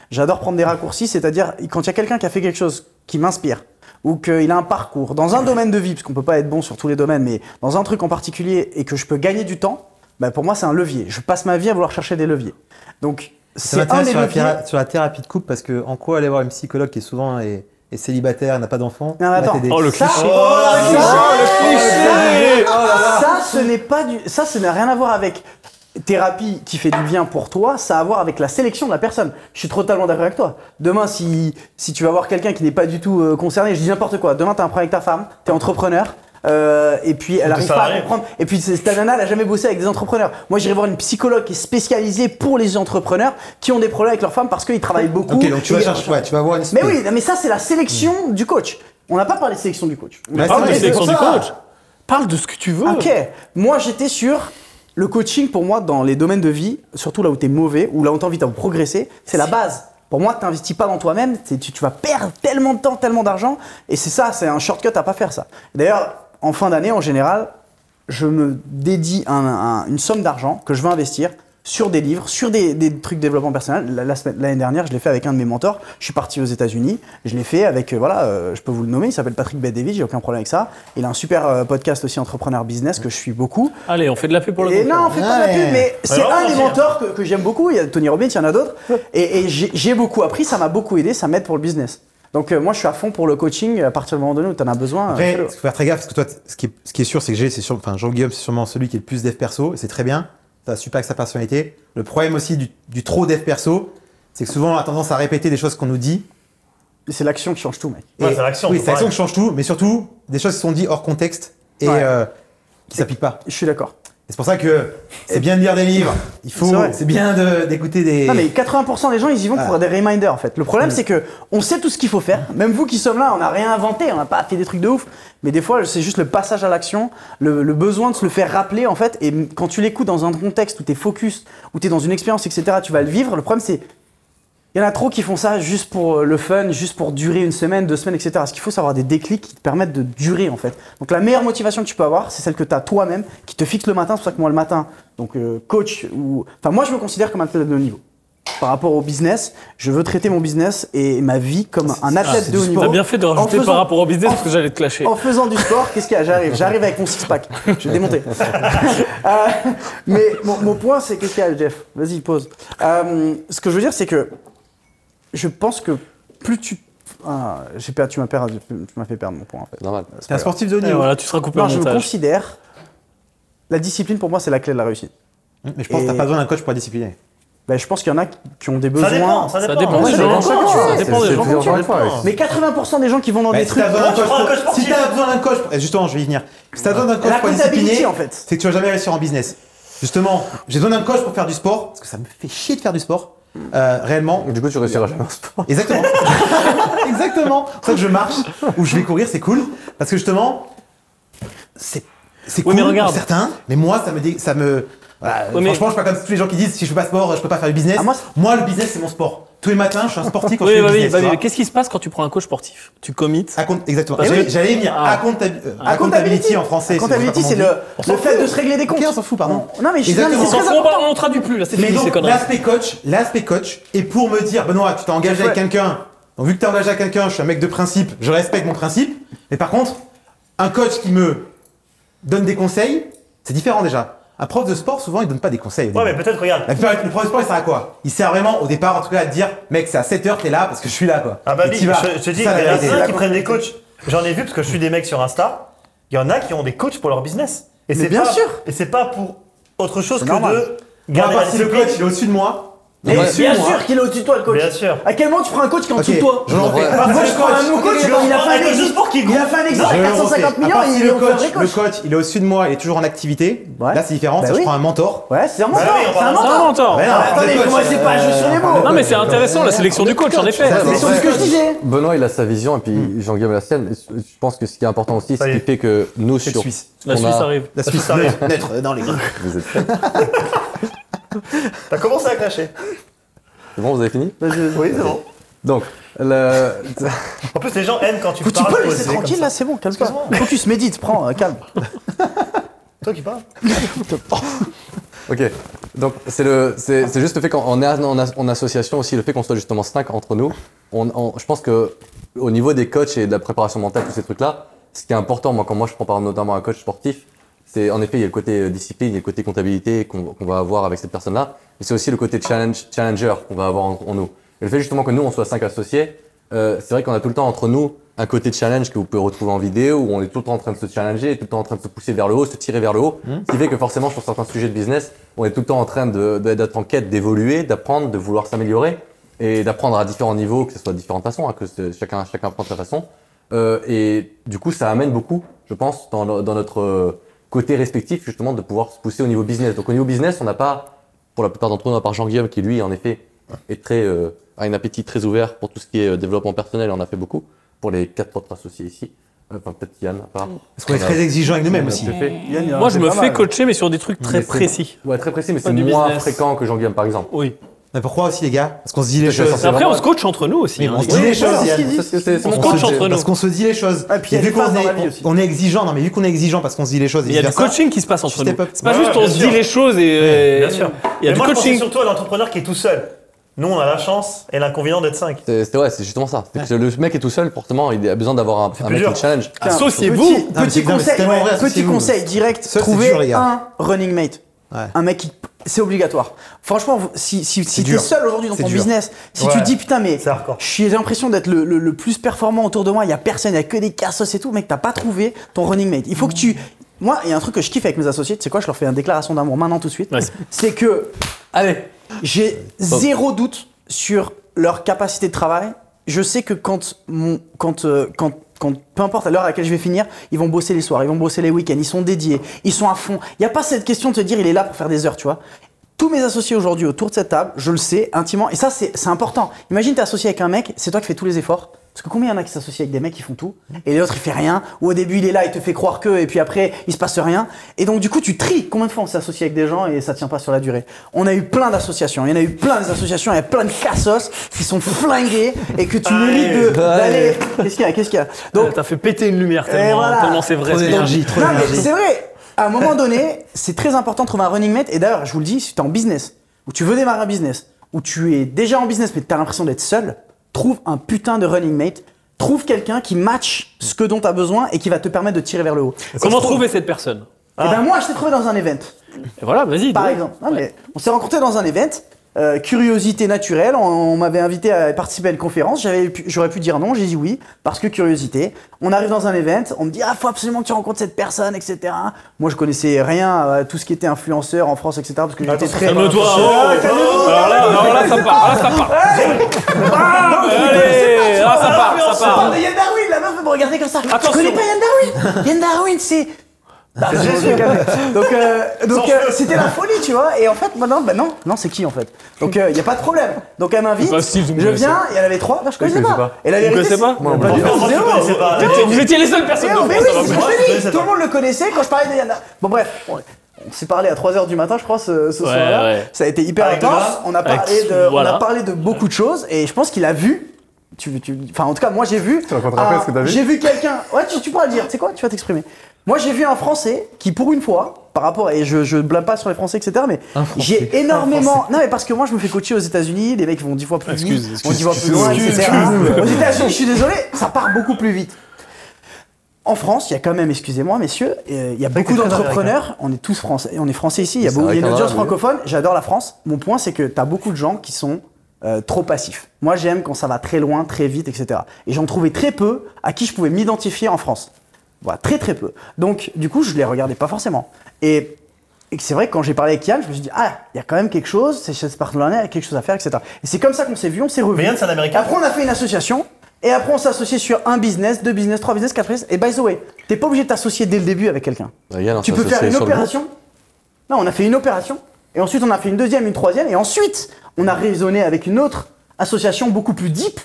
[SPEAKER 5] J'adore prendre des raccourcis, c'est-à-dire quand il y a quelqu'un qui a fait quelque chose qui m'inspire ou qu'il a un parcours dans un domaine de vie, parce qu'on peut pas être bon sur tous les domaines, mais dans un truc en particulier et que je peux gagner du temps, bah, pour moi, c'est un levier. Je passe ma vie à vouloir chercher des leviers. Donc,
[SPEAKER 2] Ça
[SPEAKER 5] c'est un
[SPEAKER 2] m'intéresse
[SPEAKER 5] des
[SPEAKER 2] sur, la
[SPEAKER 5] leviers.
[SPEAKER 2] théra- sur la thérapie de couple parce que en quoi aller voir une psychologue qui est souvent est, est célibataire, n'a pas d'enfant, bah,
[SPEAKER 5] Non, mais
[SPEAKER 2] va
[SPEAKER 5] attends.
[SPEAKER 2] t'aider.
[SPEAKER 1] Oh le
[SPEAKER 5] Ça-
[SPEAKER 1] cliché.
[SPEAKER 5] Oh,
[SPEAKER 4] le cliché
[SPEAKER 2] Oh,
[SPEAKER 5] le cliché Ça, ce n'est pas du. Ça, ce n'a rien à voir avec thérapie qui fait du bien pour toi. Ça a à voir avec la sélection de la personne. Je suis totalement d'accord avec toi. Demain, si si tu vas voir quelqu'un qui n'est pas du tout euh, concerné, je dis n'importe quoi. Demain, t'as un problème avec ta femme, t'es entrepreneur. euh, et puis elle arrive pas à
[SPEAKER 4] salarié.
[SPEAKER 5] comprendre. Et puis c'est- ta nana, elle a jamais bossé avec des entrepreneurs. Moi, j'irai voir une psychologue qui est spécialisée pour les entrepreneurs qui ont des problèmes avec leur femme parce qu'ils travaillent beaucoup.
[SPEAKER 2] Ok, donc tu vas
[SPEAKER 5] et-
[SPEAKER 2] chercher, ouais, tu vas voir une.
[SPEAKER 5] Mais oui, mais ça c'est la sélection du coach. On n'a pas parlé de sélection du coach. Ah,
[SPEAKER 2] Bah,
[SPEAKER 1] Parle
[SPEAKER 2] c'est
[SPEAKER 1] de
[SPEAKER 2] vrai,
[SPEAKER 1] sélection
[SPEAKER 2] c'est
[SPEAKER 1] du
[SPEAKER 2] pour ça.
[SPEAKER 1] coach. Parle de ce que tu veux.
[SPEAKER 5] Ok, moi j'étais sur le coaching pour moi dans les domaines de vie, surtout là où t'es mauvais, ou là où t'as envie de progresser, c'est la base. Pour moi, t'investis pas dans toi-même, c'est- tu, tu vas perdre tellement de temps, tellement d'argent, et c'est ça, c'est un shortcut à pas faire ça. D'ailleurs, en fin d'année, en général, je me dédie un- un- une somme d'argent que je veux investir sur des livres, sur des, des trucs de développement personnel. La- la semaine- L'année dernière, je l'ai fait avec un de mes mentors. Je suis parti aux États-Unis. Je l'ai fait avec, euh, voilà, euh, je peux vous le nommer, il s'appelle Patrick Bedevi, j'ai aucun problème avec ça. Il a un super euh, podcast aussi, Entrepreneur Business, que je suis beaucoup.
[SPEAKER 1] Allez, on fait de la paix pour le hein.
[SPEAKER 5] Et
[SPEAKER 1] coach.
[SPEAKER 5] non, en fait, pas la
[SPEAKER 2] Ouais.
[SPEAKER 5] pub, mais c'est
[SPEAKER 4] vraiment,
[SPEAKER 5] un des
[SPEAKER 4] c'est-
[SPEAKER 5] mentors que, que j'aime beaucoup. Il y a Tony Robbins, il y en a d'autres. Et, et j'ai j'ai beaucoup appris, ça m'a beaucoup aidé, ça m'aide pour le business. Donc euh, moi, je suis à fond pour le coaching à partir du moment donné où tu en as besoin. euh,
[SPEAKER 2] Après,
[SPEAKER 5] fais-le.
[SPEAKER 2] faut faire très gaffe parce que toi, t- ce qui est, ce qui est sûr, c'est que j'ai, c'est sûr, enfin, Jean-Guillaume, c'est sûrement celui qui est le plus dev perso, et c'est très bien. Ça va super avec sa personnalité. Le problème aussi du, du trop dev perso, c'est que souvent on a tendance à répéter des choses qu'on nous dit.
[SPEAKER 5] c'est l'action qui change tout, mec.
[SPEAKER 4] Ouais,
[SPEAKER 2] Et-
[SPEAKER 4] c'est l'action,
[SPEAKER 2] Oui,
[SPEAKER 4] faut
[SPEAKER 2] c'est l'action
[SPEAKER 4] pareil.
[SPEAKER 2] qui change tout, mais surtout des choses qui sont dites hors contexte et
[SPEAKER 5] Ouais.
[SPEAKER 2] euh, qui s'appliquent pas.
[SPEAKER 5] Je suis d'accord.
[SPEAKER 2] Et C'est pour ça que c'est bien de lire des livres. Il faut,
[SPEAKER 5] C'est vrai.
[SPEAKER 2] c'est bien de- d'écouter des.
[SPEAKER 5] Non mais 80% des gens ils y vont pour
[SPEAKER 2] Ah.
[SPEAKER 5] des reminders en fait. Le problème c'est que on sait tout ce qu'il faut faire. Même vous qui sommes là, on n'a rien inventé, on n'a pas fait des trucs de ouf. Mais des fois c'est juste le passage à l'action, le, le besoin de se le faire rappeler en fait. Et m- quand tu l'écoutes dans un contexte où t'es focus, où t'es dans une expérience, etc. Tu vas le vivre. Le problème c'est il y en a trop qui font ça juste pour euh, le fun, juste pour durer une semaine, deux semaines, etc. Ce qu'il faut, c'est avoir des déclics qui te permettent de durer en fait. Donc la meilleure motivation que tu peux avoir, c'est celle que tu as toi-même, qui te fixe le matin. C'est pour ça que moi le matin, donc euh, coach ou, enfin moi je me considère comme un athlète de haut niveau. par rapport au business. Je veux traiter mon business et ma vie comme un
[SPEAKER 1] Ah,
[SPEAKER 5] athlète
[SPEAKER 2] c'est du
[SPEAKER 5] de haut niveau.
[SPEAKER 2] sport.
[SPEAKER 1] T'as bien fait de rajouter
[SPEAKER 5] En faisant-
[SPEAKER 1] par rapport au business parce que j'allais te clasher.
[SPEAKER 5] En faisant du sport, qu'est-ce qu'il y a J'arrive, j'arrive avec mon six-pack. Je vais démonter. Euh, mais mon, mon point, c'est qu'est-ce qu'il y a, Jeff Vas-y, pose. Euh, ce que je veux dire, c'est que je pense que plus tu. Ah, j'ai perdu, tu m'as perdu- tu m'as fait perdre mon point. En fait.
[SPEAKER 3] C'est normal.
[SPEAKER 2] T'es un sportif de haut
[SPEAKER 1] Et
[SPEAKER 2] niveau.
[SPEAKER 1] voilà, tu seras coupé
[SPEAKER 5] Non,
[SPEAKER 1] en
[SPEAKER 5] je me
[SPEAKER 1] montage.
[SPEAKER 5] considère. La discipline, pour moi, c'est la clé de la réussite.
[SPEAKER 2] Mais je pense que t'as
[SPEAKER 5] Et-
[SPEAKER 2] pas besoin d'un coach pour la discipliner.
[SPEAKER 5] Ben, je pense qu'il y en a qui ont des
[SPEAKER 4] Ça
[SPEAKER 5] besoins.
[SPEAKER 4] dépend, ça
[SPEAKER 1] Ça
[SPEAKER 4] dépend.
[SPEAKER 1] dépend
[SPEAKER 5] moi,
[SPEAKER 1] des
[SPEAKER 5] je
[SPEAKER 1] gens.
[SPEAKER 5] pense que tu
[SPEAKER 1] Ça
[SPEAKER 5] es.
[SPEAKER 1] dépend des
[SPEAKER 3] C'est
[SPEAKER 1] gens.
[SPEAKER 3] toujours
[SPEAKER 4] gens,
[SPEAKER 3] une fois,
[SPEAKER 4] dépend.
[SPEAKER 3] oui.
[SPEAKER 5] Mais 80% des gens qui vont dans
[SPEAKER 2] Mais
[SPEAKER 5] des
[SPEAKER 2] si
[SPEAKER 5] trucs.
[SPEAKER 2] t'as besoin d'un
[SPEAKER 4] Moi, je
[SPEAKER 2] coach,
[SPEAKER 4] prends un
[SPEAKER 2] pour-
[SPEAKER 4] coach
[SPEAKER 2] si
[SPEAKER 4] sportif.
[SPEAKER 2] t'as besoin d'un coach, pour- eh, justement, je vais y venir. Si t'as besoin d'un coach
[SPEAKER 5] La
[SPEAKER 2] pour la
[SPEAKER 5] comptabilité,
[SPEAKER 2] discipliner,
[SPEAKER 5] en fait.
[SPEAKER 2] c'est que tu vas jamais réussir en business. Justement, j'ai besoin d'un coach pour faire du sport parce que ça me fait chier de faire du sport. Euh, réellement,
[SPEAKER 3] Du coup, tu réussiras jamais en sport.
[SPEAKER 2] Exactement. Exactement. C'est pour ça que je marche ou je vais courir, c'est cool. Parce que justement, c'est c'est
[SPEAKER 1] Oui,
[SPEAKER 2] cool
[SPEAKER 1] mais regarde.
[SPEAKER 2] pour certains, mais moi, ça me dit, ça me. voilà,
[SPEAKER 1] Oui, mais-
[SPEAKER 2] Franchement, je suis pas comme tous les gens qui disent si je fais pas sport, je peux pas faire du business.
[SPEAKER 5] Ah, moi,
[SPEAKER 2] moi,
[SPEAKER 5] c'est-
[SPEAKER 2] le business, c'est mon sport. Tous les matins, je suis un sportif quand
[SPEAKER 1] Oui,
[SPEAKER 2] je fais
[SPEAKER 1] bah
[SPEAKER 2] du
[SPEAKER 1] oui,
[SPEAKER 2] business.
[SPEAKER 1] bah
[SPEAKER 2] tu
[SPEAKER 1] oui.
[SPEAKER 2] vois.
[SPEAKER 1] mais Qu'est-ce qui se passe quand tu prends un coach sportif Tu commits.
[SPEAKER 2] Account- Exactement.
[SPEAKER 1] Parce
[SPEAKER 2] J'allais-
[SPEAKER 1] que-
[SPEAKER 2] J'allais y venir.
[SPEAKER 1] Ah.
[SPEAKER 2] Accountab- euh,
[SPEAKER 5] Accountability
[SPEAKER 2] Accountability en français. c'est-
[SPEAKER 5] Accountability,
[SPEAKER 2] je sais
[SPEAKER 5] c'est
[SPEAKER 2] pas
[SPEAKER 5] le,
[SPEAKER 2] comment on dit.
[SPEAKER 5] le
[SPEAKER 2] On s'en
[SPEAKER 5] fait de
[SPEAKER 2] fout.
[SPEAKER 5] se régler des
[SPEAKER 2] Ok,
[SPEAKER 5] comptes.
[SPEAKER 2] on s'en fout, pardon.
[SPEAKER 5] Non, mais je suis
[SPEAKER 2] Exactement.
[SPEAKER 1] On
[SPEAKER 5] c'est
[SPEAKER 1] s'en
[SPEAKER 5] très
[SPEAKER 1] fout, on parle- on n'en traduit plus, là, c'est
[SPEAKER 2] Mais
[SPEAKER 1] fini ces
[SPEAKER 2] donc,
[SPEAKER 1] conneries.
[SPEAKER 2] l'aspect coach, l'aspect coach est pour me dire, Benoît, tu t'es engagé
[SPEAKER 5] Ouais.
[SPEAKER 2] avec quelqu'un. Donc, vu que t'es engagé avec quelqu'un, je suis un mec de principe, je respecte mon principe. Mais par contre, un coach qui me donne des conseils, c'est différent déjà. Un prof de sport, souvent, il donne pas des conseils. au
[SPEAKER 4] Ouais, mais
[SPEAKER 2] début.
[SPEAKER 4] peut-être, regarde.
[SPEAKER 2] La plupart- le prof de sport, il sert à quoi Il sert vraiment, au départ, en tout cas, à te dire, mec, c'est à 7 heures, t'es là parce que je suis là, quoi.
[SPEAKER 4] Ah bah
[SPEAKER 2] Et
[SPEAKER 4] oui,
[SPEAKER 2] t'y vas.
[SPEAKER 4] je, je te dis,
[SPEAKER 2] C'est
[SPEAKER 4] il y en
[SPEAKER 2] ça, la
[SPEAKER 4] a
[SPEAKER 2] vérité.
[SPEAKER 4] plein qui prennent des coachs. J'en ai vu parce que je suis des mecs sur Insta. Il y en a qui ont des coachs pour leur business. Et
[SPEAKER 5] Mais
[SPEAKER 4] c'est
[SPEAKER 5] bien
[SPEAKER 4] pas-
[SPEAKER 5] sûr.
[SPEAKER 4] Et c'est pas pour autre chose
[SPEAKER 5] C'est
[SPEAKER 4] que
[SPEAKER 5] normal.
[SPEAKER 4] de
[SPEAKER 2] Moi, à
[SPEAKER 4] garder
[SPEAKER 2] part
[SPEAKER 4] la
[SPEAKER 2] si le
[SPEAKER 4] discipline.
[SPEAKER 2] coach, il est au-dessus de moi.
[SPEAKER 5] Mais
[SPEAKER 2] il est
[SPEAKER 3] Ouais.
[SPEAKER 2] au-dessus de
[SPEAKER 5] bien
[SPEAKER 2] moi.
[SPEAKER 5] sûr qu'il est au-dessus de toi, le coach.
[SPEAKER 4] Bien sûr.
[SPEAKER 5] À quel moment tu prends un coach qui est en dessous de
[SPEAKER 2] Ok,
[SPEAKER 5] toi
[SPEAKER 2] je le refais.
[SPEAKER 3] Ouais.
[SPEAKER 2] À part
[SPEAKER 5] Moi,
[SPEAKER 2] si
[SPEAKER 5] je prends un nouveau coach,
[SPEAKER 2] je le
[SPEAKER 5] il a
[SPEAKER 4] prends
[SPEAKER 5] fait
[SPEAKER 4] un
[SPEAKER 5] un
[SPEAKER 4] coach de
[SPEAKER 5] exit
[SPEAKER 4] sport qui
[SPEAKER 5] il a fait un exit à
[SPEAKER 2] Je le refais.
[SPEAKER 5] 450
[SPEAKER 2] À
[SPEAKER 5] millions
[SPEAKER 2] part
[SPEAKER 5] et
[SPEAKER 2] si
[SPEAKER 5] il est
[SPEAKER 2] le
[SPEAKER 5] un
[SPEAKER 2] coach,
[SPEAKER 5] vrai
[SPEAKER 2] le
[SPEAKER 5] coach.
[SPEAKER 2] coach, il est au-dessus de moi, il est toujours en activité.
[SPEAKER 5] Ouais.
[SPEAKER 2] Là, c'est différent,
[SPEAKER 5] Bah
[SPEAKER 2] ça,
[SPEAKER 5] oui.
[SPEAKER 2] je prends un mentor.
[SPEAKER 5] Ouais, c'est un
[SPEAKER 4] Bah
[SPEAKER 5] mentor.
[SPEAKER 4] oui, on
[SPEAKER 5] C'est un
[SPEAKER 4] parle-
[SPEAKER 1] C'est un
[SPEAKER 5] mentor.
[SPEAKER 1] mentor.
[SPEAKER 2] Ouais, non,
[SPEAKER 5] Attendez,
[SPEAKER 2] le coach,
[SPEAKER 5] mais moi, j'ai pas
[SPEAKER 2] euh,
[SPEAKER 5] joué sur les mots.
[SPEAKER 1] Non, mais c'est intéressant, la sélection du coach, en effet.
[SPEAKER 2] Ouais,
[SPEAKER 5] C'est
[SPEAKER 2] mais
[SPEAKER 5] sur
[SPEAKER 2] ouais.
[SPEAKER 5] ce que je disais.
[SPEAKER 3] Benoît, il a sa vision et puis Jean-Guillaume la sienne. Et Je pense que ce qui est important aussi,
[SPEAKER 4] Ça
[SPEAKER 3] c'est
[SPEAKER 4] y
[SPEAKER 3] qui
[SPEAKER 4] est.
[SPEAKER 3] fait que nous,
[SPEAKER 2] C'est
[SPEAKER 3] sur
[SPEAKER 2] le Suisse.
[SPEAKER 1] La
[SPEAKER 3] on
[SPEAKER 1] Suisse
[SPEAKER 3] a-
[SPEAKER 1] arrive.
[SPEAKER 2] La Suisse,
[SPEAKER 4] Suisse,
[SPEAKER 2] neutre, neutre dans les gars.
[SPEAKER 3] Vous êtes prêts
[SPEAKER 4] T'as commencé à cracher.
[SPEAKER 3] C'est bon, vous avez fini
[SPEAKER 2] Bah,
[SPEAKER 4] Oui, c'est bon.
[SPEAKER 3] Donc, le...
[SPEAKER 4] En plus, les gens aiment quand tu
[SPEAKER 5] Faut- Tu
[SPEAKER 4] parles.
[SPEAKER 5] peux le
[SPEAKER 4] posé
[SPEAKER 5] laisser
[SPEAKER 4] comme
[SPEAKER 5] tranquille,
[SPEAKER 4] ça.
[SPEAKER 5] là, c'est bon, calme-toi.
[SPEAKER 4] Excuse-moi.
[SPEAKER 5] Focus, médite, prends, euh, calme.
[SPEAKER 4] Toi qui parles.
[SPEAKER 3] ok. Donc, c'est le, c'est c'est juste le fait qu'on est en, as- en association aussi, le fait qu'on soit justement 5 entre nous. On, on- je pense que au niveau des coachs et de la préparation mentale, tous ces trucs-là, ce qui est important, moi, quand moi je prends par exemple notamment un coach sportif, c'est en effet il y a le côté euh, discipline, il y a le côté comptabilité qu'on qu'on va avoir avec cette personne-là, mais c'est aussi le côté challenge, challenger qu'on va avoir en, en nous. Et le fait justement que nous on soit cinq associés, euh, c'est vrai qu'on a tout le temps entre nous un côté challenge que vous pouvez retrouver en vidéo où on est tout le temps en train de se challenger, tout le temps en train de se pousser vers le haut, se tirer vers le haut, ce qui fait que forcément sur certains sujets de business, on est tout le temps en train de- de- d'être en quête d'évoluer, d'apprendre, de vouloir s'améliorer et d'apprendre à différents niveaux, que ce soit de différentes façons, hein, que c'est- chacun chacun apprend de sa façon. Euh, et du coup, ça amène beaucoup, je pense, dans, no- dans notre euh, côté respectif, justement, de pouvoir se pousser au niveau business. Donc, au niveau business, on n'a pas, pour la plupart d'entre nous, à part Jean-Guillaume, qui lui, en effet, est très, euh, a un appétit très ouvert pour tout ce qui est euh, développement personnel, on en a fait beaucoup, pour les quatre autres associés ici. Euh, Enfin, peut-être Yann, à part. Euh,
[SPEAKER 2] Parce qu'on est très exigeant avec nous-mêmes aussi.
[SPEAKER 3] Tout à fait.
[SPEAKER 1] Moi, je me fais coacher, mais sur des trucs très
[SPEAKER 3] Mais c'est-
[SPEAKER 1] précis.
[SPEAKER 3] Ouais, très précis, mais
[SPEAKER 1] Pas
[SPEAKER 3] c'est
[SPEAKER 1] du
[SPEAKER 3] moins
[SPEAKER 1] business.
[SPEAKER 3] fréquent que Jean-Guillaume, par exemple.
[SPEAKER 1] Oui.
[SPEAKER 2] Mais pourquoi aussi, les gars Parce qu'on se dit les
[SPEAKER 3] Parce que
[SPEAKER 2] choses.
[SPEAKER 3] ça, C'est
[SPEAKER 1] Après, on se
[SPEAKER 3] vraiment-
[SPEAKER 1] coach entre nous aussi.
[SPEAKER 2] Mais
[SPEAKER 1] hein.
[SPEAKER 2] on se
[SPEAKER 1] Oui.
[SPEAKER 2] dit les choses,
[SPEAKER 5] c'est ce
[SPEAKER 2] Yann.
[SPEAKER 5] qu'il dit.
[SPEAKER 3] Ça, c'est- c'est- c'est
[SPEAKER 1] On
[SPEAKER 3] mon
[SPEAKER 1] se
[SPEAKER 2] On
[SPEAKER 1] coach
[SPEAKER 2] se dit-
[SPEAKER 1] entre nous.
[SPEAKER 2] Parce qu'on se dit les choses.
[SPEAKER 5] Ah, puis il y a
[SPEAKER 2] Et
[SPEAKER 5] des
[SPEAKER 2] vu qu'on
[SPEAKER 5] phases dans
[SPEAKER 2] est-
[SPEAKER 5] la vie
[SPEAKER 2] on-
[SPEAKER 5] aussi.
[SPEAKER 2] on est exigeant, non mais vu qu'on est exigeant parce qu'on se dit les choses, et
[SPEAKER 1] Il y a du
[SPEAKER 2] vice-versa,
[SPEAKER 1] coaching qui se passe entre
[SPEAKER 2] Step
[SPEAKER 1] nous.
[SPEAKER 2] up.
[SPEAKER 1] C'est pas
[SPEAKER 4] Ouais,
[SPEAKER 1] juste
[SPEAKER 4] ouais,
[SPEAKER 1] on
[SPEAKER 4] bien
[SPEAKER 1] se dit
[SPEAKER 4] sûr.
[SPEAKER 1] les choses et.
[SPEAKER 4] Bien sûr.
[SPEAKER 1] Il y a
[SPEAKER 4] Mais
[SPEAKER 1] du
[SPEAKER 4] moi, je pensais
[SPEAKER 1] coaching.
[SPEAKER 4] surtout à l'entrepreneur qui est tout seul. Nous, on a la chance et l'inconvénient d'être 5.
[SPEAKER 3] C'est c'est- ouais, c'est justement ça. C'est que le mec est tout seul, forcément, il a besoin d'avoir un, un mec
[SPEAKER 4] plusieurs.
[SPEAKER 3] qui challenge.
[SPEAKER 1] Associez-vous.
[SPEAKER 5] Petit,
[SPEAKER 2] Ah, Non, mais
[SPEAKER 5] petit
[SPEAKER 2] c'est- non, mais c'est
[SPEAKER 5] conseil,
[SPEAKER 2] tellement vrai,
[SPEAKER 5] ouais, petit
[SPEAKER 2] associez-vous.
[SPEAKER 5] conseil direct,
[SPEAKER 2] Seul, c'est
[SPEAKER 5] trouver
[SPEAKER 2] dur, les gars.
[SPEAKER 5] un running mate.
[SPEAKER 2] Ouais.
[SPEAKER 5] Un mec qui. C'est obligatoire. Franchement, vous- si, si, si t'es
[SPEAKER 2] dur.
[SPEAKER 5] seul aujourd'hui dans
[SPEAKER 2] C'est
[SPEAKER 5] ton
[SPEAKER 2] dur.
[SPEAKER 5] business, si
[SPEAKER 4] Ouais.
[SPEAKER 5] tu dis putain, mais
[SPEAKER 4] C'est hardcore.
[SPEAKER 5] j'ai l'impression d'être le, le- le plus performant autour de moi, il y a personne, il y a que des cassos et tout, mec, t'as pas trouvé ton running mate. Il faut que tu. Moi, il y a un truc que je kiffe avec mes associés, tu sais quoi, je leur fais une déclaration d'amour maintenant tout de suite.
[SPEAKER 1] Ouais, c'est-
[SPEAKER 5] C'est que
[SPEAKER 3] Allez,
[SPEAKER 5] j'ai zéro doute sur leur capacité de travail. Je sais que quand, mon, quand, euh, quand, quand peu importe à l'heure à laquelle je vais finir, ils vont bosser les soirs, ils vont bosser les week-ends, ils sont dédiés, ils sont à fond. Il n'y a pas cette question de te dire il est là pour faire des heures, tu vois. Tous mes associés aujourd'hui autour de cette table, je le sais intimement, et ça c'est c'est important. Imagine t'es associé avec un mec, c'est toi qui fais tous les efforts. Parce que combien il y en a qui s'associent avec des mecs qui font tout, et l'autre il fait rien, ou au début il est là, il te fait croire que, et puis après il se passe rien. Et donc du coup tu tries combien de fois on s'est associé avec des gens et ça tient pas sur la durée. On a eu plein d'associations, il y en a eu plein des associations, il y a plein de cassos qui sont flingués et que tu mérites de- d'aller. Qu'est-ce qu'il y a Qu'est-ce qu'il y a Donc
[SPEAKER 1] T'as fait péter une lumière
[SPEAKER 5] et
[SPEAKER 1] tellement,
[SPEAKER 5] voilà.
[SPEAKER 1] tellement c'est vrai.
[SPEAKER 2] Trop
[SPEAKER 1] ce que-
[SPEAKER 2] d'énergie, trop
[SPEAKER 5] non, mais
[SPEAKER 2] d'énergie.
[SPEAKER 5] c'est vrai. À un moment donné, c'est très important de trouver un running mate. Et d'ailleurs, je vous le dis, si tu es en business, ou tu veux démarrer un business, où tu es déjà en business mais tu as l'impression d'être seul, trouve un putain de running mate, trouve quelqu'un qui match ce que dont tu as besoin et qui va te permettre de tirer vers le haut.
[SPEAKER 1] Comment trouver cette personne
[SPEAKER 5] Et ben moi, je t'ai trouvé dans un event.
[SPEAKER 1] Et Voilà, vas-y.
[SPEAKER 5] Par
[SPEAKER 1] dis-le.
[SPEAKER 5] exemple. Non, mais on s'est rencontrés dans un event. euh, curiosité naturelle, on, on m'avait invité à participer à une conférence, j'avais pu- j'aurais pu dire non, j'ai dit oui, parce que curiosité. On arrive dans un event, on me dit ah faut absolument que tu rencontres cette personne, etc. Moi je connaissais rien à tout ce qui était influenceur en France, etc. Parce que j'étais
[SPEAKER 4] Attention,
[SPEAKER 5] très...
[SPEAKER 1] Calme-toi.
[SPEAKER 4] Attention.
[SPEAKER 1] oh. Alors là, alors là, ça part. Là, ça part. Allez, là, ça part, ça
[SPEAKER 5] Je
[SPEAKER 1] part.
[SPEAKER 5] parle de Yann Darwin, la meuf elle me regardait comme ça.
[SPEAKER 1] Attention.
[SPEAKER 5] Tu connais pas Yann Darwin Yann Darwin, c'est. Bah,
[SPEAKER 4] C'est
[SPEAKER 5] je-
[SPEAKER 4] Jésus.
[SPEAKER 5] donc euh, donc
[SPEAKER 4] Sans
[SPEAKER 5] euh,
[SPEAKER 4] cheveux.
[SPEAKER 5] c'était la folie, tu vois. Et en fait, maintenant, bah non, non, c'est qui en fait Donc il n'y a pas de problème. Donc elle m'invite,
[SPEAKER 1] Bah, si, vous me
[SPEAKER 5] je
[SPEAKER 1] connaissez.
[SPEAKER 5] viens, et elle avait trois, non, je connaissais
[SPEAKER 3] connaissez
[SPEAKER 5] pas.
[SPEAKER 3] pas.
[SPEAKER 5] Et la
[SPEAKER 1] Vous
[SPEAKER 5] vérité,
[SPEAKER 1] connaissez
[SPEAKER 5] c'est-
[SPEAKER 1] pas
[SPEAKER 3] Moi non
[SPEAKER 5] Pas
[SPEAKER 3] plus.
[SPEAKER 5] du tout,
[SPEAKER 4] Franchement, tu
[SPEAKER 5] zéro.
[SPEAKER 4] connaissais pas.
[SPEAKER 5] Zéro.
[SPEAKER 1] Vous étiez les seules personnes
[SPEAKER 5] Mais
[SPEAKER 1] de
[SPEAKER 5] non, mais
[SPEAKER 1] France
[SPEAKER 5] oui,
[SPEAKER 1] à
[SPEAKER 5] c'est ce que
[SPEAKER 1] l'avoir
[SPEAKER 4] Moi,
[SPEAKER 5] je
[SPEAKER 4] je
[SPEAKER 5] te
[SPEAKER 4] connaissais
[SPEAKER 5] dis, tout le
[SPEAKER 4] pas.
[SPEAKER 5] monde le connaissait quand je parlais de Yann Darwin. Bon bref, on, on s'est parlé à 3h du matin, je crois, ce, ce
[SPEAKER 1] Ouais,
[SPEAKER 5] soir-là.
[SPEAKER 1] ouais.
[SPEAKER 5] Ça a été hyper
[SPEAKER 4] Avec
[SPEAKER 5] intense.
[SPEAKER 4] Thomas.
[SPEAKER 5] On a,
[SPEAKER 1] Avec-
[SPEAKER 5] parlé de, on
[SPEAKER 1] voilà.
[SPEAKER 5] a parlé de beaucoup de choses et je pense qu'il a vu. Tu, tu- enfin, en tout cas, moi j'ai vu.
[SPEAKER 3] Tu raconteras après
[SPEAKER 5] un-
[SPEAKER 3] ce que t'as vu
[SPEAKER 5] J'ai vu quelqu'un. Ouais, tu, tu pourras le dire. Tu sais quoi Tu vas t'exprimer. Moi j'ai vu un Français qui, pour une fois, par rapport. Et je, je blâme pas sur les Français, etc. Mais j'ai énormément. Non, mais parce que moi je me fais coacher aux États-Unis. Les mecs vont 10 fois plus
[SPEAKER 1] Excuse,
[SPEAKER 5] vite.
[SPEAKER 1] excuse,
[SPEAKER 5] on 10 fois plus
[SPEAKER 1] excuse,
[SPEAKER 5] loin,
[SPEAKER 1] excuse,
[SPEAKER 5] etc. Aux États-Unis, je suis désolé, ça part beaucoup plus vite. En France, il y a quand même, excusez-moi messieurs, euh, il y a beaucoup
[SPEAKER 4] très
[SPEAKER 5] d'entrepreneurs, on est tous français, on est français ici, il y a,
[SPEAKER 3] C'est
[SPEAKER 5] beaucoup, il y a
[SPEAKER 3] vrai
[SPEAKER 5] une
[SPEAKER 3] quand
[SPEAKER 5] audience
[SPEAKER 3] même, oui.
[SPEAKER 5] francophone, j'adore la France. Mon point c'est que tu as beaucoup de gens qui sont euh, trop passifs. Moi j'aime quand ça va très loin, très vite, etc. Et j'en trouvais très peu à qui je pouvais m'identifier en France. Voilà, très très peu. Donc du coup je les regardais pas forcément. Et, et c'est vrai que quand j'ai parlé avec Yann, je me suis dit, ah, il y a quand même quelque chose, c'est chez ce partenaire, il y a quelque chose à faire, etc. Et c'est comme ça qu'on s'est vu, on s'est revus.
[SPEAKER 4] Mais Yann, c'est un
[SPEAKER 5] Et
[SPEAKER 4] américain.
[SPEAKER 5] après, on a fait une association. Et après, on s'est associé sur un business, deux business, trois business, quatre business. Et by the way, t'es pas obligé de t'associer dès le début avec quelqu'un.
[SPEAKER 3] Ah, Bah,
[SPEAKER 5] Tu peux faire une opération. Non, on a fait une opération. Et ensuite, on a fait une deuxième, une troisième. Et ensuite, on a raisonné avec une autre association beaucoup plus deep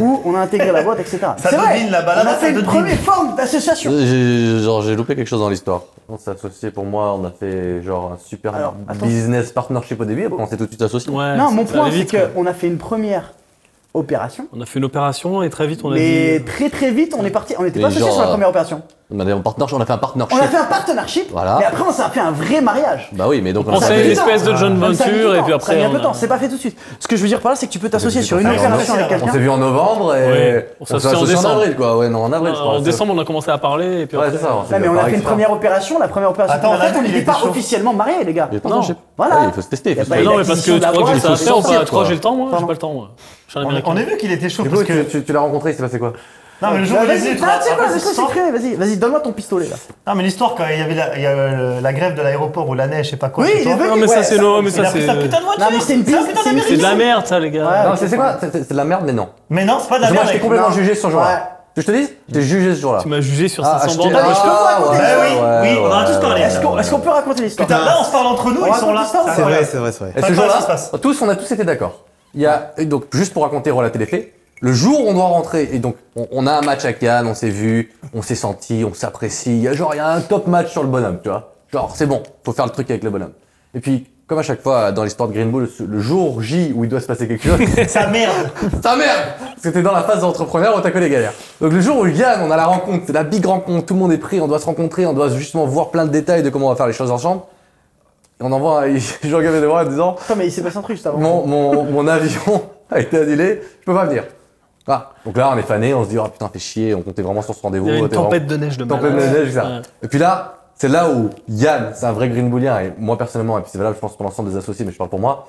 [SPEAKER 5] où on a intégré la boîte, etc.
[SPEAKER 4] Ça
[SPEAKER 5] C'est vrai.
[SPEAKER 4] devine la balade,
[SPEAKER 5] On a
[SPEAKER 4] ça
[SPEAKER 5] fait une
[SPEAKER 4] devine.
[SPEAKER 5] première forme d'association.
[SPEAKER 3] J'ai- Genre, j'ai loupé quelque chose dans l'histoire. On s'est associé pour moi, on a fait genre un super
[SPEAKER 5] Alors, attends.
[SPEAKER 3] business partnership au début, après on s'est tout de suite associé.
[SPEAKER 1] Ouais,
[SPEAKER 5] Non, mon
[SPEAKER 1] ça
[SPEAKER 5] point,
[SPEAKER 1] allait
[SPEAKER 5] c'est
[SPEAKER 1] vite, quoi.
[SPEAKER 5] qu'on a fait une première opération.
[SPEAKER 1] On a fait une opération et très vite on a
[SPEAKER 5] Mais
[SPEAKER 1] dit. euh,
[SPEAKER 5] très très vite, on est parti. On n'était pas
[SPEAKER 3] Mais
[SPEAKER 5] associés
[SPEAKER 3] genre,
[SPEAKER 5] sur la
[SPEAKER 3] euh,
[SPEAKER 5] première opération.
[SPEAKER 3] On a, des partnership- on a fait un partnership.
[SPEAKER 5] On a fait un partnership.
[SPEAKER 3] Voilà.
[SPEAKER 5] Mais après, on s'est fait un vrai mariage.
[SPEAKER 3] Bah oui, mais donc
[SPEAKER 1] On
[SPEAKER 3] a
[SPEAKER 5] Ça
[SPEAKER 1] s'est
[SPEAKER 5] a mis
[SPEAKER 1] une
[SPEAKER 5] du
[SPEAKER 3] fait-
[SPEAKER 5] temps.
[SPEAKER 1] espèce de joint
[SPEAKER 5] Ça a mis du
[SPEAKER 1] venture
[SPEAKER 5] temps.
[SPEAKER 1] et puis
[SPEAKER 5] Ça a mis
[SPEAKER 1] après.
[SPEAKER 5] un peu
[SPEAKER 1] on
[SPEAKER 5] de
[SPEAKER 1] a-
[SPEAKER 5] temps, c'est pas fait tout de suite. Ce que je veux dire par là, c'est que tu peux t'associer sur une
[SPEAKER 4] Allez, on
[SPEAKER 5] opération
[SPEAKER 4] essaie,
[SPEAKER 5] avec
[SPEAKER 4] alors.
[SPEAKER 3] On s'est
[SPEAKER 5] quelqu'un.
[SPEAKER 3] vu en novembre et
[SPEAKER 1] Ouais, on s'est
[SPEAKER 3] on s'est
[SPEAKER 1] associé en
[SPEAKER 3] associé en
[SPEAKER 1] décembre.
[SPEAKER 3] avril quoi. Ouais, non, en avril. je crois.
[SPEAKER 1] En décembre, on a commencé à parler et puis
[SPEAKER 3] Ouais,
[SPEAKER 1] après-
[SPEAKER 3] c'est ça. s'est
[SPEAKER 5] Non, mais on a
[SPEAKER 3] par
[SPEAKER 5] fait une
[SPEAKER 3] extra.
[SPEAKER 5] première opération, la première opération.
[SPEAKER 4] Attends,
[SPEAKER 5] en fait,
[SPEAKER 4] là,
[SPEAKER 5] on
[SPEAKER 4] il
[SPEAKER 5] n'était
[SPEAKER 4] était
[SPEAKER 5] pas
[SPEAKER 4] chaud.
[SPEAKER 5] officiellement mariés, les gars.
[SPEAKER 3] Les partnerships.
[SPEAKER 5] Voilà.
[SPEAKER 3] Ouais, Ah, il faut se tester. il faut
[SPEAKER 5] Eh
[SPEAKER 3] se
[SPEAKER 5] ben,
[SPEAKER 1] Mais
[SPEAKER 3] tester.
[SPEAKER 5] il
[SPEAKER 1] non,
[SPEAKER 5] a
[SPEAKER 1] mais parce
[SPEAKER 5] acquisition
[SPEAKER 1] que tu
[SPEAKER 5] de la
[SPEAKER 1] crois que j'ai
[SPEAKER 5] boîte,
[SPEAKER 1] ça à faire ou
[SPEAKER 5] sortir,
[SPEAKER 1] pas
[SPEAKER 5] quoi.
[SPEAKER 1] Toi, j'ai le temps, moi, j'ai
[SPEAKER 5] Pardon.
[SPEAKER 1] pas le temps, moi. Je suis un
[SPEAKER 4] On,
[SPEAKER 1] américain.
[SPEAKER 4] on a vu qu'il était chaud
[SPEAKER 3] Du coup,
[SPEAKER 4] parce que.
[SPEAKER 3] tu, tu- tu l'as rencontré, il s'est passé quoi
[SPEAKER 4] Non, mais le jour où
[SPEAKER 5] Bah,
[SPEAKER 4] il est
[SPEAKER 5] vas-y,
[SPEAKER 4] venu, tu
[SPEAKER 5] ah,
[SPEAKER 4] vois,
[SPEAKER 5] tu sais quoi,
[SPEAKER 4] après,
[SPEAKER 5] le
[SPEAKER 4] c'est
[SPEAKER 5] truc, c'est
[SPEAKER 4] sans-
[SPEAKER 5] créé, vas-y, vas-y, donne-moi ton pistolet là.
[SPEAKER 4] Non, mais l'histoire, quand il y avait la, il y a, euh, la grève de l'aéroport ou la neige, je sais pas quoi.
[SPEAKER 5] Oui,
[SPEAKER 4] chez
[SPEAKER 5] il
[SPEAKER 4] toi,
[SPEAKER 5] est venu.
[SPEAKER 1] Non, mais
[SPEAKER 5] Ouais,
[SPEAKER 1] ça, c'est
[SPEAKER 5] ça-
[SPEAKER 1] non, mais
[SPEAKER 4] il a
[SPEAKER 1] ça,
[SPEAKER 4] pris
[SPEAKER 1] c'est.
[SPEAKER 4] sa putain de voiture.
[SPEAKER 5] Non, mais c'est une
[SPEAKER 4] un
[SPEAKER 5] piste,
[SPEAKER 4] putain
[SPEAKER 5] c'est une
[SPEAKER 1] C'est de
[SPEAKER 4] d'Américain.
[SPEAKER 1] la merde, ça, les gars.
[SPEAKER 5] Ouais.
[SPEAKER 3] Non, c'est c'est quoi C'est- C'est c'est de la merde, mais non.
[SPEAKER 4] Mais non, c'est pas de la
[SPEAKER 3] Moi,
[SPEAKER 4] merde.
[SPEAKER 3] j'étais
[SPEAKER 4] mec.
[SPEAKER 3] complètement
[SPEAKER 5] non.
[SPEAKER 3] jugé sur
[SPEAKER 5] Ouais.
[SPEAKER 3] jour-là. Je te dis J'étais jugé ce jour-là.
[SPEAKER 1] Tu m'as jugé sur
[SPEAKER 3] Ah,
[SPEAKER 1] 500
[SPEAKER 3] acheter
[SPEAKER 1] bandes. Bah,
[SPEAKER 5] là. je peux vous raconter
[SPEAKER 3] ouais,
[SPEAKER 4] l'histoire
[SPEAKER 3] ouais,
[SPEAKER 4] Bah oui, oui, on en a tous parlé.
[SPEAKER 5] Est-ce qu'on est-ce qu'on peut raconter l'histoire
[SPEAKER 4] Putain, là, on se parle entre nous,
[SPEAKER 5] On
[SPEAKER 4] ils sont
[SPEAKER 5] raconte
[SPEAKER 4] là.
[SPEAKER 5] l'histoire,
[SPEAKER 4] C'est
[SPEAKER 2] C'est vrai,
[SPEAKER 4] incroyable.
[SPEAKER 2] c'est vrai, c'est vrai.
[SPEAKER 3] Et
[SPEAKER 4] Enfin,
[SPEAKER 3] ce
[SPEAKER 4] qu'est-ce qui se
[SPEAKER 3] jour-là,
[SPEAKER 4] passe
[SPEAKER 3] tous, on a tous été d'accord. Il y a, et donc, juste pour raconter, relater les faits, le jour où on doit rentrer, et donc, on, on a un match à Cannes, on s'est vu, on s'est senti, on s'apprécie. Il y a genre, il y a un top match sur le bonhomme, tu vois. Genre, c'est bon, faut faire le truc avec le bonhomme. Et puis, comme à chaque fois dans l'histoire de Green Bull, le- le jour J où il doit se passer quelque chose,
[SPEAKER 4] Sa merde.
[SPEAKER 3] Ta merde Parce que t'es dans la phase d'entrepreneur où t'as que les galères. Donc le jour où Yann, on a la rencontre, c'est la big rencontre, tout le monde est pris, on doit se rencontrer, on doit justement voir plein de détails de comment on va faire les choses ensemble. Et on envoie, un- je regarde devant en disant,
[SPEAKER 5] Putain, mais il s'est passé un truc juste avant.
[SPEAKER 3] mon, mon, mon avion a été annulé, je peux pas venir. Ah, donc là on est fané, on se dit, ah putain, fais chier, on comptait vraiment sur ce rendez-vous.
[SPEAKER 1] Il y a une
[SPEAKER 3] t'es vraiment-
[SPEAKER 1] tempête de neige de malade.
[SPEAKER 3] tempête de neige, etc.
[SPEAKER 1] Ouais.
[SPEAKER 3] Et puis là, c'est là où Yann, c'est un vrai Green Bullien, et moi personnellement, et puis c'est valable, je pense, pour l'ensemble des associés, mais je parle pour moi,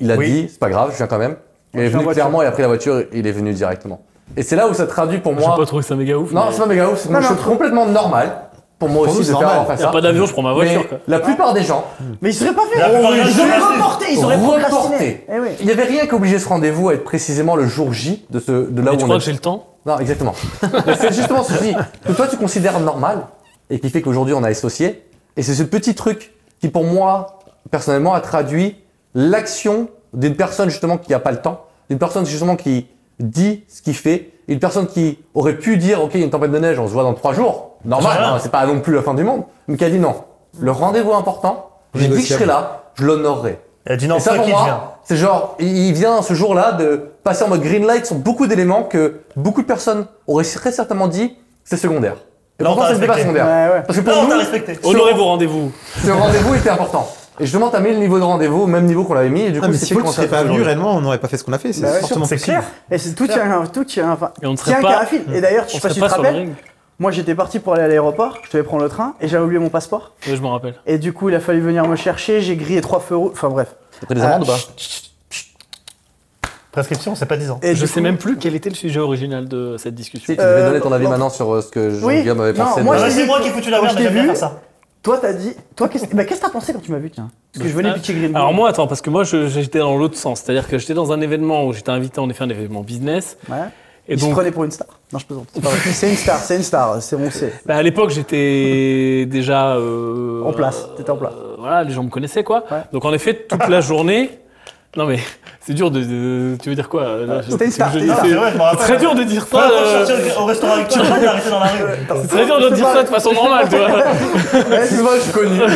[SPEAKER 3] il a
[SPEAKER 4] Oui.
[SPEAKER 3] dit, c'est pas grave, je viens quand même. Il est
[SPEAKER 5] je viens en
[SPEAKER 3] venu
[SPEAKER 5] voiture.
[SPEAKER 3] clairement, il a pris la voiture, et il est venu directement. Et c'est là où ça traduit pour
[SPEAKER 1] J'ai
[SPEAKER 3] moi.
[SPEAKER 1] pas trouvé ça méga ouf.
[SPEAKER 3] Non,
[SPEAKER 1] mais-
[SPEAKER 3] c'est pas méga ouf, c'est
[SPEAKER 5] Non,
[SPEAKER 3] une
[SPEAKER 5] mais
[SPEAKER 3] chose
[SPEAKER 5] entre-
[SPEAKER 3] complètement normale pour moi
[SPEAKER 2] Pour nous,
[SPEAKER 3] aussi
[SPEAKER 2] c'est
[SPEAKER 3] de
[SPEAKER 2] normal.
[SPEAKER 3] faire enfin,
[SPEAKER 1] Y a
[SPEAKER 3] ça.
[SPEAKER 1] pas d'avion, je prends ma voiture,
[SPEAKER 3] Mais
[SPEAKER 1] quoi.
[SPEAKER 3] La plupart des gens
[SPEAKER 5] Mais ils seraient pas fait.
[SPEAKER 4] La plupart des gens,
[SPEAKER 5] Ils auraient
[SPEAKER 4] ils
[SPEAKER 5] reporté, ils auraient
[SPEAKER 3] reporté.
[SPEAKER 5] procrastiné. Eh oui.
[SPEAKER 3] Il n'y avait rien qui obligeait ce rendez-vous à être précisément le jour J de, ce, de là
[SPEAKER 1] Mais
[SPEAKER 3] où
[SPEAKER 1] tu
[SPEAKER 3] on
[SPEAKER 1] crois
[SPEAKER 3] est.
[SPEAKER 1] que j'ai le temps
[SPEAKER 3] Non, exactement. Mais c'est justement ce que je dis, que toi tu considères normal et qui fait qu'aujourd'hui on a associé. Et c'est ce petit truc qui pour moi, personnellement, a traduit l'action d'une personne justement qui n'a pas le temps, d'une personne justement qui dit ce qu'il fait, une personne qui aurait pu dire ok, il y a une tempête de neige, on se voit dans trois jours. Normal,
[SPEAKER 4] Voilà.
[SPEAKER 3] hein, c'est pas non plus la fin du monde. Mais qui a dit non, le rendez-vous important, j'ai dit que je serai là, je l'honorerai.
[SPEAKER 4] Il a dit non,
[SPEAKER 3] Et ça
[SPEAKER 4] fuck
[SPEAKER 3] pour
[SPEAKER 4] it, je viens.
[SPEAKER 3] moi, c'est genre, il il vient ce jour-là de passer en mode green light sur beaucoup d'éléments que beaucoup de personnes auraient très certainement dit c'est secondaire. Et
[SPEAKER 4] Là, on
[SPEAKER 3] pourtant,
[SPEAKER 4] t'a
[SPEAKER 3] c'était pas
[SPEAKER 4] respecté.
[SPEAKER 3] secondaire.
[SPEAKER 5] Ouais, ouais.
[SPEAKER 3] Parce que pour
[SPEAKER 4] Là, on t'a
[SPEAKER 3] nous,
[SPEAKER 4] respecté.
[SPEAKER 1] Honorez vos rendez-vous.
[SPEAKER 3] ce rendez-vous était important. Et justement, t'as mis le niveau de rendez-vous au même niveau qu'on l'avait mis, et du coup,
[SPEAKER 2] Ah, mais
[SPEAKER 3] c'est
[SPEAKER 2] si
[SPEAKER 3] fait
[SPEAKER 2] Paul
[SPEAKER 3] qu'on
[SPEAKER 2] serait
[SPEAKER 3] s'est
[SPEAKER 2] pas venu,
[SPEAKER 3] aujourd'hui.
[SPEAKER 2] réellement, on n'aurait pas fait ce qu'on a fait.
[SPEAKER 5] Bah ouais,
[SPEAKER 2] C'est fortement
[SPEAKER 4] c'est
[SPEAKER 2] possible.
[SPEAKER 4] clair.
[SPEAKER 5] Et c'est tout tient, tout tient, enfin,
[SPEAKER 1] Et on ne serait
[SPEAKER 5] tient
[SPEAKER 1] pas-
[SPEAKER 5] qu'à un fil. Et d'ailleurs, je
[SPEAKER 1] On
[SPEAKER 5] sais
[SPEAKER 1] serait
[SPEAKER 5] pas si tu
[SPEAKER 1] pas
[SPEAKER 5] te
[SPEAKER 1] sur le
[SPEAKER 5] rappelles,
[SPEAKER 1] ring.
[SPEAKER 5] moi j'étais parti pour aller à l'aéroport, je devais prendre le train et j'avais oublié mon passeport.
[SPEAKER 1] Oui, je m'en rappelle.
[SPEAKER 5] Et du coup, il a fallu venir me chercher, j'ai grillé trois feux rouges, enfin bref.
[SPEAKER 3] T'as pris des amendes ou pas
[SPEAKER 4] Prescription, c'est pas 10 ans.
[SPEAKER 5] Et
[SPEAKER 1] je
[SPEAKER 5] du
[SPEAKER 1] sais
[SPEAKER 5] coup-
[SPEAKER 1] même plus quel était le sujet original de cette discussion.
[SPEAKER 3] Si, tu devais
[SPEAKER 5] Euh,
[SPEAKER 3] donner ton avis
[SPEAKER 5] non.
[SPEAKER 3] maintenant sur euh, ce que
[SPEAKER 5] Oui.
[SPEAKER 3] Jean-Guillaume avait
[SPEAKER 5] Non,
[SPEAKER 3] pensé.
[SPEAKER 5] moi,
[SPEAKER 3] de-
[SPEAKER 5] je
[SPEAKER 4] Ah,
[SPEAKER 5] j'ai
[SPEAKER 4] c'est
[SPEAKER 5] dit-
[SPEAKER 4] moi qui ai foutu la
[SPEAKER 5] quand
[SPEAKER 4] merde,
[SPEAKER 5] je t'ai
[SPEAKER 4] j'aime bien
[SPEAKER 5] vu-
[SPEAKER 4] faire ça.
[SPEAKER 5] Toi, t'as dit. Toi, qu'est-ce bah, qu'est-ce que t'as pensé quand tu m'as vu, tiens Parce que je venais
[SPEAKER 1] Ah.
[SPEAKER 5] pitcher Green Bull.
[SPEAKER 1] Alors moi, attends, parce que moi, je- j'étais dans l'autre sens. C'est-à-dire que j'étais dans un événement où j'étais invité, en effet, un événement business.
[SPEAKER 5] Ouais.
[SPEAKER 1] Et
[SPEAKER 5] il se
[SPEAKER 1] donc,
[SPEAKER 5] prenait pour une star. Non, je plaisante. C'est pas vrai. C'est une star, c'est une star, c'est on sait.
[SPEAKER 1] bah, à l'époque, j'étais déjà... euh,
[SPEAKER 5] En place, t'étais en place.
[SPEAKER 1] euh, voilà, les gens me connaissaient, quoi.
[SPEAKER 5] Ouais.
[SPEAKER 1] Donc, en effet, toute la journée... Non, mais c'est dur de, de- Tu veux dire quoi là, je-
[SPEAKER 5] c'était une star,
[SPEAKER 1] je-
[SPEAKER 5] c'était une
[SPEAKER 1] c'est-
[SPEAKER 5] star.
[SPEAKER 4] C'est vrai, je me
[SPEAKER 1] C'est
[SPEAKER 4] rappelle.
[SPEAKER 1] très dur de dire ça.
[SPEAKER 4] Première fois que
[SPEAKER 1] euh,
[SPEAKER 4] je suis sorti au restaurant avec toi, t'es arrêté dans la rue.
[SPEAKER 1] C'est très dur de dire ça de façon normale, tu vois.
[SPEAKER 3] Excuse-moi, je suis connu.
[SPEAKER 4] Non,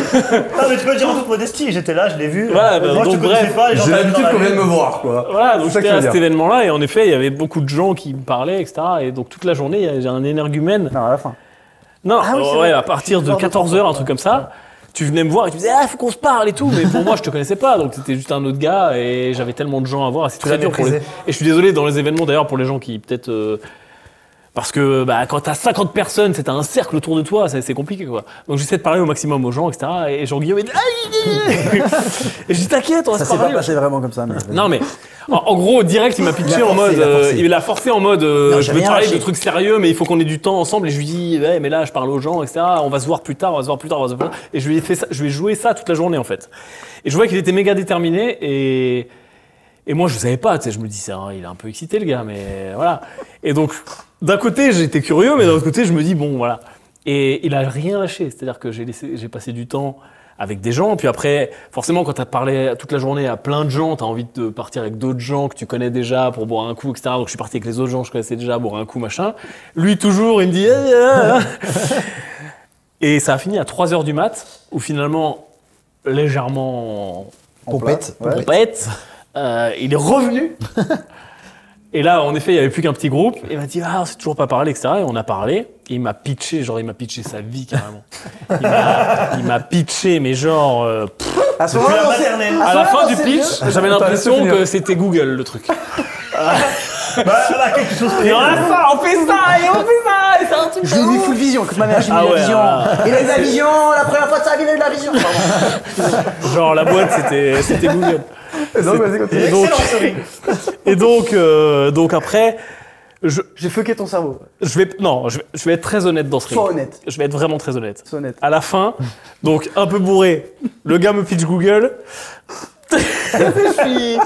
[SPEAKER 4] mais tu peux le dire en toute modestie, j'étais là, je l'ai vu.
[SPEAKER 1] Voilà, bah,
[SPEAKER 4] Moi, je te
[SPEAKER 1] donc,
[SPEAKER 4] connaissais
[SPEAKER 1] bref,
[SPEAKER 4] pas, les gens
[SPEAKER 3] J'ai
[SPEAKER 4] t'avaient dans
[SPEAKER 3] l'habitude
[SPEAKER 4] la
[SPEAKER 3] qu'on
[SPEAKER 4] rue.
[SPEAKER 3] vienne me voir, quoi.
[SPEAKER 1] Voilà,
[SPEAKER 3] C'est
[SPEAKER 1] donc
[SPEAKER 3] ça que
[SPEAKER 1] j'étais
[SPEAKER 3] tu veux
[SPEAKER 1] à cet
[SPEAKER 3] dire.
[SPEAKER 1] événement-là et en effet, il y avait beaucoup de gens qui me parlaient, etc. Et donc toute la journée, il y a un énergumène.
[SPEAKER 5] Non, à la fin.
[SPEAKER 1] Non,
[SPEAKER 5] Ah oui, c'est
[SPEAKER 1] ouais,
[SPEAKER 5] vrai.
[SPEAKER 1] à partir de
[SPEAKER 5] Genre de
[SPEAKER 1] 14h, un truc comme ça. Tu venais me voir et tu me disais, ah, faut qu'on se parle et tout. Mais pour moi, je te connaissais pas. Donc, c'était juste un autre gars et j'avais tellement de gens à voir. et C'est très
[SPEAKER 2] l'as
[SPEAKER 1] dur pour les. Et
[SPEAKER 2] méprisé.
[SPEAKER 1] je suis désolé dans les événements d'ailleurs pour les gens qui peut-être. euh, Parce que bah, quand t'as 50 personnes, c'est un cercle autour de toi, c'est c'est compliqué quoi. Donc j'essaie de parler au maximum aux gens, etc. Et Jean-Guillaume Ah, est. Aïe et je dis t'inquiète, on va
[SPEAKER 5] Ça
[SPEAKER 1] se
[SPEAKER 5] s'est pas
[SPEAKER 1] parler.
[SPEAKER 5] passé vraiment comme ça. Mais...
[SPEAKER 1] Non mais en, en gros direct il m'a pitché
[SPEAKER 2] Il a
[SPEAKER 1] en
[SPEAKER 2] forcé,
[SPEAKER 1] mode
[SPEAKER 2] il a
[SPEAKER 1] euh,
[SPEAKER 2] forcé.
[SPEAKER 1] il a forcé en mode euh,
[SPEAKER 5] Non, j'ai
[SPEAKER 1] je veux te
[SPEAKER 5] rien
[SPEAKER 1] parler
[SPEAKER 5] lâché.
[SPEAKER 1] de trucs sérieux mais il faut qu'on ait du temps ensemble et je lui dis ouais mais là je parle aux gens etc on va se voir plus tard on va se voir plus tard on va se voir plus tard. et je lui ai fait ça je lui ai joué ça toute la journée en fait et je vois qu'il était méga déterminé et et moi je savais pas tu sais je me dis ça il est un peu excité le gars mais voilà et donc d'un côté j'étais curieux mais d'un autre côté je me dis bon voilà et il a rien lâché c'est à dire que j'ai laissé j'ai passé du temps avec des gens. Puis après, forcément, quand t'as parlé toute la journée à plein de gens, t'as envie de partir avec d'autres gens que tu connais déjà pour boire un coup, etc. Donc je suis parti avec les autres gens que je connaissais déjà, boire un coup, machin. Lui, toujours, il me dit... Eh, eh, eh. Et ça a fini à 3 heures du mat, où finalement, légèrement
[SPEAKER 2] Pompette.
[SPEAKER 5] plat, ouais.
[SPEAKER 2] pompette.
[SPEAKER 1] pompette, euh, il est revenu. Et là, en effet, il n'y avait plus qu'un petit groupe. Il m'a dit, ah, on s'est toujours pas parlé, etc. Et on a parlé. Et il m'a pitché, genre, il m'a pitché sa vie, carrément. Il m'a- Il m'a pitché, mais genre, euh, pff,
[SPEAKER 5] À ce
[SPEAKER 4] Je suis la
[SPEAKER 5] moment-là, on s'est-
[SPEAKER 4] maternelle.
[SPEAKER 5] Ah,
[SPEAKER 1] à
[SPEAKER 5] ça
[SPEAKER 1] la
[SPEAKER 5] va,
[SPEAKER 1] fin
[SPEAKER 5] non,
[SPEAKER 1] du
[SPEAKER 5] c'est
[SPEAKER 1] pitch,
[SPEAKER 5] bien.
[SPEAKER 1] j'avais
[SPEAKER 3] Attends,
[SPEAKER 1] l'impression
[SPEAKER 3] laisse-le
[SPEAKER 1] que c'était Google, le truc.
[SPEAKER 4] Bah, voilà, quelque chose
[SPEAKER 1] Et on a ça, on fait ça, et on fait ça, et c'est un truc
[SPEAKER 5] Je
[SPEAKER 1] de
[SPEAKER 5] l'ai vu
[SPEAKER 1] ouf.
[SPEAKER 5] full vision, que ma mère, j'ai
[SPEAKER 1] Ah
[SPEAKER 5] vu
[SPEAKER 1] ouais,
[SPEAKER 5] la vision.
[SPEAKER 1] alors
[SPEAKER 5] Il a eu de la vision, la première fois de sa vie, il a eu de la vision. Pardon.
[SPEAKER 1] Genre, la boîte, c'était c'était Google.
[SPEAKER 3] Donc, vas-y, continue.
[SPEAKER 1] Et donc, et donc, euh, donc après, je,
[SPEAKER 5] J'ai fucké ton cerveau.
[SPEAKER 1] je vais, non, je vais, je vais être très honnête dans ce
[SPEAKER 5] Sois
[SPEAKER 1] ring.
[SPEAKER 5] honnête.
[SPEAKER 1] Je vais être vraiment très honnête.
[SPEAKER 5] Sois honnête.
[SPEAKER 1] à la fin, donc un peu bourré, le gars me pitch Google. je, suis-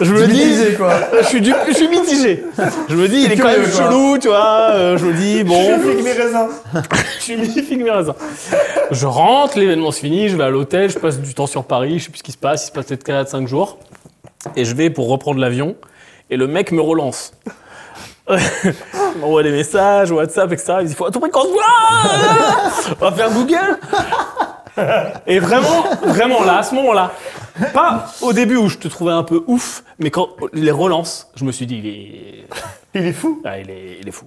[SPEAKER 1] je me dis,
[SPEAKER 3] Mitigé, quoi.
[SPEAKER 1] Euh, je suis, du- je suis mitigé. Je me dis, il est quand même
[SPEAKER 3] curieux, quoi.
[SPEAKER 1] chelou, tu vois. euh, je me dis, bon,
[SPEAKER 4] Je flic mes raisins.
[SPEAKER 1] je suis mythique, mes raisins. Je rentre, l'événement se finit, je vais à l'hôtel, je passe du temps sur Paris, je sais plus ce qui se passe, il se passe peut-être 4 5 jours. Et je vais pour reprendre l'avion, et le mec me relance. Il m'envoie des messages, WhatsApp, etc. Il me dit, faut à tout prix qu'on se voit On va faire Google Et vraiment, vraiment là, à ce moment-là, pas au début où je te trouvais un peu ouf, mais quand il les relance, je me suis dit, il est,
[SPEAKER 4] Il est fou.
[SPEAKER 1] ah, il est, il est fou.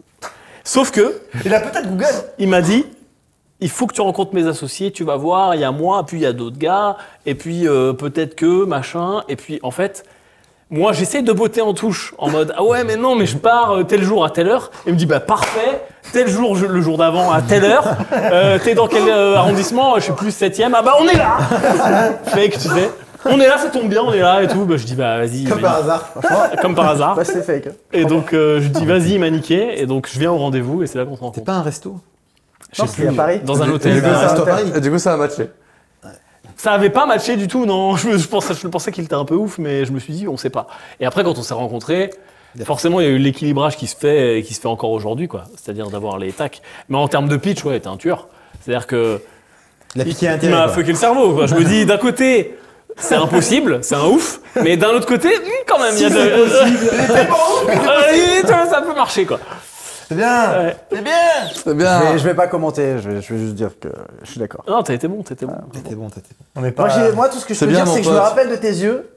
[SPEAKER 1] Sauf que,
[SPEAKER 4] Il a peut-être Google.
[SPEAKER 1] il m'a dit il faut que tu rencontres mes associés, tu vas voir, il y a moi, puis il y a d'autres gars, et puis euh, peut-être que machin, et puis en fait, moi j'essaie de botter en touche, en mode ah ouais mais non mais je pars euh, tel jour à telle heure, et il me dit bah parfait, tel jour je- le jour d'avant à telle heure, euh, t'es dans quel euh, arrondissement, je suis plus septième, ah bah on est là, fake tu sais, on est là ça tombe bien, on est là et tout, bah je dis bah vas-y,
[SPEAKER 2] Comme
[SPEAKER 1] vas-y.
[SPEAKER 2] par hasard.
[SPEAKER 1] comme par hasard,
[SPEAKER 5] Bah, c'est fake. hein.
[SPEAKER 1] et donc euh, je dis vas-y maniqué, et donc je viens au rendez-vous et c'est là qu'on se rencontre.
[SPEAKER 2] C'est pas un resto.
[SPEAKER 1] Je
[SPEAKER 5] Non,
[SPEAKER 1] sais
[SPEAKER 5] c'était
[SPEAKER 1] plus,
[SPEAKER 5] à Paris.
[SPEAKER 1] Dans un
[SPEAKER 2] Et
[SPEAKER 1] hôtel.
[SPEAKER 2] du coup,
[SPEAKER 5] bah,
[SPEAKER 2] ça reste à
[SPEAKER 5] t'as-
[SPEAKER 2] Paris.
[SPEAKER 3] Et du coup, ça a matché.
[SPEAKER 1] Ça avait pas matché du tout, non. Je, me- je pensais, je pensais qu'il était un peu ouf, mais je me suis dit, on sait pas. Et après, quand on s'est rencontrés, forcément, il y a eu l'équilibrage qui se fait, et qui se fait encore aujourd'hui, quoi. C'est-à-dire d'avoir les tacs. Mais en termes de pitch, ouais, t'es un tueur. C'est-à-dire que
[SPEAKER 2] Il a
[SPEAKER 1] il,
[SPEAKER 2] piqué un
[SPEAKER 1] il m'a
[SPEAKER 2] terrain.
[SPEAKER 1] fucké le cerveau. quoi. Je me dis, d'un côté, c'est impossible, c'est un ouf, mais d'un autre côté, hum, quand même, il y a de. Euh, il est- tu vois, ça peut marcher, quoi.
[SPEAKER 2] C'est bien.
[SPEAKER 1] Ouais.
[SPEAKER 3] C'est
[SPEAKER 5] Je
[SPEAKER 3] bien.
[SPEAKER 1] Ah.
[SPEAKER 5] vais, je vais pas commenter, je vais, je vais juste dire que je suis d'accord.
[SPEAKER 1] Non, t'as été bon, t'as été bon.
[SPEAKER 2] T'étais bon, t'étais bon.
[SPEAKER 4] On est
[SPEAKER 5] Moi,
[SPEAKER 4] pas.
[SPEAKER 5] j'ai- moi, tout ce que je
[SPEAKER 3] C'est
[SPEAKER 5] peux
[SPEAKER 3] bien,
[SPEAKER 5] dire,
[SPEAKER 3] mon
[SPEAKER 5] c'est que je me
[SPEAKER 3] pote.
[SPEAKER 5] rappelle de tes yeux.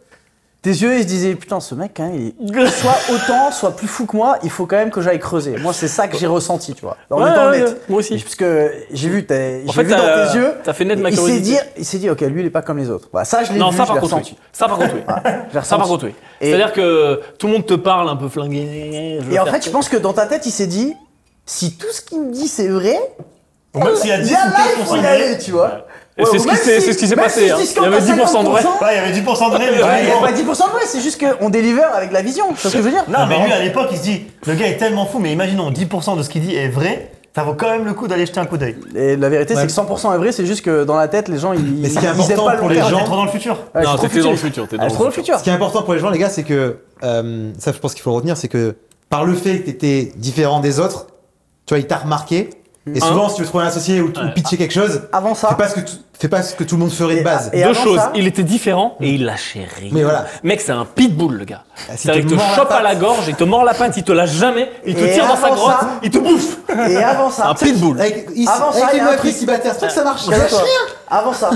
[SPEAKER 5] tes yeux et je disais putain ce mec quand même il est soit autant soit plus fou que moi il faut quand même que j'aille creuser moi c'est ça que j'ai ressenti tu vois en
[SPEAKER 1] Ouais,
[SPEAKER 5] étant
[SPEAKER 1] ouais,
[SPEAKER 5] honnête
[SPEAKER 1] ouais, moi aussi.
[SPEAKER 5] parce que j'ai vu t'as-
[SPEAKER 1] En
[SPEAKER 5] j'ai
[SPEAKER 1] fait,
[SPEAKER 5] vu dans
[SPEAKER 1] t'as-
[SPEAKER 5] tes yeux
[SPEAKER 1] t'as fait naître ma
[SPEAKER 5] il s'est
[SPEAKER 1] curiosité.
[SPEAKER 5] dit il s'est dit ok lui il est pas comme les autres Bah, ça je l'ai
[SPEAKER 1] Non,
[SPEAKER 5] vu
[SPEAKER 1] ça
[SPEAKER 5] je
[SPEAKER 1] par
[SPEAKER 5] l'ai
[SPEAKER 1] contre, oui.
[SPEAKER 5] ressenti
[SPEAKER 1] Ça par contre, oui.
[SPEAKER 5] Je l'ai
[SPEAKER 1] Ça par
[SPEAKER 5] ressenti.
[SPEAKER 1] contre, oui.
[SPEAKER 5] Et-
[SPEAKER 1] C'est-à-dire que tout le monde te parle un peu flingué. je veux
[SPEAKER 5] et en
[SPEAKER 1] faire
[SPEAKER 5] fait je
[SPEAKER 1] ça.
[SPEAKER 5] pense que dans ta tête il s'est dit si tout ce qu'il me dit c'est vrai
[SPEAKER 4] Même s'il y a 10
[SPEAKER 5] là,
[SPEAKER 4] ou
[SPEAKER 5] là, il
[SPEAKER 4] 15
[SPEAKER 5] faut y aller tu vois
[SPEAKER 1] Et c'est ce qui s'est- c'est ce qui s'est passé, hein. Il y avait 10% de vrai.
[SPEAKER 4] Ouais, bah, il y avait 10% de vrai, mais
[SPEAKER 5] il n'y a
[SPEAKER 4] vraiment.
[SPEAKER 5] pas 10% de vrai, c'est juste qu'on deliver avec la vision, c'est ce que je veux dire.
[SPEAKER 4] Non, mais lui à l'époque, il se dit le gars est tellement fou, mais imaginons 10% de ce qu'il dit est vrai, ça vaut quand même le coup d'aller jeter un coup d'œil.
[SPEAKER 5] Et la vérité,
[SPEAKER 2] Ouais.
[SPEAKER 5] c'est que 100% est vrai, c'est juste que dans la tête, les gens, ils,
[SPEAKER 2] Mais ce qui est
[SPEAKER 5] ils aiment
[SPEAKER 2] important
[SPEAKER 5] pas le
[SPEAKER 2] pour
[SPEAKER 5] long
[SPEAKER 2] les
[SPEAKER 5] terme.
[SPEAKER 4] T'es
[SPEAKER 2] gens-
[SPEAKER 4] trop dans le futur.
[SPEAKER 5] Ouais, je suis
[SPEAKER 1] Non,
[SPEAKER 5] trop
[SPEAKER 1] t'es dans le
[SPEAKER 5] futuriste.
[SPEAKER 1] futur. T'es
[SPEAKER 5] Ah,
[SPEAKER 1] dans
[SPEAKER 5] je
[SPEAKER 1] le
[SPEAKER 5] suis trop
[SPEAKER 1] futur.
[SPEAKER 5] futur.
[SPEAKER 2] Ce qui est important pour les gens, les gars, c'est que, euh, ça je pense qu'il faut le retenir, c'est que par le fait que tu étais différent des autres, tu vois, il t'a remarqué. Et souvent, si tu veux trouver un associé ou, t- ou
[SPEAKER 1] Ouais.
[SPEAKER 2] pitcher quelque chose,
[SPEAKER 5] Avant ça-
[SPEAKER 2] fais pas ce que, tu- fais pas ce que tout le monde ferait de
[SPEAKER 5] Ah. Et- ah,
[SPEAKER 2] base.
[SPEAKER 5] et-
[SPEAKER 1] Deux
[SPEAKER 5] avant
[SPEAKER 1] choses,
[SPEAKER 5] ça-
[SPEAKER 1] il était différent et il lâchait rien.
[SPEAKER 2] Mais voilà.
[SPEAKER 1] Mec, c'est un pitbull, le gars.
[SPEAKER 2] Ah, s'il
[SPEAKER 1] C'est-à-dire
[SPEAKER 2] te
[SPEAKER 1] qu'il te
[SPEAKER 2] mord la
[SPEAKER 1] chope à
[SPEAKER 2] patte.
[SPEAKER 1] la gorge, il te mord la patte, il te lâche jamais, il te
[SPEAKER 5] Et
[SPEAKER 1] tire dans sa
[SPEAKER 5] avant
[SPEAKER 1] grotte,
[SPEAKER 5] ça-
[SPEAKER 1] il te bouffe.
[SPEAKER 5] Et avant ah, ça,
[SPEAKER 1] Un pitbull.
[SPEAKER 2] Avec, il,
[SPEAKER 5] Avant ça,
[SPEAKER 2] avec
[SPEAKER 5] il
[SPEAKER 2] les
[SPEAKER 5] y a un
[SPEAKER 2] mains
[SPEAKER 5] truc-
[SPEAKER 2] célibataires, ce truc, ça marche.
[SPEAKER 5] Calme-toi.
[SPEAKER 2] Ça marche rien.
[SPEAKER 5] Avant ça,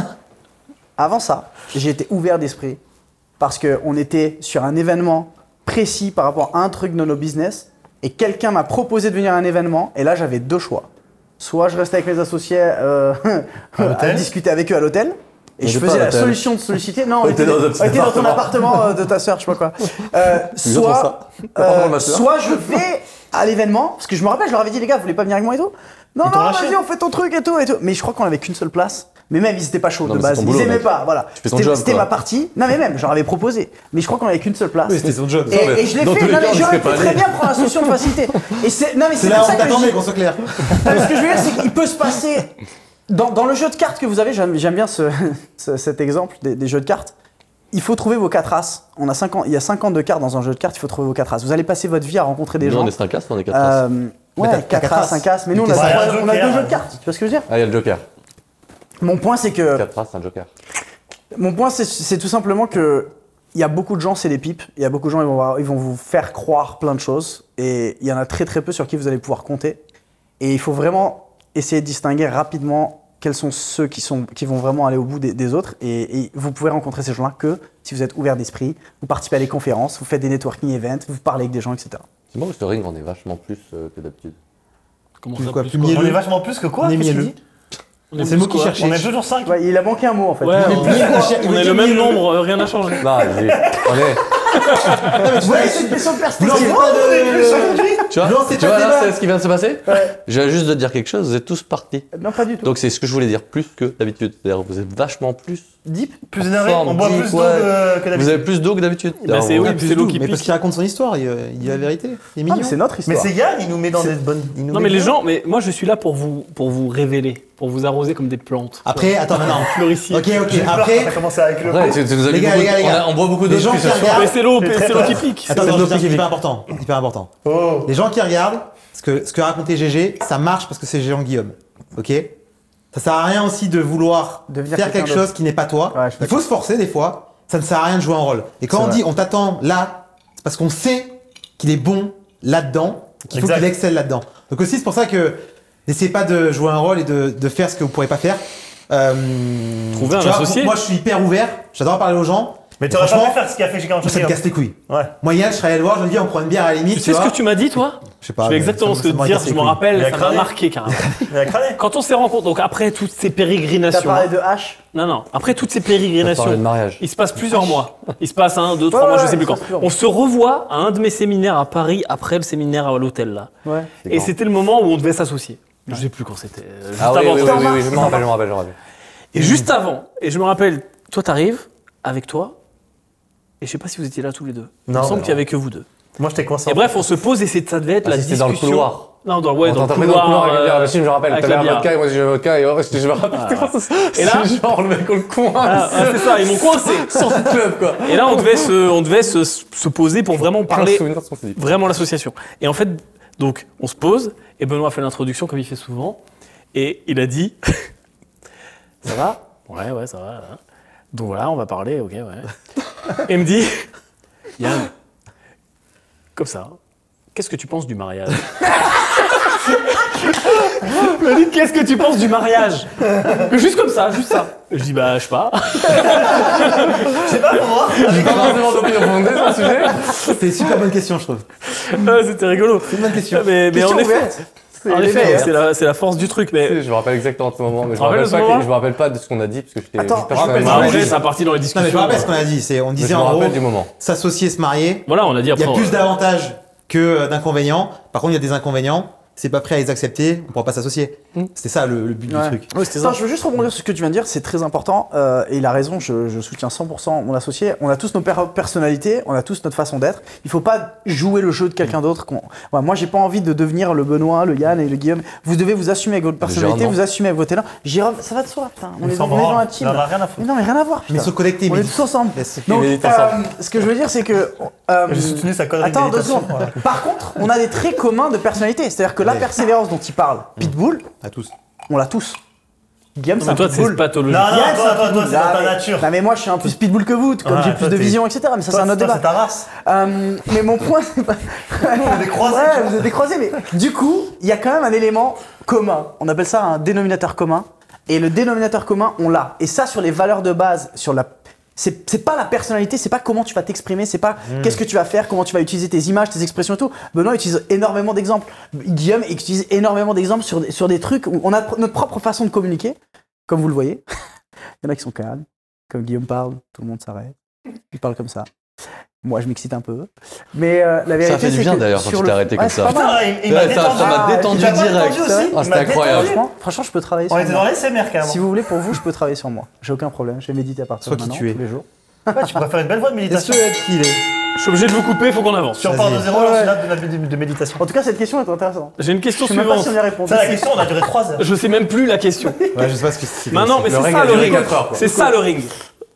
[SPEAKER 5] avant ça, j'ai été ouvert d'esprit parce qu'on était sur un événement précis par rapport à un truc de nos business et quelqu'un m'a proposé de venir à un événement et là j'avais deux choix. Soit je restais avec mes associés euh, à
[SPEAKER 4] l'hôtel
[SPEAKER 5] discuter avec eux à l'hôtel. Et
[SPEAKER 3] Mais
[SPEAKER 5] je
[SPEAKER 3] c'est pas
[SPEAKER 5] faisais
[SPEAKER 3] à
[SPEAKER 5] la
[SPEAKER 3] l'hôtel.
[SPEAKER 5] solution de solliciter. Non, on
[SPEAKER 3] On
[SPEAKER 5] était
[SPEAKER 3] était
[SPEAKER 5] dans,
[SPEAKER 3] dans un petit
[SPEAKER 5] on était dans ton
[SPEAKER 3] appartement.
[SPEAKER 5] appartement euh, de ta sœur, je sais pas quoi. Euh,
[SPEAKER 3] nous autres, on
[SPEAKER 5] soit, euh,
[SPEAKER 3] sort. L'appartement de ma sœur.
[SPEAKER 5] soit je vais à l'événement, parce que je me rappelle, je leur avais dit les gars, vous voulez pas venir avec moi et tout Non,
[SPEAKER 4] t'ont
[SPEAKER 5] non,
[SPEAKER 4] lâché.
[SPEAKER 5] vas-y, on fait ton truc et tout et tout. Mais je crois qu'on avait qu'une seule place. Mais même ils étaient pas chauds
[SPEAKER 3] Non,
[SPEAKER 5] de
[SPEAKER 3] mais c'est
[SPEAKER 5] base,
[SPEAKER 3] ton
[SPEAKER 5] ils
[SPEAKER 3] boulot,
[SPEAKER 5] aimaient
[SPEAKER 3] mec.
[SPEAKER 5] pas. Voilà.
[SPEAKER 3] Tu fais ton
[SPEAKER 5] C'était
[SPEAKER 3] job,
[SPEAKER 5] c'était
[SPEAKER 3] quoi.
[SPEAKER 5] ma partie. Non mais même, j'en avais proposé. Mais je crois qu'on avait qu'une seule place.
[SPEAKER 2] Oui, c'était son job.
[SPEAKER 5] Et,
[SPEAKER 3] Non, mais
[SPEAKER 5] et je l'ai
[SPEAKER 3] dans
[SPEAKER 5] fait,
[SPEAKER 3] tous les
[SPEAKER 5] non,
[SPEAKER 3] cas,
[SPEAKER 5] mais
[SPEAKER 3] on y
[SPEAKER 5] j'aurais
[SPEAKER 3] serait
[SPEAKER 5] pu
[SPEAKER 3] pas
[SPEAKER 5] très
[SPEAKER 3] allé.
[SPEAKER 5] bien prendre la solution de facilité. Et c'est, non mais
[SPEAKER 2] C'est
[SPEAKER 5] c'est
[SPEAKER 2] là où
[SPEAKER 5] pour
[SPEAKER 2] on
[SPEAKER 5] ça que je
[SPEAKER 2] t'attendait,
[SPEAKER 5] dis-
[SPEAKER 2] qu'on soit clair.
[SPEAKER 5] non, mais ce que je veux dire, c'est qu'il peut se passer. Dans, dans le jeu de cartes que vous avez, j'aime j'aime bien ce- ce- cet exemple des, des jeux de cartes. Il faut trouver vos quatre races. On a 50, il y a 52 cartes dans un jeu de cartes, il faut trouver vos quatre races. Vous allez passer votre vie à rencontrer des
[SPEAKER 3] Nous,
[SPEAKER 5] gens.
[SPEAKER 3] on est 5 on est 4
[SPEAKER 5] Euh, ouais,
[SPEAKER 2] t'as- t'as
[SPEAKER 5] 4
[SPEAKER 2] quatre
[SPEAKER 5] races,
[SPEAKER 2] races.
[SPEAKER 5] 5 races, mais nous on a,
[SPEAKER 2] T'es
[SPEAKER 5] trois-
[SPEAKER 4] pas un
[SPEAKER 5] on a
[SPEAKER 4] joker,
[SPEAKER 5] deux jeux
[SPEAKER 4] hein.
[SPEAKER 5] de cartes. Tu vois ce que je veux dire
[SPEAKER 3] Ah, il y a le Joker.
[SPEAKER 5] Mon point, c'est que.
[SPEAKER 3] 4 races, un Joker.
[SPEAKER 5] Mon point, c'est- c'est tout simplement que il y a beaucoup de gens, c'est des pipes. Il y a beaucoup de gens, ils vont, avoir- ils vont vous faire croire plein de choses. Et il y en a très très peu sur qui vous allez pouvoir compter. Et il faut vraiment essayer de distinguer rapidement quels sont ceux qui, sont, qui vont vraiment aller au bout des, des autres. Et, et vous pouvez rencontrer ces gens-là que si vous êtes ouvert d'esprit, vous participez à des conférences, vous faites des networking events, vous parlez avec des gens, etc.
[SPEAKER 3] C'est marrant que ce ring, on est vachement plus euh, que d'habitude.
[SPEAKER 1] Comment
[SPEAKER 2] Tu veux quoi,
[SPEAKER 1] plus
[SPEAKER 2] plus
[SPEAKER 1] quoi
[SPEAKER 2] mielleux
[SPEAKER 4] On est vachement plus que quoi
[SPEAKER 2] On est
[SPEAKER 4] qu'est-ce qu'il
[SPEAKER 2] mielleux.
[SPEAKER 4] dit
[SPEAKER 1] On est
[SPEAKER 2] C'est le mot
[SPEAKER 1] plus
[SPEAKER 2] qu'il
[SPEAKER 1] quoi
[SPEAKER 2] cherchait.
[SPEAKER 4] On est toujours 5.
[SPEAKER 5] Ouais, il a manqué un mot en fait.
[SPEAKER 1] Ouais,
[SPEAKER 5] Il est
[SPEAKER 1] on-
[SPEAKER 5] plus-
[SPEAKER 1] on est le même nombre, euh, rien n'a changé.
[SPEAKER 3] Non, Bah, j'ai- on est.
[SPEAKER 5] Ouais, c'est une question de
[SPEAKER 2] Non,
[SPEAKER 5] perspective.
[SPEAKER 2] c'est pas de-
[SPEAKER 3] Tu vois,
[SPEAKER 2] Non, c'est
[SPEAKER 3] tu
[SPEAKER 2] pas
[SPEAKER 3] vois,
[SPEAKER 2] le
[SPEAKER 3] là,
[SPEAKER 2] débat.
[SPEAKER 3] c'est ce qui vient de se passer Je viens juste de dire quelque chose, vous êtes tous partis.
[SPEAKER 5] Non, pas du tout.
[SPEAKER 3] Donc c'est ce que je voulais dire, plus que d'habitude. C'est-à-dire vous êtes vachement plus.
[SPEAKER 5] Deep
[SPEAKER 4] Plus
[SPEAKER 3] en
[SPEAKER 4] énervé,
[SPEAKER 3] forme,
[SPEAKER 4] on boit
[SPEAKER 3] deep,
[SPEAKER 4] plus d'eau
[SPEAKER 3] ouais.
[SPEAKER 4] que que
[SPEAKER 3] Vous
[SPEAKER 4] d'habitude.
[SPEAKER 3] avez plus d'eau que d'habitude.
[SPEAKER 1] Bah, c'est
[SPEAKER 3] Alors,
[SPEAKER 1] oui.
[SPEAKER 2] Ah, plus
[SPEAKER 1] c'est l'eau
[SPEAKER 2] d'où,
[SPEAKER 1] qui
[SPEAKER 2] Mais
[SPEAKER 1] pique.
[SPEAKER 2] parce qu'il raconte son histoire, il, euh, il dit la vérité. Il est
[SPEAKER 5] Ah,
[SPEAKER 2] mignon.
[SPEAKER 5] mais c'est notre
[SPEAKER 4] Mais
[SPEAKER 5] histoire.
[SPEAKER 4] c'est Yann, il nous met dans des bonnes. il nous
[SPEAKER 1] Non,
[SPEAKER 4] met
[SPEAKER 1] mais les
[SPEAKER 4] bien.
[SPEAKER 1] gens, mais moi je suis là pour vous, pour vous révéler, pour vous arroser comme des plantes.
[SPEAKER 2] Après, attends, maintenant.
[SPEAKER 1] Fleurissier.
[SPEAKER 2] Ah. Ok, ok.
[SPEAKER 4] J'ai peur,
[SPEAKER 2] Après,
[SPEAKER 4] ça a commencé avec le.
[SPEAKER 3] Ouais, tu- tu nous as
[SPEAKER 2] Les
[SPEAKER 3] mis
[SPEAKER 2] gars,
[SPEAKER 3] beaucoup-
[SPEAKER 2] les gars, les
[SPEAKER 3] on a-
[SPEAKER 2] gars.
[SPEAKER 3] On, boit beaucoup d'eau
[SPEAKER 2] Les gens
[SPEAKER 3] depuis ce
[SPEAKER 2] qui
[SPEAKER 3] soir.
[SPEAKER 2] regardent-
[SPEAKER 1] Mais c'est l'eau,
[SPEAKER 4] J'ai très
[SPEAKER 1] c'est l'eau
[SPEAKER 4] peur.
[SPEAKER 1] qui pique.
[SPEAKER 2] Attends,
[SPEAKER 1] c'est l'eau
[SPEAKER 2] attends,
[SPEAKER 1] qui
[SPEAKER 2] c'est
[SPEAKER 1] pique.
[SPEAKER 2] hyper important. Hyper important.
[SPEAKER 4] Oh.
[SPEAKER 2] Les gens qui regardent, ce que, ce que racontait GG, ça marche parce que c'est Jean Guillaume. Ok Ça sert à rien aussi de vouloir
[SPEAKER 5] Devenir
[SPEAKER 2] faire
[SPEAKER 5] quelqu'un
[SPEAKER 2] quelque chose qui n'est pas toi.
[SPEAKER 5] Ouais, je suis
[SPEAKER 2] Il faut se forcer des fois. Ça ne sert à rien de jouer un rôle. Et quand
[SPEAKER 5] C'est
[SPEAKER 2] on
[SPEAKER 5] vrai.
[SPEAKER 2] dit on t'attend là, c'est parce qu'on sait qu'il est bon là-dedans, qu'il faut
[SPEAKER 4] Exact.
[SPEAKER 2] qu'il excelle là-dedans. Donc aussi, c'est pour ça que n'essayez pas de jouer un rôle et de, de faire ce que vous pourrez pas faire. Euh,
[SPEAKER 1] Trouver un
[SPEAKER 2] tu vois,
[SPEAKER 1] associé.
[SPEAKER 2] Moi, je suis hyper ouvert. J'adore parler aux gens.
[SPEAKER 4] Mais
[SPEAKER 2] Et
[SPEAKER 4] t'aurais pas
[SPEAKER 2] franchement,
[SPEAKER 4] pu faire ce qu'il a fait chez 40
[SPEAKER 2] ça me casse les couilles.
[SPEAKER 4] Ouais.
[SPEAKER 2] Moi, Yann, je serais allé le voir, je lui dis, on prend une bière à la limite.
[SPEAKER 1] Tu sais ce que tu m'as dit, toi
[SPEAKER 2] Je sais pas,
[SPEAKER 1] Je sais
[SPEAKER 2] mais
[SPEAKER 1] exactement
[SPEAKER 2] ça
[SPEAKER 1] ce
[SPEAKER 2] me-
[SPEAKER 1] que
[SPEAKER 2] ça
[SPEAKER 1] te
[SPEAKER 2] me
[SPEAKER 1] dire,
[SPEAKER 2] casse les
[SPEAKER 1] je m'en
[SPEAKER 2] couilles.
[SPEAKER 1] rappelle,
[SPEAKER 4] Il a
[SPEAKER 1] ça m'a
[SPEAKER 4] cramé.
[SPEAKER 1] marqué carrément.
[SPEAKER 4] Il a crané.
[SPEAKER 1] Quand on s'est rencontrés, donc après toutes ces
[SPEAKER 5] T'as
[SPEAKER 1] pérégrinations,
[SPEAKER 5] parlé de H
[SPEAKER 1] non non, après toutes ces
[SPEAKER 3] On parle de
[SPEAKER 1] pérégrinations,
[SPEAKER 3] mariage.
[SPEAKER 1] il se passe plusieurs mois, il se passe un, deux, trois
[SPEAKER 5] Ouais,
[SPEAKER 1] mois,
[SPEAKER 5] ouais,
[SPEAKER 1] je sais
[SPEAKER 5] ouais,
[SPEAKER 1] plus
[SPEAKER 5] il se
[SPEAKER 1] quand.
[SPEAKER 5] passe plusieurs
[SPEAKER 1] On se revoit à un de mes séminaires à Paris après le séminaire à l'hôtel là,
[SPEAKER 5] Ouais.
[SPEAKER 1] et c'était le moment où on devait s'associer. Je sais plus quand c'était. euh, juste
[SPEAKER 3] Ah oui,
[SPEAKER 1] avant
[SPEAKER 3] oui, oui,
[SPEAKER 1] toi.
[SPEAKER 3] oui, oui, je me rappelle, je me rappelle, je me rappelle.
[SPEAKER 1] Et juste avant, et je me rappelle, toi t'arrives avec toi, et je sais pas si vous étiez là tous les deux. il
[SPEAKER 4] Non,
[SPEAKER 1] me semble
[SPEAKER 4] mais
[SPEAKER 1] qu'il y avait que vous deux.
[SPEAKER 4] Moi, j'étais coincé.
[SPEAKER 1] Et bref, on se pose et c'est ça devait être
[SPEAKER 3] Ah,
[SPEAKER 1] la
[SPEAKER 3] si, c'était
[SPEAKER 1] discussion.
[SPEAKER 3] dans le couloir.
[SPEAKER 1] Non, dans, ouais,
[SPEAKER 3] On
[SPEAKER 1] dans le
[SPEAKER 3] t'entendait
[SPEAKER 1] couloir.
[SPEAKER 3] dans le couloir avec la bière.
[SPEAKER 1] euh,
[SPEAKER 3] Bah, si, je me rappelle,
[SPEAKER 1] avec
[SPEAKER 3] t'avais
[SPEAKER 1] la
[SPEAKER 3] un
[SPEAKER 1] bière. Ah,
[SPEAKER 3] vodka et moi j'ai un vodka et oh, je je me rappelle.
[SPEAKER 1] Et là-
[SPEAKER 3] C'est genre le mec on le
[SPEAKER 1] Ah,
[SPEAKER 3] coin.
[SPEAKER 1] ah, c'est ça, ils m'ont coincé.
[SPEAKER 3] Sans club quoi.
[SPEAKER 1] Et là, on devait se, on devait se, se poser pour vraiment parler,
[SPEAKER 3] Plein de souvenirs de ce qu'on s'est dit.
[SPEAKER 1] vraiment l'association. Et en fait, donc, on se pose, et Benoît fait l'introduction comme il fait souvent, et il a dit Ça va Ouais, ouais, ça va. hein. Donc voilà, on va parler, ok, ouais. Et il me dit Yann, comme ça, qu'est-ce que tu penses du mariage me dit qu'est-ce que tu penses du mariage Juste comme ça, juste ça. Je dis bah je sais pas.
[SPEAKER 4] C'est pas pour moi.
[SPEAKER 3] J'ai pas forcément d'opinion fondée sur le sujet.
[SPEAKER 2] C'est une super bonne question, je trouve.
[SPEAKER 1] Euh, C'était rigolo.
[SPEAKER 2] C'est une bonne question.
[SPEAKER 1] Ah, Mais, mais en
[SPEAKER 5] Question
[SPEAKER 1] effet,
[SPEAKER 5] ouverte. hein.
[SPEAKER 1] en
[SPEAKER 5] les
[SPEAKER 1] effet,
[SPEAKER 5] meilleurs.
[SPEAKER 1] c'est la, c'est la force du truc. Mais
[SPEAKER 3] Je me rappelle exactement de ce moment, mais je me
[SPEAKER 1] Te rappelles
[SPEAKER 3] rappelle,
[SPEAKER 1] de ce
[SPEAKER 3] pas,
[SPEAKER 1] moment
[SPEAKER 3] que- je me rappelle pas de ce qu'on a dit, parce que j'étais
[SPEAKER 5] Attends,
[SPEAKER 3] j'étais pas
[SPEAKER 5] je me rappelle
[SPEAKER 3] sur la
[SPEAKER 1] Bah,
[SPEAKER 3] même
[SPEAKER 1] après,
[SPEAKER 3] ligne.
[SPEAKER 1] ça a parti dans les discussions.
[SPEAKER 2] Non, mais je me rappelle ce qu'on a dit. C'est, on
[SPEAKER 3] Mais
[SPEAKER 2] disait
[SPEAKER 3] je me
[SPEAKER 2] en gros,
[SPEAKER 3] rappelle du moment.
[SPEAKER 2] s'associer, se marier.
[SPEAKER 1] Voilà, on a dit
[SPEAKER 2] Il y
[SPEAKER 1] après.
[SPEAKER 2] a
[SPEAKER 1] on-
[SPEAKER 2] plus d'avantages que euh, d'inconvénients. Par contre, il y a des inconvénients. C'est pas prêt à les accepter. On pourra pas s'associer. C'était ça le, le but
[SPEAKER 5] Ouais.
[SPEAKER 2] du truc.
[SPEAKER 1] Ouais, c'était
[SPEAKER 5] Attends,
[SPEAKER 1] ça.
[SPEAKER 5] je veux juste rebondir sur ce que tu viens de dire, c'est très important. euh, et il a raison, je, je soutiens 100% mon associé. On a tous nos per- personnalités, on a tous notre façon d'être. Il faut pas jouer le jeu de quelqu'un d'autre. qu'on- Ouais, moi, j'ai pas envie de devenir le Benoît, le Yann et le Guillaume. Vous devez vous assumer avec votre personnalité,
[SPEAKER 3] Jérôme, non.
[SPEAKER 5] vous assumer avec votre élan. Jérôme, ça va de soi, putain. On, est,
[SPEAKER 4] s'en
[SPEAKER 5] dans- on est dans
[SPEAKER 4] branle.
[SPEAKER 5] un team.
[SPEAKER 4] On en a rien à foutre.
[SPEAKER 5] Mais non, mais rien à voir.
[SPEAKER 2] Mais
[SPEAKER 5] putain.
[SPEAKER 2] se connecter,
[SPEAKER 5] on est
[SPEAKER 2] mais-
[SPEAKER 5] tous ensemble.
[SPEAKER 2] Yes.
[SPEAKER 5] Donc,
[SPEAKER 3] Médite
[SPEAKER 5] euh,
[SPEAKER 3] ensemble.
[SPEAKER 5] ce que je veux dire, c'est que. euh,
[SPEAKER 4] J'ai soutenu sa connerie de
[SPEAKER 5] Attends, deux
[SPEAKER 4] méditation,
[SPEAKER 5] secondes.
[SPEAKER 4] voilà.
[SPEAKER 5] Par contre, on a des traits communs de personnalité. C'est-à-dire que la
[SPEAKER 2] Ouais.
[SPEAKER 5] persévérance dont il parle, Pitbull,
[SPEAKER 2] À tous.
[SPEAKER 5] on l'a tous. Guillaume, c'est
[SPEAKER 1] Mais
[SPEAKER 5] un
[SPEAKER 1] toi,
[SPEAKER 5] pitbull.
[SPEAKER 1] c'est pathologique.
[SPEAKER 4] Non, non, toi,
[SPEAKER 5] Yann, c'est un
[SPEAKER 4] toi, toi,
[SPEAKER 5] pitbull.
[SPEAKER 4] c'est dans
[SPEAKER 5] Ah,
[SPEAKER 4] ta
[SPEAKER 5] mais-
[SPEAKER 4] nature.
[SPEAKER 5] Non, mais moi, je suis un plus pitbull que vous, comme
[SPEAKER 4] Ouais,
[SPEAKER 5] j'ai plus
[SPEAKER 4] toi,
[SPEAKER 5] de
[SPEAKER 4] t'es-
[SPEAKER 5] vision, etc. Mais ça, c'est
[SPEAKER 4] Toi,
[SPEAKER 5] un autre
[SPEAKER 4] toi,
[SPEAKER 5] débat.
[SPEAKER 4] c'est ta race.
[SPEAKER 5] Euh, mais mon point, c'est pas.
[SPEAKER 4] est croisés, tu
[SPEAKER 5] Ouais,
[SPEAKER 4] vois.
[SPEAKER 5] vous êtes des croisés, mais du coup, il y a quand même un élément commun. On appelle ça un dénominateur commun. Et le dénominateur commun, on l'a. Et ça, sur les valeurs de base, sur la. C'est c'est pas la personnalité, c'est pas comment tu vas t'exprimer, c'est pas qu'est-ce que tu vas faire, comment tu vas utiliser tes images, tes expressions et tout. Benoît utilise énormément d'exemples. Guillaume utilise énormément d'exemples sur, sur des trucs où on a pr- notre propre façon de communiquer, comme vous le voyez. il y en a qui sont calmes, comme Guillaume parle, tout le monde s'arrête. Il parle comme ça. Moi, je m'excite un peu. Mais euh, la vérité,
[SPEAKER 3] fait du
[SPEAKER 5] c'est
[SPEAKER 3] bien,
[SPEAKER 5] que
[SPEAKER 3] d'ailleurs, quand
[SPEAKER 5] sur
[SPEAKER 3] tu
[SPEAKER 5] le
[SPEAKER 3] t'es arrêté
[SPEAKER 5] fond- Ouais,
[SPEAKER 3] comme
[SPEAKER 5] c'est
[SPEAKER 3] ça.
[SPEAKER 5] pas mal.
[SPEAKER 4] Putain, il, il m'a
[SPEAKER 3] Ouais, ça-
[SPEAKER 4] détendu.
[SPEAKER 3] ça m'a
[SPEAKER 4] Ah,
[SPEAKER 3] détendu
[SPEAKER 4] il m'a pas
[SPEAKER 3] direct.
[SPEAKER 4] détendu aussi,
[SPEAKER 3] Ah,
[SPEAKER 4] il
[SPEAKER 3] c'était
[SPEAKER 4] m'a
[SPEAKER 3] incroyable.
[SPEAKER 4] détendu.
[SPEAKER 5] Franchement, franchement, je peux travailler
[SPEAKER 4] On
[SPEAKER 5] sur
[SPEAKER 4] était
[SPEAKER 5] moi.
[SPEAKER 4] dans les SMR carrément.
[SPEAKER 5] Si vous voulez, pour vous, je peux travailler sur moi. J'ai aucun problème. Je vais méditer à partir
[SPEAKER 2] Sois
[SPEAKER 5] de
[SPEAKER 2] qui
[SPEAKER 5] maintenant,
[SPEAKER 2] tu es.
[SPEAKER 5] tous les jours.
[SPEAKER 4] Ouais, tu pourrais faire une belle voix de
[SPEAKER 2] Est-ce
[SPEAKER 4] méditation.
[SPEAKER 2] que qui il est
[SPEAKER 1] Je suis obligé de vous couper, faut qu'on avance.
[SPEAKER 4] Tu repars de
[SPEAKER 2] Vas-y.
[SPEAKER 4] zéro, lance
[SPEAKER 5] Ouais.
[SPEAKER 4] une app de la- de de méditation.
[SPEAKER 5] En tout cas, cette question est intéressante.
[SPEAKER 1] J'ai une question
[SPEAKER 5] Je sais même pas
[SPEAKER 1] suivante.
[SPEAKER 5] si on y a répondu.
[SPEAKER 4] Ça, la question, on a duré 3 heures.
[SPEAKER 1] Je sais même plus la question.
[SPEAKER 2] Ouais, je sais pas ce que c'est.
[SPEAKER 1] Maintenant, mais
[SPEAKER 3] Le
[SPEAKER 1] c'est
[SPEAKER 3] ring
[SPEAKER 1] ça
[SPEAKER 3] a
[SPEAKER 1] le
[SPEAKER 3] duré
[SPEAKER 1] ring.
[SPEAKER 3] quatre heures, quoi.
[SPEAKER 1] C'est ça le ring.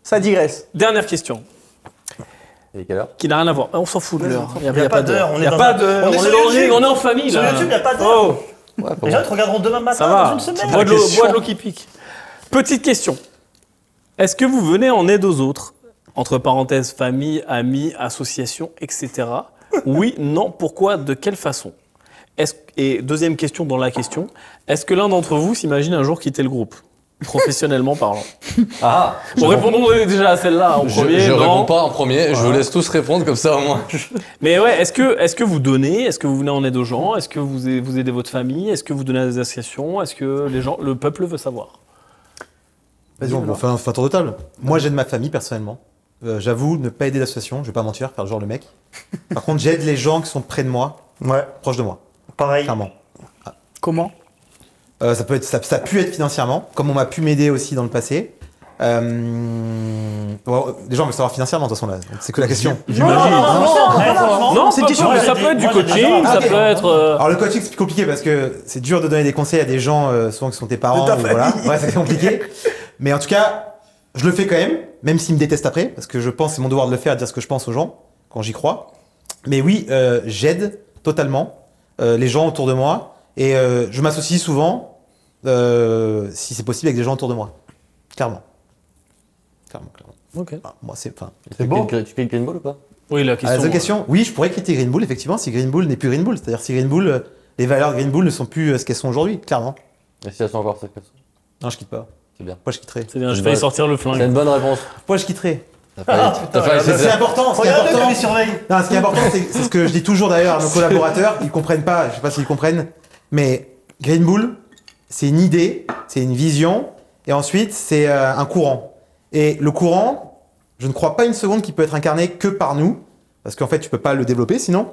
[SPEAKER 5] Ça digresse.
[SPEAKER 1] Dernière question,
[SPEAKER 3] Il est quelle heure
[SPEAKER 1] qui n'a rien à voir. Ah, On s'en fout de l'heure. Il n'y
[SPEAKER 4] Il y a pas d'heure,
[SPEAKER 1] Il
[SPEAKER 4] on est
[SPEAKER 1] n'y a
[SPEAKER 4] dans
[SPEAKER 1] pas
[SPEAKER 4] un-
[SPEAKER 1] d'heure.
[SPEAKER 4] on
[SPEAKER 1] On
[SPEAKER 4] est
[SPEAKER 1] est
[SPEAKER 4] sur
[SPEAKER 1] dans le ring,
[SPEAKER 4] YouTube.
[SPEAKER 1] on est en famille
[SPEAKER 4] Sur
[SPEAKER 1] là.
[SPEAKER 4] YouTube, il n'y a pas d'heure.
[SPEAKER 1] Oh,
[SPEAKER 4] Les gens te regarderont demain
[SPEAKER 1] ça
[SPEAKER 4] matin, Ah, dans
[SPEAKER 1] va.
[SPEAKER 4] une semaine.
[SPEAKER 1] Bois de l'eau-
[SPEAKER 4] Question.
[SPEAKER 1] bois de l'eau qui pique. Petite question. Est-ce que vous venez en aide aux autres Entre parenthèses, famille, amis, associations, etc. Oui, non, pourquoi, de quelle façon Est-ce- Et deuxième question dans la question. Est-ce que l'un d'entre vous s'imagine un jour quitter le groupe Professionnellement parlant.
[SPEAKER 3] Ah
[SPEAKER 1] Bon, répondons déjà à celle-là en
[SPEAKER 3] Je,
[SPEAKER 1] premier.
[SPEAKER 3] je
[SPEAKER 1] non.
[SPEAKER 3] réponds pas en premier, je vous laisse tous répondre comme ça au moins.
[SPEAKER 1] Mais ouais, est-ce que, est que vous donnez Est-ce que vous venez en aide aux gens Est-ce que vous, a- vous aidez votre famille Est-ce que vous donnez à des associations Est-ce que les gens, le peuple veut savoir
[SPEAKER 2] Vas-y, on fait un, fait un tour de table. Moi, j'aide ma famille personnellement. Euh, J'avoue, ne pas aider l'association, je vais pas mentir, faire le genre le mec. Par contre, j'aide les gens qui sont près de moi,
[SPEAKER 4] Ouais,
[SPEAKER 2] proches de moi,
[SPEAKER 4] pareil.
[SPEAKER 2] clairement.
[SPEAKER 5] Comment
[SPEAKER 2] Euh, ça peut être, ça, ça a pu être financièrement, comme on m'a pu m'aider aussi dans le passé. Euh, bon, les gens veulent savoir financièrement de toute façon là, donc c'est que la question.
[SPEAKER 5] Non, non, non, non, non,
[SPEAKER 4] Ouais, franchement,
[SPEAKER 1] Eh, Non,
[SPEAKER 5] c'est
[SPEAKER 1] pas-
[SPEAKER 5] une question.
[SPEAKER 1] mais ça
[SPEAKER 4] Moi,
[SPEAKER 1] peut être du
[SPEAKER 4] j'ai des-
[SPEAKER 1] coaching,
[SPEAKER 4] moi,
[SPEAKER 1] ça
[SPEAKER 2] j'ai des-
[SPEAKER 1] peut être. euh,
[SPEAKER 2] Alors le coaching c'est compliqué parce que c'est dur de donner des conseils à des gens euh, souvent qui sont tes parents.
[SPEAKER 5] De ta
[SPEAKER 2] ou voilà. Ouais, c'est compliqué. Mais en tout cas, je le fais quand même, même s'ils me détestent après, parce que je pense c'est mon devoir de le faire, de dire ce que je pense aux gens quand j'y crois. Mais oui, euh, j'aide totalement euh, les gens autour de moi et euh, je m'associe souvent, euh, si c'est possible, avec des gens autour de moi. Clairement. Clairement, clairement.
[SPEAKER 1] Ok.
[SPEAKER 2] Enfin, moi c'est. Enfin.
[SPEAKER 3] Tu
[SPEAKER 4] bon.
[SPEAKER 3] cliques- tu cliques Green Ball ou pas
[SPEAKER 1] Oui, la
[SPEAKER 2] Ah, la
[SPEAKER 1] question.
[SPEAKER 2] seule question.
[SPEAKER 3] euh,
[SPEAKER 2] Oui, je pourrais quitter Green Bull effectivement si Green Bull n'est plus Green Bull, c'est-à-dire si Green Bull, euh, les valeurs Green Bull ne sont plus euh, ce qu'elles sont aujourd'hui, clairement.
[SPEAKER 3] Et si elles sont encore cette question
[SPEAKER 2] Non, je quitte pas.
[SPEAKER 3] C'est bien.
[SPEAKER 2] Moi, je quitterai.
[SPEAKER 1] euh, C'est bien, je
[SPEAKER 3] Ouais.
[SPEAKER 1] failli sortir le
[SPEAKER 3] C'est
[SPEAKER 1] flingue.
[SPEAKER 3] une bonne réponse.
[SPEAKER 2] Moi, je quitterai.
[SPEAKER 3] T'as
[SPEAKER 4] Ah,
[SPEAKER 3] failli- t'as failli-
[SPEAKER 2] Ce qui est important, ce qui est
[SPEAKER 4] Regarde-le comme
[SPEAKER 2] important,
[SPEAKER 4] il surveille.
[SPEAKER 2] non, ce qui est important, c'est c'est ce que je dis toujours d'ailleurs à nos collaborateurs. Ils comprennent pas. Je sais pas s'ils comprennent, mais Green Bull, c'est une idée, c'est une vision, et ensuite c'est euh, un courant. Et le courant, je ne crois pas une seconde qu'il peut être incarné que par nous, parce qu'en fait, tu peux pas le développer sinon.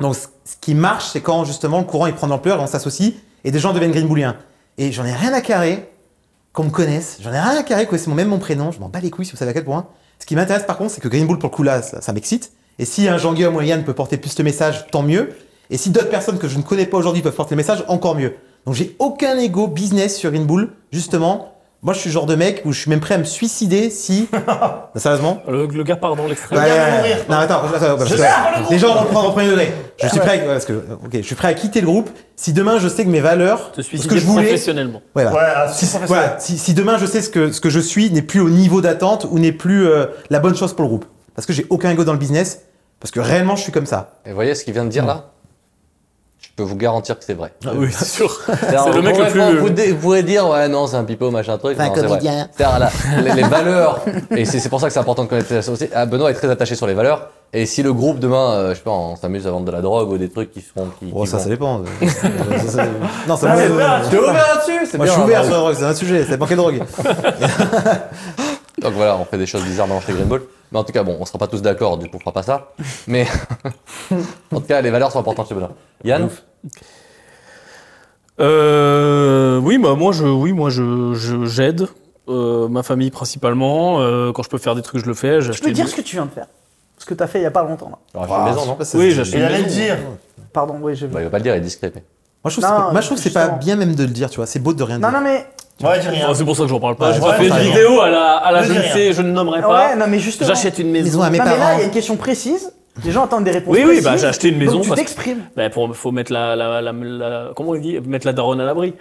[SPEAKER 2] Donc, ce ce qui marche, c'est quand justement le courant il prend de l'ampleur, et on s'associe, et des gens deviennent Green Bulliens. Et j'en ai rien à carrer qu'on me connaisse. J'en ai rien à carrer, quoi. C'est mon- même mon prénom. Je m'en bats les couilles si vous savez à quel point. Ce qui m'intéresse par contre, c'est que Green Bull, pour le coup, là, ça, ça m'excite. Et si un Jean-Guillaume ou un Yann peut porter plus le message, tant mieux. Et si d'autres personnes que je ne connais pas aujourd'hui peuvent porter le message, encore mieux. Donc j'ai aucun ego business sur Green Bull, justement. Moi, je suis le genre de mec où je suis même prêt à me suicider si. Non, sérieusement
[SPEAKER 1] Le, le gars part dans l'extrême.
[SPEAKER 4] Ouais. gars va mourir.
[SPEAKER 2] Non, attends, attends, attends, parce que- les gens vont le prendre au premier degré. Je suis prêt, à- parce que, ok, je suis prêt à quitter le groupe si demain je sais que mes valeurs,
[SPEAKER 1] Te
[SPEAKER 2] ce
[SPEAKER 1] suicider
[SPEAKER 2] que je voulais,
[SPEAKER 1] professionnellement.
[SPEAKER 2] Ouais,
[SPEAKER 4] Ouais,
[SPEAKER 2] voilà.
[SPEAKER 4] ah,
[SPEAKER 2] si,
[SPEAKER 4] c'est professionnel.
[SPEAKER 2] voilà, si- si demain je sais ce que, ce que je suis n'est plus au niveau d'attente ou n'est plus euh, la bonne chose pour le groupe. Parce que j'ai aucun ego dans le business, parce que réellement je suis comme ça.
[SPEAKER 3] Et vous voyez ce qu'il vient de dire là Je peux vous garantir que c'est vrai.
[SPEAKER 1] Ah oui, c'est sûr.
[SPEAKER 3] C'est-à-dire,
[SPEAKER 1] le mec le
[SPEAKER 3] concrètement,
[SPEAKER 1] plus-
[SPEAKER 3] Vous, dé- vous pourrez dire, ouais, non, c'est un pipeau, machin truc.
[SPEAKER 2] C'est un
[SPEAKER 3] Non, vrai.
[SPEAKER 2] comédien.
[SPEAKER 3] C'est-à-dire, là, les, les valeurs, et c'est c'est pour ça que c'est important de connaître ça aussi. Ah, Benoît est très attaché sur les valeurs. Et si le groupe demain, euh, je sais pas, on s'amuse à vendre de la drogue ou des trucs qui seront. Qui,
[SPEAKER 2] Bon,
[SPEAKER 3] qui
[SPEAKER 2] ça,
[SPEAKER 3] vont-
[SPEAKER 2] ça dépend. Euh, ça, ça- non, ça
[SPEAKER 4] Ah, c'est
[SPEAKER 2] me-
[SPEAKER 4] vrai,
[SPEAKER 3] Je t'ai ouvert là-dessus, c'est
[SPEAKER 2] Moi, je suis
[SPEAKER 3] bien,
[SPEAKER 2] ouvert
[SPEAKER 3] hein.
[SPEAKER 2] sur la drogue, c'est un sujet, c'est banquet de drogue.
[SPEAKER 3] Donc voilà, on fait des choses bizarres dans chez Green Ball. Mais en tout cas, bon, on sera pas tous d'accord, du coup, on fera pas ça. Mais en tout cas, les valeurs sont importantes chez Benoît. Yann,
[SPEAKER 1] Euh, oui, bah, moi, je, oui, moi, je, je- j'aide. euh, ma famille principalement. Euh, quand je peux faire des trucs, je le fais. J'ai
[SPEAKER 5] Je
[SPEAKER 1] acheté
[SPEAKER 5] peux dire
[SPEAKER 1] une-
[SPEAKER 5] ce que tu viens de faire. Ce que t'as fait il y a pas longtemps. là.
[SPEAKER 3] alors, j'ai une
[SPEAKER 2] Je
[SPEAKER 3] maison, non
[SPEAKER 2] sais Ah, pas si ça
[SPEAKER 1] Oui,
[SPEAKER 2] se-
[SPEAKER 1] j'achète.
[SPEAKER 4] Il allait le dire.
[SPEAKER 5] Pardon, oui, j'ai vu.
[SPEAKER 3] bah, Il va pas le dire, il est discret. mais-
[SPEAKER 2] Moi, je trouve que c'est
[SPEAKER 5] Non,
[SPEAKER 2] pas- moi, je trouve que c'est pas
[SPEAKER 5] justement.
[SPEAKER 2] bien même de le dire, tu vois. C'est beau de rien
[SPEAKER 5] Non,
[SPEAKER 2] dire.
[SPEAKER 5] non, mais.
[SPEAKER 4] Ouais, dis rien.
[SPEAKER 1] Ah, c'est pour ça que j'en parle pas.
[SPEAKER 4] Ouais,
[SPEAKER 1] J'ai
[SPEAKER 4] ouais,
[SPEAKER 1] pas fait
[SPEAKER 4] ça
[SPEAKER 1] une
[SPEAKER 4] vient.
[SPEAKER 1] vidéo à la, à la
[SPEAKER 4] Ne
[SPEAKER 1] je
[SPEAKER 4] dis
[SPEAKER 1] ne
[SPEAKER 4] rien.
[SPEAKER 1] sais, je ne
[SPEAKER 2] Eh
[SPEAKER 1] nommerai pas.
[SPEAKER 5] Ouais, non, mais justement.
[SPEAKER 1] J'achète une maison.
[SPEAKER 2] ben, Maison à mes
[SPEAKER 5] Non, mais là, il
[SPEAKER 2] parents.
[SPEAKER 5] y a une question précise. Les gens attendent des réponses.
[SPEAKER 1] Oui, oui,
[SPEAKER 5] précises.
[SPEAKER 1] bah, j'ai acheté une maison
[SPEAKER 5] Donc, tu
[SPEAKER 1] parce-
[SPEAKER 5] t'exprimes.
[SPEAKER 1] Bah, pour, faut mettre la, la, la, la- comment on dit, mettre la daronne à l'abri.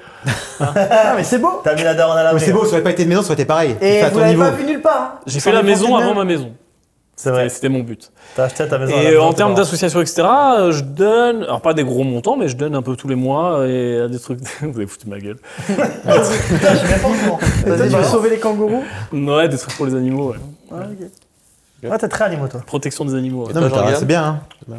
[SPEAKER 5] Ah, mais c'est beau.
[SPEAKER 4] T'as mis la daronne à la
[SPEAKER 2] Mais c'est beau, ça aurait pas été de maison, ça aurait été pareil.
[SPEAKER 5] Et
[SPEAKER 2] Fais à
[SPEAKER 5] vous
[SPEAKER 2] ton
[SPEAKER 5] l'avez
[SPEAKER 2] niveau.
[SPEAKER 5] pas vu nulle part. hein.
[SPEAKER 1] J'ai
[SPEAKER 5] Sur
[SPEAKER 1] fait la
[SPEAKER 5] les
[SPEAKER 1] maison
[SPEAKER 5] fontaines
[SPEAKER 1] avant ma
[SPEAKER 5] même.
[SPEAKER 1] maison.
[SPEAKER 4] C'est vrai.
[SPEAKER 1] C'était mon but.
[SPEAKER 4] T'as acheté ta maison. à la
[SPEAKER 1] Et
[SPEAKER 4] maison,
[SPEAKER 1] en
[SPEAKER 4] t'es
[SPEAKER 1] termes
[SPEAKER 4] marrant.
[SPEAKER 1] d'associations, etc., euh, je donne, alors pas des gros montants, mais je donne un peu tous les mois euh, et à des trucs. Vous avez foutu de ma gueule.
[SPEAKER 4] Putain, je suis même pas au courant.
[SPEAKER 5] Vas-y,
[SPEAKER 4] Vas-y,
[SPEAKER 5] tu veux
[SPEAKER 4] balance.
[SPEAKER 5] sauver les kangourous
[SPEAKER 1] Ouais, des trucs pour les animaux, ouais.
[SPEAKER 5] Ah, ok.
[SPEAKER 4] Ouais, t'es très animaux, toi.
[SPEAKER 1] protection des animaux. ouais.
[SPEAKER 2] Non, mais
[SPEAKER 3] Toi, Jean-Yann
[SPEAKER 2] t'as- c'est bien, hein.
[SPEAKER 5] Ah,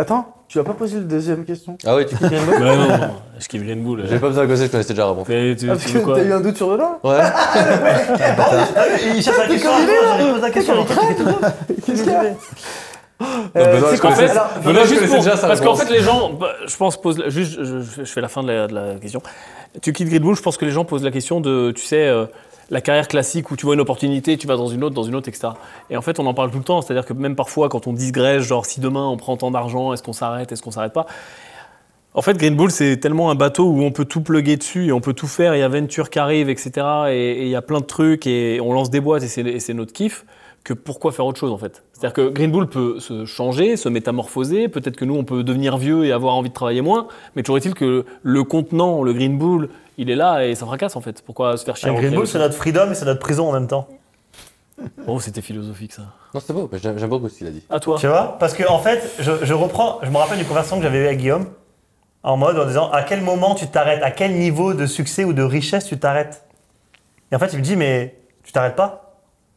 [SPEAKER 5] Attends, tu vas pas poser la deuxième question
[SPEAKER 3] Ah oui, tu kiffes Green Ball
[SPEAKER 1] Ouais, non, non, je kiffe Green Bull.
[SPEAKER 3] J'ai pas besoin de causer, je connaissais déjà la réponse.
[SPEAKER 1] euh, Mais tu,
[SPEAKER 5] Ah,
[SPEAKER 1] tu
[SPEAKER 5] parce que
[SPEAKER 1] veux quoi
[SPEAKER 5] t'as eu un doute sur le là
[SPEAKER 3] Ouais.
[SPEAKER 4] Il cherche la question. Il pose la question.
[SPEAKER 5] Qu'est-ce qu'il y a
[SPEAKER 3] Benoît,
[SPEAKER 5] Euh, c'est
[SPEAKER 3] je
[SPEAKER 5] quoi
[SPEAKER 1] En fait,
[SPEAKER 5] Alors,
[SPEAKER 1] voilà,
[SPEAKER 3] Benoît, je
[SPEAKER 1] juste
[SPEAKER 3] connaissais
[SPEAKER 1] pour-
[SPEAKER 3] déjà sa
[SPEAKER 1] parce qu'en
[SPEAKER 3] réponse.
[SPEAKER 1] fait, les gens, bah, je pense, posent la- juste, je, je- je fais la fin de la, de la question. Tu quittes Green Bull, je pense que les gens posent la question de, tu sais, euh, la carrière classique où tu vois une opportunité, tu vas dans une autre, dans une autre, etc. Et en fait, on en parle tout le temps. C'est-à-dire que même parfois, quand on disgrège, genre, si demain on prend tant d'argent, est-ce qu'on s'arrête, est-ce qu'on s'arrête pas En fait, Green Bull, c'est tellement un bateau où on peut tout plugger dessus et on peut tout faire. Il y a Venture qui arrive, etc. Et et il y a plein de trucs et on lance des boîtes et c'est- et c'est notre kiff que pourquoi faire autre chose en fait. C'est-à-dire que Green Bull peut se changer, se métamorphoser, peut-être que nous on peut devenir vieux et avoir envie de travailler moins, mais toujours est-il que le contenant, le Green Bull, il est là et ça fracasse en fait. Pourquoi se faire chier
[SPEAKER 4] Un
[SPEAKER 1] à
[SPEAKER 4] Green
[SPEAKER 1] recréer
[SPEAKER 4] Bull,
[SPEAKER 1] le
[SPEAKER 4] c'est
[SPEAKER 1] truc
[SPEAKER 4] notre freedom et c'est notre prison en même temps.
[SPEAKER 1] Oh, c'était philosophique ça.
[SPEAKER 3] Non, c'est beau, mais j'aime j'aime beaucoup ce qu'il a dit.
[SPEAKER 1] À toi.
[SPEAKER 4] Tu vois Parce que en fait, je, je reprends, je me rappelle d'une conversation que j'avais eue avec Guillaume, en mode en disant à quel moment tu t'arrêtes, à quel niveau de succès ou de richesse tu t'arrêtes. Et en fait, il me dit mais tu t'arrêtes pas.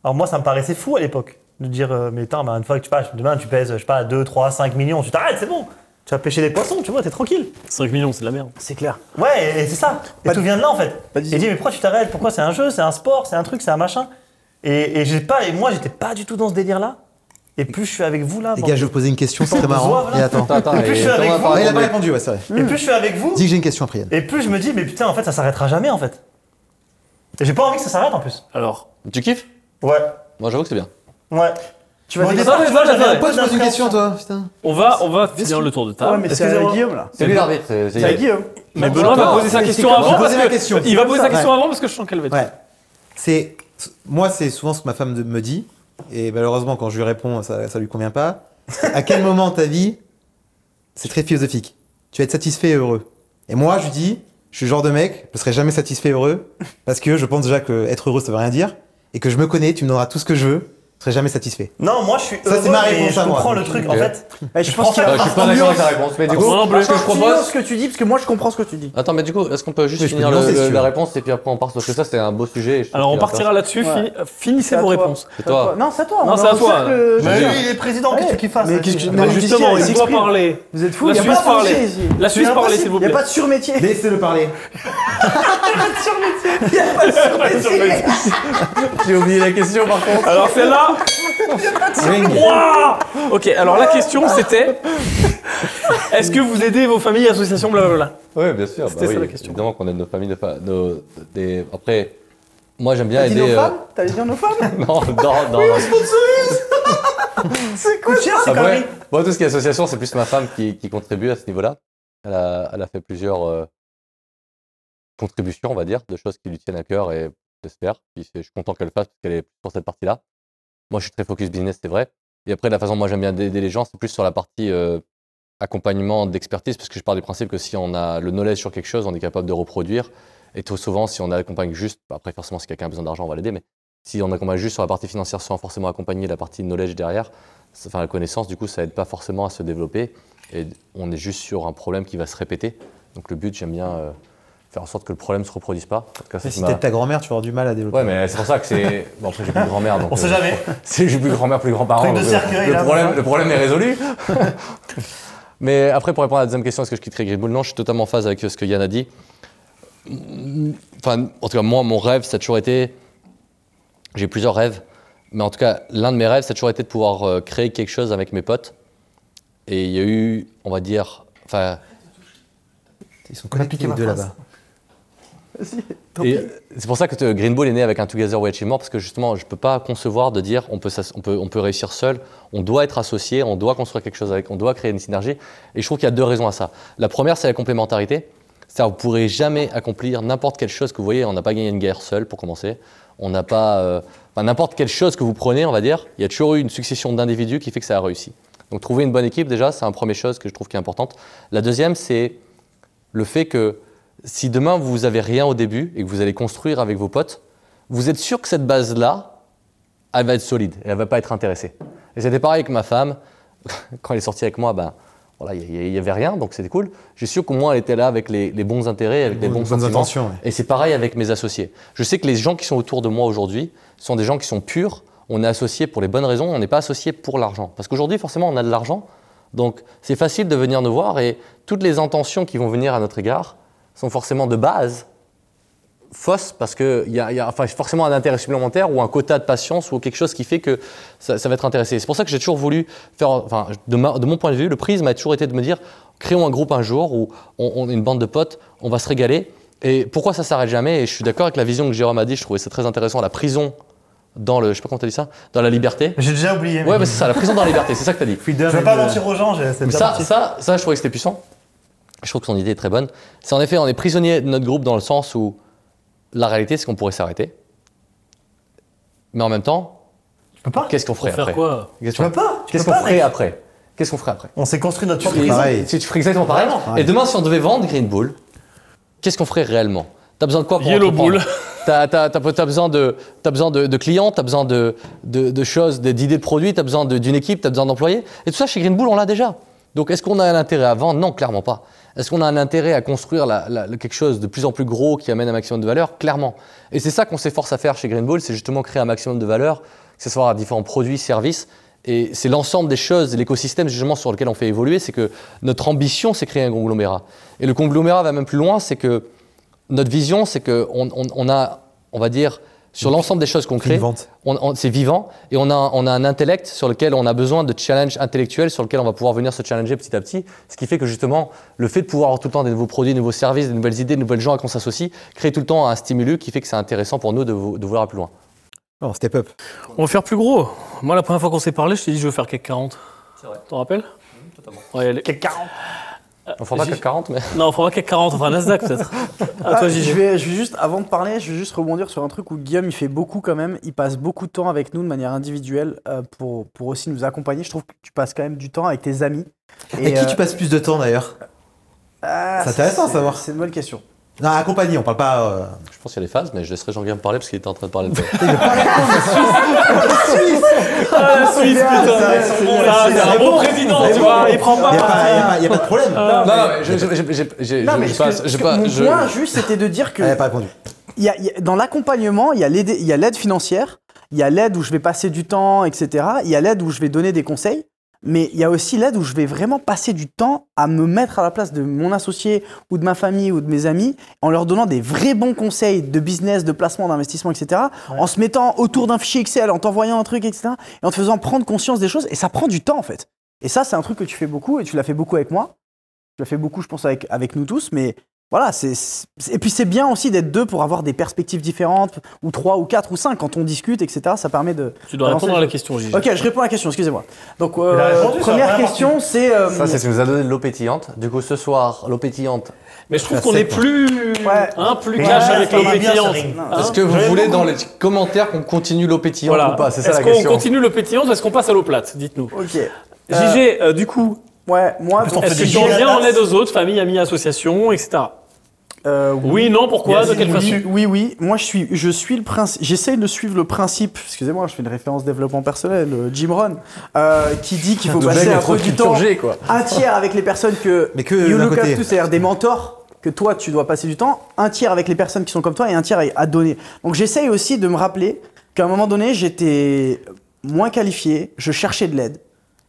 [SPEAKER 4] Alors moi, ça me paraissait fou à l'époque de dire euh, mais putain, bah, une fois que tu passes, demain tu pèses, je sais pas, 2, 3, 5 millions, tu t'arrêtes, c'est bon. Tu vas pêcher des poissons, tu vois, t'es tranquille.
[SPEAKER 1] 5 millions, c'est de la merde.
[SPEAKER 5] C'est clair.
[SPEAKER 4] Ouais, et- et c'est ça. Et
[SPEAKER 5] Pas
[SPEAKER 4] tout
[SPEAKER 5] de-
[SPEAKER 4] vient de là en fait.
[SPEAKER 5] pas
[SPEAKER 4] Et
[SPEAKER 5] de-
[SPEAKER 4] dit mais pourquoi tu t'arrêtes Pourquoi c'est un jeu, c'est un sport, c'est un truc, c'est un machin. Et, et j'ai pas, et moi j'étais pas du tout dans ce délire là. Et plus je suis avec vous là.
[SPEAKER 2] Les
[SPEAKER 4] bon.
[SPEAKER 2] gars, je vais vous poser une question, c'est
[SPEAKER 4] Attends,
[SPEAKER 2] très
[SPEAKER 4] on se
[SPEAKER 2] marrant.
[SPEAKER 4] voit,
[SPEAKER 2] Et
[SPEAKER 4] là.
[SPEAKER 2] attends.
[SPEAKER 3] Attends, attends,
[SPEAKER 4] Et puis, je
[SPEAKER 3] et
[SPEAKER 4] suis avec
[SPEAKER 3] Thomas
[SPEAKER 4] vous.
[SPEAKER 3] pas
[SPEAKER 2] Ouais, il a pas
[SPEAKER 3] répondu.
[SPEAKER 2] répondu, ouais, c'est vrai.
[SPEAKER 4] Et plus je suis avec vous,
[SPEAKER 2] Dis que j'ai une question après, Yann.
[SPEAKER 4] et plus je me dis mais putain en fait ça s'arrêtera jamais en fait. Et j'ai pas envie que ça s'arrête en plus.
[SPEAKER 1] Alors,
[SPEAKER 3] Tu kiffes
[SPEAKER 4] Ouais,
[SPEAKER 3] Moi, j'avoue que c'est bien.
[SPEAKER 4] ouais.
[SPEAKER 5] Tu vas
[SPEAKER 4] Bon, au
[SPEAKER 5] dire-
[SPEAKER 4] départ,
[SPEAKER 1] Attends,
[SPEAKER 4] tu
[SPEAKER 1] mais moi,
[SPEAKER 4] vois, Ah, j'avais
[SPEAKER 1] j'avais
[SPEAKER 4] un peu
[SPEAKER 2] Pourquoi tu poses une
[SPEAKER 4] d'appréhension.
[SPEAKER 2] question, toi putain
[SPEAKER 1] on va, on va finir le tour de
[SPEAKER 5] Ouais,
[SPEAKER 1] table.
[SPEAKER 5] mais c'est à
[SPEAKER 4] Excusez-moi.
[SPEAKER 5] Guillaume là.
[SPEAKER 3] C'est lui l'arbitre, c'est c'est-
[SPEAKER 4] C'est à Guillaume.
[SPEAKER 1] mais Benoît
[SPEAKER 3] attends,
[SPEAKER 1] va poser sa
[SPEAKER 2] c'est-
[SPEAKER 1] question
[SPEAKER 2] c'est comme-
[SPEAKER 1] avant.
[SPEAKER 2] j'ai posé
[SPEAKER 1] parce
[SPEAKER 2] ma
[SPEAKER 1] que-
[SPEAKER 2] question.
[SPEAKER 1] Il va poser sa
[SPEAKER 2] Ouais.
[SPEAKER 1] question avant parce que je sens qu'elle va être.
[SPEAKER 2] Ouais. C'est. Moi, c'est souvent ce que ma femme de- me dit. Et malheureusement, quand je lui réponds, ça, ça lui convient pas. À quel moment de ta vie, c'est très philosophique. Tu vas être satisfait et heureux. Et moi, je lui dis, je suis le genre de mec, je serai jamais satisfait et heureux. Parce que je pense déjà que être heureux, ça veut rien dire. Et que je me connais, tu me donneras tout ce que je veux. Je serai jamais satisfait.
[SPEAKER 4] Non, moi je suis
[SPEAKER 2] Ça,
[SPEAKER 4] heureux,
[SPEAKER 2] c'est ma
[SPEAKER 4] mais
[SPEAKER 2] réponse
[SPEAKER 4] je
[SPEAKER 2] à moi.
[SPEAKER 4] comprends le truc en
[SPEAKER 3] Ok.
[SPEAKER 4] fait.
[SPEAKER 5] Eh, Je
[SPEAKER 1] Ah,
[SPEAKER 5] pense qu'il
[SPEAKER 3] Bah,
[SPEAKER 5] a
[SPEAKER 3] je suis pas d'accord avec ta réponse, mais du coup,
[SPEAKER 1] Moi non plus.
[SPEAKER 3] ce que je propose,
[SPEAKER 5] ce que tu dis parce que moi je comprends ce que tu dis.
[SPEAKER 3] Attends, mais du coup, est-ce qu'on peut juste
[SPEAKER 2] Oui, je peux
[SPEAKER 3] finir le-
[SPEAKER 2] nuancer, si
[SPEAKER 3] le-
[SPEAKER 2] tu
[SPEAKER 3] la
[SPEAKER 2] veux.
[SPEAKER 3] réponse et puis après on part sur que ça, c'est un beau sujet. et je trouve
[SPEAKER 1] Alors on
[SPEAKER 3] qu'il est
[SPEAKER 1] partira là-dessus.
[SPEAKER 5] Ouais.
[SPEAKER 1] fini- euh, Finissez
[SPEAKER 5] C'est à
[SPEAKER 1] vos
[SPEAKER 5] toi.
[SPEAKER 1] réponse.
[SPEAKER 3] C'est toi.
[SPEAKER 5] Non, c'est à toi.
[SPEAKER 1] Non,
[SPEAKER 5] on
[SPEAKER 1] c'est
[SPEAKER 5] est
[SPEAKER 1] à
[SPEAKER 5] en
[SPEAKER 1] toi.
[SPEAKER 5] cercle-
[SPEAKER 4] Mais
[SPEAKER 3] Bien
[SPEAKER 4] lui,
[SPEAKER 3] sûr.
[SPEAKER 4] il est président, qu'est-ce
[SPEAKER 5] Ouais.
[SPEAKER 4] qu'il fasse
[SPEAKER 5] Mais qu'est-ce que-
[SPEAKER 4] là-dessus
[SPEAKER 5] Mais
[SPEAKER 1] Mais
[SPEAKER 5] Justine,
[SPEAKER 1] justement,
[SPEAKER 5] elle
[SPEAKER 1] il doit
[SPEAKER 5] s'exprime.
[SPEAKER 1] parler.
[SPEAKER 5] Vous êtes fous,
[SPEAKER 1] La
[SPEAKER 5] il y a
[SPEAKER 1] Suisse
[SPEAKER 5] pas de
[SPEAKER 1] parlait.
[SPEAKER 5] surmétier ici.
[SPEAKER 1] La Suisse
[SPEAKER 5] C'est
[SPEAKER 1] parlait,
[SPEAKER 5] impossible,
[SPEAKER 1] s'il vous
[SPEAKER 5] Il y a
[SPEAKER 1] plaît.
[SPEAKER 5] pas de surmétier.
[SPEAKER 2] Laissez-le parler.
[SPEAKER 5] Il y a pas de surmétier.
[SPEAKER 3] J'ai oublié la question par contre.
[SPEAKER 1] Alors celle-là.
[SPEAKER 2] Ring.
[SPEAKER 1] Ouah ok, alors la question c'était est-ce que vous aidez vos familles, associations, blablabla
[SPEAKER 3] Oui, bien sûr.
[SPEAKER 1] C'était
[SPEAKER 3] bah
[SPEAKER 1] ça
[SPEAKER 3] oui,
[SPEAKER 1] la question.
[SPEAKER 3] Évidemment qu'on aide nos familles, nos, fa- nos- des... Après, moi j'aime bien
[SPEAKER 5] T'as dit nos
[SPEAKER 3] aider. euh,
[SPEAKER 5] femmes T'as dit nos femmes
[SPEAKER 3] Non, non, non. non.
[SPEAKER 5] C'est cool.
[SPEAKER 3] Après, moi tout ce qui est association, c'est plus ma femme qui, qui contribue à ce niveau-là. Elle a, elle a fait plusieurs euh, contributions, on va dire, de choses qui lui tiennent à cœur et j'espère. Puis c'est- je suis content qu'elle le fasse parce qu'elle est pour cette partie-là. Moi, je suis très focus business, c'est vrai. Et après, la façon dont moi j'aime bien aider les gens, c'est plus sur la partie euh, accompagnement d'expertise, parce que je pars du principe que si on a le knowledge sur quelque chose, on est capable de reproduire. Et trop souvent, si on accompagne juste, bah, après forcément, si quelqu'un a besoin d'argent, on va l'aider, mais si on accompagne juste sur la partie financière sans forcément accompagner la partie knowledge derrière, ça- enfin la connaissance, du coup, ça aide pas forcément à se développer. Et on est juste sur un problème qui va se répéter. Donc le but, j'aime bien euh, faire en sorte que le problème se reproduise pas. En tout cas, ça,
[SPEAKER 2] si
[SPEAKER 3] c'est ma-
[SPEAKER 2] t'es ta grand-mère, tu vas avoir du mal à développer.
[SPEAKER 3] Ouais, mais c'est pour ça que c'est. Bon, après, j'ai plus de grand-mère. donc,
[SPEAKER 4] On sait
[SPEAKER 3] euh,
[SPEAKER 4] jamais.
[SPEAKER 3] C'est j'ai plus de grand-mère, plus de grands-parents.
[SPEAKER 4] Truc de
[SPEAKER 3] donc, euh,
[SPEAKER 4] cercueil,
[SPEAKER 3] le,
[SPEAKER 4] là,
[SPEAKER 3] problème,
[SPEAKER 4] machin.
[SPEAKER 3] le problème est résolu. mais après, pour répondre à la deuxième question, est-ce que je quitterai Greenbull Non, je suis totalement en phase avec ce que Yann a dit. Enfin, en tout cas, moi, mon rêve, ça a toujours été. J'ai plusieurs rêves, mais en tout cas, l'un de mes rêves, ça a toujours été de pouvoir euh, créer quelque chose avec mes potes. Et il y a eu, on va dire. Enfin,
[SPEAKER 2] Ils sont connectés les deux là-bas.
[SPEAKER 3] Et c'est pour ça que euh, Green Bull est né avec un Together We Achieve More, parce que justement, je ne peux pas concevoir de dire on peut, s'as- on, peut, on peut réussir seul, on doit être associé, on doit construire quelque chose avec, on doit créer une synergie. Et je trouve qu'il y a deux raisons à ça. La première, c'est la complémentarité. C'est-à-dire, vous ne pourrez jamais accomplir n'importe quelle chose que vous voyez. On n'a pas gagné une guerre seul, pour commencer. On n'a pas. euh, enfin, n'importe quelle chose que vous prenez, on va dire, il y a toujours eu une succession d'individus qui fait que ça a réussi. Donc, trouver une bonne équipe, déjà, c'est une première chose que je trouve qui est importante. La deuxième, c'est le fait que si demain vous avez rien au début et que vous allez construire avec vos potes, vous êtes sûr que cette base-là, elle va être solide et elle va pas être intéressée. Et c'était pareil avec ma femme. Quand elle est sortie avec moi, ben voilà, il y- il y, avait rien, donc c'était cool. J'ai sûr qu'au moins elle était là avec les, les bons intérêts, avec les,
[SPEAKER 2] bonnes-
[SPEAKER 3] bons
[SPEAKER 2] bonnes
[SPEAKER 3] sentiments.
[SPEAKER 2] intentions, ouais.
[SPEAKER 3] Et c'est pareil avec mes associés. Je sais que les gens qui sont autour de moi aujourd'hui sont des gens qui sont purs. On est associés pour les bonnes raisons, on n'est pas associés pour l'argent. Parce qu'aujourd'hui, forcément, on a de l'argent. Donc, c'est facile de venir nous voir et toutes les intentions qui vont venir à notre égard sont forcément de base fausses parce qu'il y a, il y a- enfin, forcément un intérêt supplémentaire ou un quota de patience ou quelque chose qui fait que ça, ça va être intéressé. C'est pour ça que j'ai toujours voulu faire, enfin, de, ma- de mon point de vue, le prisme a toujours été de me dire créons un groupe un jour où on, on est une bande de potes, on va se régaler. Et pourquoi ça s'arrête jamais Et je suis d'accord avec la vision que Jérôme a dit, je trouvais ça très intéressant, la prison dans le, je sais pas comment t'as dit ça, dans la liberté.
[SPEAKER 4] J'ai déjà oublié.
[SPEAKER 3] Ouais, mais c'est ça, la prison dans la liberté, c'est ça que t'as dit.
[SPEAKER 4] je veux pas mentir aux gens, j'ai- c'est
[SPEAKER 3] Mais
[SPEAKER 4] déjà
[SPEAKER 3] ça,
[SPEAKER 4] parti.
[SPEAKER 3] ça, ça, je trouvais que c'était puissant. Je trouve que son idée est très bonne. C'est en effet, on est prisonnier de notre groupe dans le sens où la réalité, c'est qu'on pourrait s'arrêter. Mais en même temps,
[SPEAKER 4] Tu peux pas
[SPEAKER 3] qu'est-ce qu'on
[SPEAKER 1] Pour
[SPEAKER 3] ferait
[SPEAKER 1] faire
[SPEAKER 3] après
[SPEAKER 1] quoi
[SPEAKER 4] Tu peux pas Tu
[SPEAKER 3] Qu'est-ce
[SPEAKER 4] peux
[SPEAKER 3] qu'on
[SPEAKER 4] pas,
[SPEAKER 3] ferait
[SPEAKER 4] mec.
[SPEAKER 3] après Qu'est-ce qu'on ferait après
[SPEAKER 4] On s'est construit notre
[SPEAKER 3] Et
[SPEAKER 4] propre.
[SPEAKER 2] pareil.
[SPEAKER 3] Si tu ferais exactement pareil. Et demain, si on devait vendre Green Bull, qu'est-ce qu'on ferait réellement T'as besoin de quoi pour
[SPEAKER 1] Yellow
[SPEAKER 3] entreprendre
[SPEAKER 1] Bull.
[SPEAKER 3] T'as t'as- t'as- t'as besoin, de, t'as besoin de, de clients, t'as besoin de, de, de choses, de- d'idées de produits, t'as besoin de- d'une équipe, t'as besoin d'employés. Et tout ça, chez Green Bull, on l'a déjà. Donc, est-ce qu'on a un intérêt à vendre Non, clairement pas. Est-ce qu'on a un intérêt à construire la- la- la- quelque chose de plus en plus gros qui amène un maximum de valeur Clairement. Et c'est ça qu'on s'efforce à faire chez Green Bull, c'est justement créer un maximum de valeur, que ce soit à différents produits, services. Et c'est l'ensemble des choses, l'écosystème justement sur lequel on fait évoluer, c'est que notre ambition, c'est créer un conglomérat. Et le conglomérat va même plus loin, c'est que notre vision, c'est qu'on on, on a, on va dire, sur l'ensemble des choses qu'on crée,
[SPEAKER 2] Vivante.
[SPEAKER 3] on- on- c'est vivant et on a, on a un intellect sur lequel on a besoin de challenge intellectuel sur lequel on va pouvoir venir se challenger petit à petit. Ce qui fait que justement, le fait de pouvoir avoir tout le temps des nouveaux produits, des nouveaux services, des nouvelles idées, des nouvelles gens à qu'on s'associe, crée tout le temps un stimulus qui fait que c'est intéressant pour nous de, vou- de vouloir aller plus loin.
[SPEAKER 2] Non, step up.
[SPEAKER 1] On va faire plus gros. Moi, la première fois qu'on s'est parlé, je t'ai dit je veux faire CAC 40.
[SPEAKER 3] C'est vrai.
[SPEAKER 1] T'en rappelles Ouais, allez.
[SPEAKER 4] Quel 40
[SPEAKER 3] On fera pas
[SPEAKER 1] Vas-y.
[SPEAKER 3] que 40, mais.
[SPEAKER 1] Non, on fera pas CAC 40, on fera Nasdaq peut-être. À
[SPEAKER 5] Ah,
[SPEAKER 1] toi,
[SPEAKER 5] je,
[SPEAKER 1] Gigi.
[SPEAKER 5] vais, je vais juste, avant de parler, je vais juste rebondir sur un truc où Guillaume, il fait beaucoup quand même. Il passe beaucoup de temps avec nous de manière individuelle euh, pour, pour aussi nous accompagner. Je trouve que tu passes quand même du temps avec tes amis. euh,
[SPEAKER 2] Et,
[SPEAKER 3] euh,
[SPEAKER 2] qui tu passes plus de temps d'ailleurs C'est intéressant à savoir.
[SPEAKER 5] ah, C'est une bonne question.
[SPEAKER 2] Non, accompagné, on parle pas. euh,
[SPEAKER 3] Je pense qu'il y a des phases, mais je laisserai Jean-Guillaume parler parce qu'il était en train de parler de toi.
[SPEAKER 1] Ah, la Suisse, putain.
[SPEAKER 2] c'est-
[SPEAKER 1] Ça,
[SPEAKER 2] c'est-
[SPEAKER 1] C'est un bon président, tu vois. Il prend
[SPEAKER 2] Il n'y a,
[SPEAKER 1] pas. Euh,
[SPEAKER 2] pas- y a pas- y a pas de problème.
[SPEAKER 3] non, non, mais je- je- je- j'ai- j'ai-
[SPEAKER 5] Non, mais
[SPEAKER 3] je
[SPEAKER 5] ce que-
[SPEAKER 3] passe-
[SPEAKER 5] ce
[SPEAKER 3] je
[SPEAKER 5] que
[SPEAKER 3] pas-
[SPEAKER 5] mon
[SPEAKER 3] je-
[SPEAKER 5] point juste, c'était de dire que
[SPEAKER 2] Elle n'a pas répondu.
[SPEAKER 5] il y a- il y a- dans l'accompagnement, il y a l'aide il y a l'aide financière, il y a l'aide où je vais passer du temps, etc. Il y a l'aide où je vais donner des conseils, mais il y a aussi l'aide où je vais vraiment passer du temps à me mettre à la place de mon associé ou de ma famille ou de mes amis, en leur donnant des vrais bons conseils de business, de placement, d'investissement, etc. En se mettant autour d'un fichier Excel, en t'envoyant un truc, etc. Et en te faisant prendre conscience des choses. Et ça prend du temps, en fait. Et ça, c'est un truc que tu fais beaucoup, et tu l'as fait beaucoup avec moi. Tu l'as fait beaucoup, je pense, avec, avec nous tous, mais voilà, c'est c'est- et puis c'est bien aussi d'être deux pour avoir des perspectives différentes, ou trois, ou quatre, ou cinq quand on discute, etc. Ça permet de.
[SPEAKER 1] Tu dois
[SPEAKER 5] d'avancer.
[SPEAKER 1] répondre à la question, Gigi.
[SPEAKER 5] Ok, je réponds à la question. Excusez-moi. Donc euh,
[SPEAKER 4] Il a répondu, ça,
[SPEAKER 5] première
[SPEAKER 4] vraiment.
[SPEAKER 5] question, c'est. euh,
[SPEAKER 3] Ça, c'est ce qui nous a donné de l'eau pétillante. Du coup, ce soir, l'eau pétillante.
[SPEAKER 1] Mais je trouve qu'on est plus.
[SPEAKER 5] Ouais.
[SPEAKER 1] Hein, plus
[SPEAKER 4] Ouais,
[SPEAKER 1] cash
[SPEAKER 4] ouais,
[SPEAKER 1] avec
[SPEAKER 4] ça
[SPEAKER 1] l'eau
[SPEAKER 4] va bien,
[SPEAKER 1] pétillante.
[SPEAKER 4] ce ring.
[SPEAKER 1] Hein
[SPEAKER 3] Est-ce que vous
[SPEAKER 4] J'avais
[SPEAKER 3] voulez
[SPEAKER 4] beaucoup-
[SPEAKER 3] dans les commentaires qu'on continue l'eau pétillante
[SPEAKER 1] Voilà.
[SPEAKER 3] ou pas C'est ça
[SPEAKER 1] Est-ce
[SPEAKER 3] la
[SPEAKER 1] qu'on
[SPEAKER 3] question.
[SPEAKER 1] continue l'eau pétillante ou est-ce qu'on passe à l'eau plate Dites-nous.
[SPEAKER 5] ok. Euh,
[SPEAKER 1] Gigi, euh, du coup,
[SPEAKER 5] Ouais, moi.
[SPEAKER 4] Parce qu'on
[SPEAKER 5] pour-
[SPEAKER 4] fait
[SPEAKER 1] est-ce
[SPEAKER 4] des
[SPEAKER 1] que tu
[SPEAKER 4] choses.
[SPEAKER 1] reviens en aide aux autres, famille, amis, association, etc.
[SPEAKER 5] Euh,
[SPEAKER 1] Oui, non, pourquoi De
[SPEAKER 5] Yacine,
[SPEAKER 1] quelle
[SPEAKER 5] oui,
[SPEAKER 1] façon
[SPEAKER 5] Oui, oui. Moi, je suis, je suis le principe. J'essaye de suivre le principe. Excusez-moi, je fais une référence développement personnel. euh, Jim Rohn, euh, qui dit qu'il faut
[SPEAKER 3] Le mec
[SPEAKER 5] passer
[SPEAKER 3] a
[SPEAKER 5] un
[SPEAKER 3] trop
[SPEAKER 5] peu
[SPEAKER 3] de
[SPEAKER 5] du temps,
[SPEAKER 3] culture G, quoi.
[SPEAKER 5] un tiers avec les personnes que,
[SPEAKER 2] Mais que
[SPEAKER 5] you
[SPEAKER 2] d'un
[SPEAKER 5] look up
[SPEAKER 2] côté.
[SPEAKER 5] to, c'est-à-dire des mentors que toi tu dois passer du temps, un tiers avec les personnes qui sont comme toi et un tiers à donner. Donc j'essaye aussi de me rappeler qu'à un moment donné j'étais moins qualifié, je cherchais de l'aide.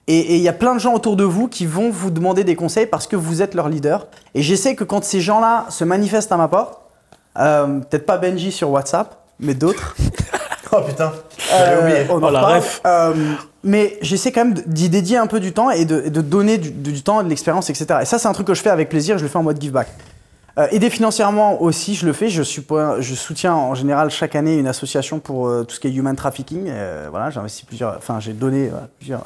[SPEAKER 5] Et et il y a plein de gens autour de vous qui vont vous demander des conseils parce que vous êtes leur leader. Et j'essaie que quand ces gens-là se manifestent à ma porte, euh, peut-être pas Benji sur WhatsApp, mais d'autres,
[SPEAKER 4] Oh putain, j'avais
[SPEAKER 5] euh,
[SPEAKER 4] oublié.
[SPEAKER 5] on en
[SPEAKER 1] Oh, la
[SPEAKER 5] reparle.
[SPEAKER 1] ref.
[SPEAKER 5] Euh, mais j'essaie quand même d'y dédier un peu du temps et de, et de donner du, du- du temps, de l'expérience, etc. Et ça, c'est un truc que je fais avec plaisir, je le fais en mode give back. Euh, aider financièrement aussi, je le fais. Je, suis pas- je soutiens en général chaque année une association pour euh, tout ce qui est human trafficking. Euh, voilà, j'ai investi plusieurs, enfin j'ai donné voilà, plusieurs,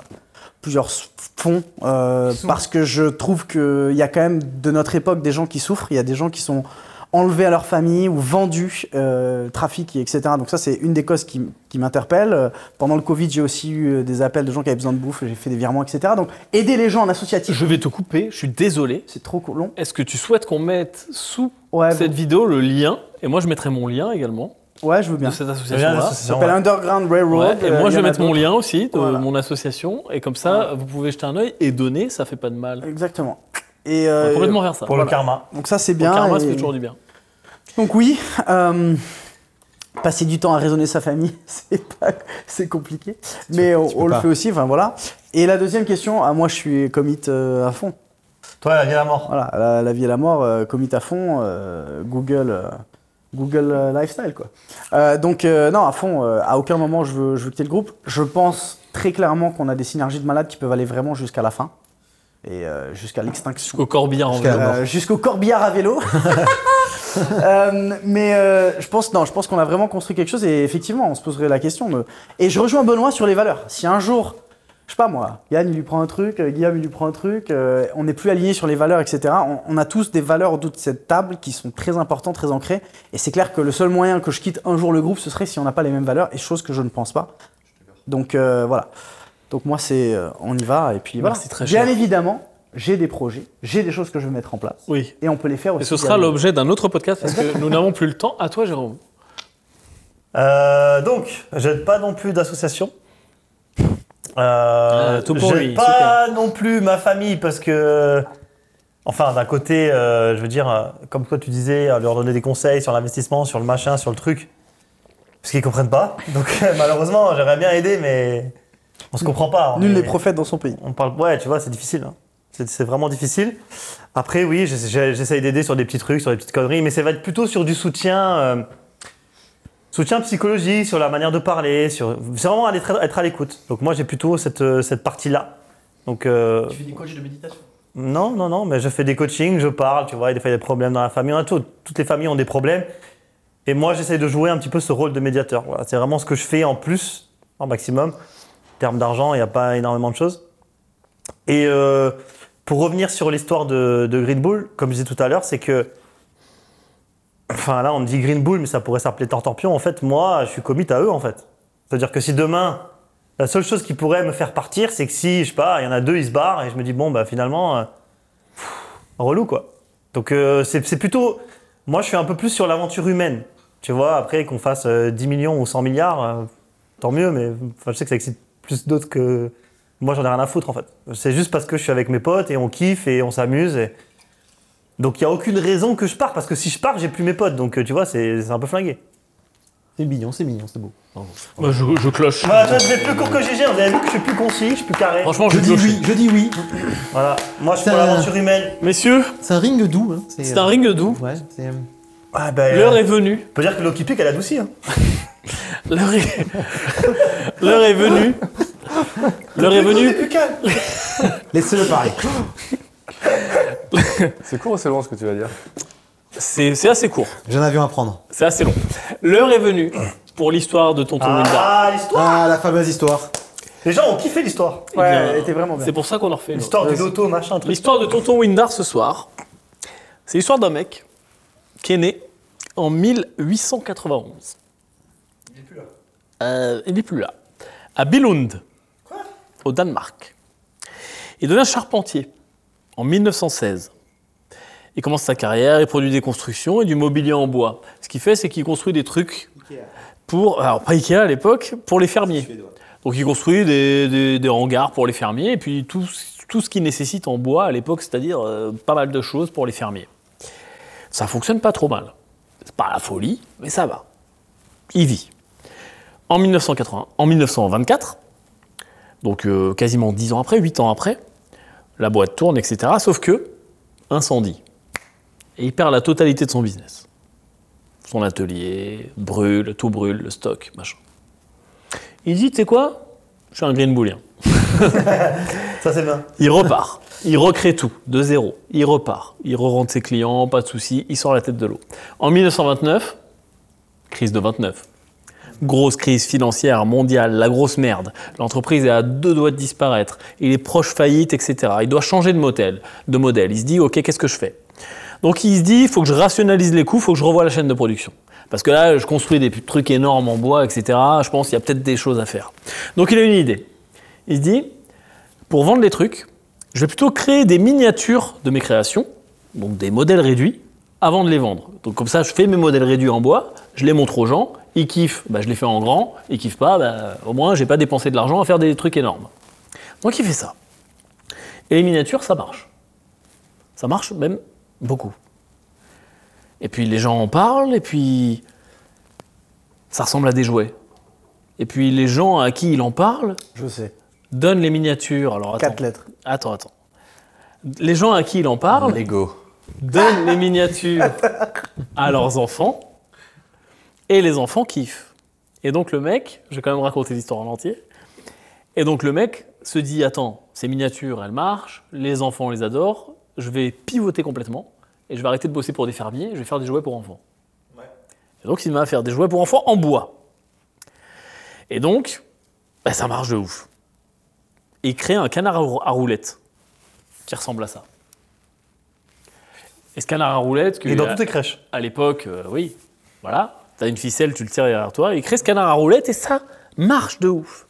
[SPEAKER 5] plusieurs s- fonds euh, parce que je trouve qu'il y a quand même de notre époque des gens qui souffrent. Il y a des gens qui sont enlevés à leur famille ou vendus, euh, trafic, etc. Donc ça, c'est une des causes qui, m- qui m'interpelle. Euh, Pendant le Covid, j'ai aussi eu euh, des appels de gens qui avaient besoin de bouffe, j'ai fait des virements, etc. Donc aider les gens en associatif,
[SPEAKER 1] Je vais te couper, je suis désolé.
[SPEAKER 5] c'est trop long.
[SPEAKER 1] Est-ce que tu souhaites qu'on mette sous
[SPEAKER 5] Ouais,
[SPEAKER 1] cette vidéo le lien Et moi, je mettrai mon lien également
[SPEAKER 5] bon. ouais, je veux bien.
[SPEAKER 1] de cette
[SPEAKER 4] Regarde,
[SPEAKER 1] association-là.
[SPEAKER 4] c'est
[SPEAKER 5] Ça s'appelle
[SPEAKER 4] vraiment-
[SPEAKER 5] Underground
[SPEAKER 1] Ouais,
[SPEAKER 5] Railroad.
[SPEAKER 1] et
[SPEAKER 5] euh,
[SPEAKER 1] moi,
[SPEAKER 5] il
[SPEAKER 1] je
[SPEAKER 5] y
[SPEAKER 1] vais
[SPEAKER 5] en a
[SPEAKER 1] mettre mon
[SPEAKER 5] d'autres.
[SPEAKER 1] lien aussi de
[SPEAKER 5] Voilà.
[SPEAKER 1] mon association. Et comme ça, vous pouvez jeter un œil et donner, ça fait pas de mal.
[SPEAKER 5] Exactement. Et
[SPEAKER 1] On va
[SPEAKER 5] euh,
[SPEAKER 1] complètement vers ça.
[SPEAKER 4] Pour le karma.
[SPEAKER 5] donc ça c'est
[SPEAKER 1] Pour
[SPEAKER 5] bien.
[SPEAKER 1] le karma,
[SPEAKER 5] et-
[SPEAKER 1] ça fait toujours du bien.
[SPEAKER 5] Donc oui, euh, passer du temps à raisonner sa famille, c'est pas, c'est compliqué, mais on,
[SPEAKER 2] tu peux
[SPEAKER 5] on le
[SPEAKER 2] pas.
[SPEAKER 5] fait aussi. Enfin voilà. Et la deuxième question, ah, moi je suis commit euh, à fond.
[SPEAKER 4] Toi, la vie à la mort.
[SPEAKER 5] Voilà, la, la vie et la mort, euh, commit à fond, euh, Google, euh, Google euh, Lifestyle, quoi. Euh, donc, euh, non, à fond, euh, à aucun moment je veux, je veux quitter le groupe. Je pense très clairement qu'on a des synergies de malades qui peuvent aller vraiment jusqu'à la fin et euh, jusqu'à l'extinction.
[SPEAKER 1] Jusqu'au corbillard en
[SPEAKER 2] Jusqu'à la
[SPEAKER 1] vélo.
[SPEAKER 2] mort.
[SPEAKER 5] Euh, jusqu'au corbillard à vélo. Euh, mais euh, je pense non, je pense qu'on a vraiment construit quelque chose et effectivement, on se poserait la question. de- Et je rejoins Benoît sur les valeurs. Si un jour, je sais pas moi, Yann il lui prend un truc, euh, Guillaume il lui prend un truc, euh, on n'est plus aligné sur les valeurs, etc. On, on a tous des valeurs autour de cette table qui sont très importantes, très ancrées. Et c'est clair que le seul moyen que je quitte un jour le groupe, ce serait si on n'a pas les mêmes valeurs. Et chose que je ne pense pas. Donc euh, voilà. Donc moi c'est euh, on y va et puis voilà.
[SPEAKER 1] Merci, très
[SPEAKER 5] Bien
[SPEAKER 1] cher.
[SPEAKER 5] évidemment, j'ai des projets, j'ai des choses que je veux mettre en place
[SPEAKER 1] Oui.
[SPEAKER 5] et on peut les faire aussi.
[SPEAKER 1] Et ce sera
[SPEAKER 5] bien.
[SPEAKER 1] l'objet d'un autre podcast parce que nous n'avons plus le temps. À toi, Jérôme.
[SPEAKER 4] Euh, donc, j'aide pas non plus d'association. Euh,
[SPEAKER 1] Ah, tout pour
[SPEAKER 4] j'aide
[SPEAKER 1] lui,
[SPEAKER 4] pas non plus ma famille parce que, enfin, d'un côté, euh, je veux dire, euh, comme toi tu disais, euh, leur donner des conseils sur l'investissement, sur le machin, sur le truc, parce qu'ils comprennent pas. Donc malheureusement, j'aimerais bien aider, mais on se comprend pas. hein, On
[SPEAKER 5] Nul
[SPEAKER 4] est-
[SPEAKER 5] n'est prophète dans son pays.
[SPEAKER 4] On parle, ouais, tu vois, c'est difficile. hein. C'est c'est vraiment difficile. Après, oui, j'essa- j'ai- j'essaye d'aider sur des petits trucs, sur des petites conneries, mais ça va être plutôt sur du soutien, euh, soutien psychologique, sur la manière de parler, sur. C'est vraiment aller très- être à l'écoute. Donc moi, j'ai plutôt cette, euh, cette partie-là. Donc euh,
[SPEAKER 1] fais des coachs de méditation.
[SPEAKER 4] non, non, non, mais je fais des coachings, je parle, tu vois, il y a des fois, il y a des problèmes dans la famille, on a tout- toutes les familles ont des problèmes. Et moi, j'essaye de jouer un petit peu ce rôle de médiateur. Voilà, c'est vraiment ce que je fais en plus, en maximum. En termes d'argent, il n'y a pas énormément de choses. Et euh, pour revenir sur l'histoire de, de Green Bull, comme je disais tout à l'heure, c'est que. Enfin, là, on me dit Green Bull, mais ça pourrait s'appeler Tartampion. En fait, moi, je suis commit à eux, en fait. C'est-à-dire que si demain, la seule chose qui pourrait me faire partir, c'est que si, je sais pas, il y en a deux, ils se barrent, et je me dis, bon, bah finalement, euh, pff, relou, quoi. Donc euh, c'est c'est plutôt. Moi, je suis un peu plus sur l'aventure humaine. Tu vois, après qu'on fasse euh, 10 millions ou 100 milliards, euh, tant mieux, mais enfin, je sais que ça excite plus d'autres que. Moi, j'en ai rien à foutre, en fait. C'est juste parce que je suis avec mes potes et on kiffe et on s'amuse. et- Donc, il n'y a aucune raison que je pars, parce que si je pars, j'ai plus mes potes. Donc, euh, tu vois, c'est c'est un peu flingué.
[SPEAKER 2] C'est mignon, c'est mignon, c'est beau.
[SPEAKER 1] Bah, je, je cloche.
[SPEAKER 4] Voilà, toi, c'est plus court que GG. Vous avez vu que je suis plus concis, je suis plus carré.
[SPEAKER 1] Franchement, je,
[SPEAKER 2] Je dis
[SPEAKER 1] cloche.
[SPEAKER 2] oui, je dis oui.
[SPEAKER 4] Voilà. Moi, je suis
[SPEAKER 2] Ça-
[SPEAKER 4] pour l'aventure humaine.
[SPEAKER 1] Messieurs,
[SPEAKER 2] C'est un ring doux. hein.
[SPEAKER 1] C'est un ring doux.
[SPEAKER 2] Ouais, c'est. euh,
[SPEAKER 4] Ah ben,
[SPEAKER 1] l'heure est venue.
[SPEAKER 4] on peut dire que l'eau qui pique, elle adoucit. Hein.
[SPEAKER 1] L'heure est, l'heure est venue. L'heure est venue.
[SPEAKER 2] Laissez-le parler.
[SPEAKER 3] C'est court ou c'est long ce que tu vas dire
[SPEAKER 1] C'est c'est assez court.
[SPEAKER 2] J'ai un avion à prendre.
[SPEAKER 1] C'est assez long. L'heure est venue pour l'histoire de Tonton Wilda.
[SPEAKER 4] Ah, l'histoire
[SPEAKER 2] Ah, la fameuse histoire.
[SPEAKER 4] Les gens ont kiffé l'histoire.
[SPEAKER 1] Eh
[SPEAKER 5] Ouais,
[SPEAKER 1] bien,
[SPEAKER 5] elle était vraiment bien.
[SPEAKER 1] C'est pour ça qu'on en refait. une autre.
[SPEAKER 4] L'histoire du loto, machin, truc.
[SPEAKER 1] L'histoire de Tonton Windar ce soir, c'est l'histoire d'un mec qui est né en 1891. Euh, Il n'est plus là. À Billund, au Danemark. Il devient charpentier en 1916. Il commence sa carrière, il produit des constructions et du mobilier en bois. Ce qu'il fait, c'est qu'il construit des trucs pour, alors pas Ikea à l'époque, pour les fermiers. Donc il construit des, des- des hangars pour les fermiers et puis tout, tout ce qui nécessite en bois à l'époque, c'est-à-dire euh, pas mal de choses pour les fermiers. Ça fonctionne pas trop mal. C'est pas la folie, mais ça va. Il vit. En 1980, en 1924, donc euh, quasiment 10 ans après, 8 ans après, la boîte tourne, etc. Sauf que, incendie. Et il perd la totalité de son business. Son atelier brûle, tout brûle, le stock, machin. Il dit, tu sais quoi Je suis un green bullien.
[SPEAKER 4] Ça, c'est bien.
[SPEAKER 1] Il repart. Il recrée tout, de zéro. Il repart. Il re-rentre ses clients, pas de souci. Il sort la tête de l'eau. En 1929, crise de 29. Grosse crise financière mondiale, la grosse merde. L'entreprise est à deux doigts de disparaître. Il est proche faillite, etc. Il doit changer de modèle. De modèle. Il se dit, ok, qu'est-ce que je fais Donc il se dit, il faut que je rationalise les coûts, il faut que je revoie la chaîne de production. Parce que là, je construis des trucs énormes en bois, etc. Je pense qu'il y a peut-être des choses à faire. Donc il a une idée. Il se dit, pour vendre les trucs, je vais plutôt créer des miniatures de mes créations, donc des modèles réduits, avant de les vendre. Donc comme ça, je fais mes modèles réduits en bois, je les montre aux gens, ils kiffent, bah, je les fais en grand, ils kiffent pas, bah, au moins j'ai pas dépensé de l'argent à faire des trucs énormes. Donc il fait ça. Et les miniatures, ça marche. Ça marche même beaucoup. Et puis les gens en parlent, et puis ça ressemble à des jouets. Et puis les gens à qui il en parle
[SPEAKER 5] Je sais.
[SPEAKER 1] donnent les miniatures. Alors attends.
[SPEAKER 5] Quatre lettres.
[SPEAKER 1] Attends, attends. Les gens à qui il en parle
[SPEAKER 3] Lego.
[SPEAKER 1] donnent les miniatures à leurs enfants et les enfants kiffent. Et donc le mec, je vais quand même raconter l'histoire en entier, et donc le mec se dit Attends, ces miniatures elles marchent, les enfants les adorent, je vais pivoter complètement et je vais arrêter de bosser pour des fermiers, je vais faire des jouets pour enfants. Et donc il va faire des jouets pour enfants en bois. Et donc, bah, ça marche de ouf. Et il crée un canard à rou- à roulettes qui ressemble à ça. Et ce canard à roulettes, que
[SPEAKER 4] Il est dans toutes les crèches.
[SPEAKER 1] à l'époque, euh, oui, voilà, t'as une ficelle, tu le tires derrière toi, il crée ce canard à roulette et ça marche de ouf.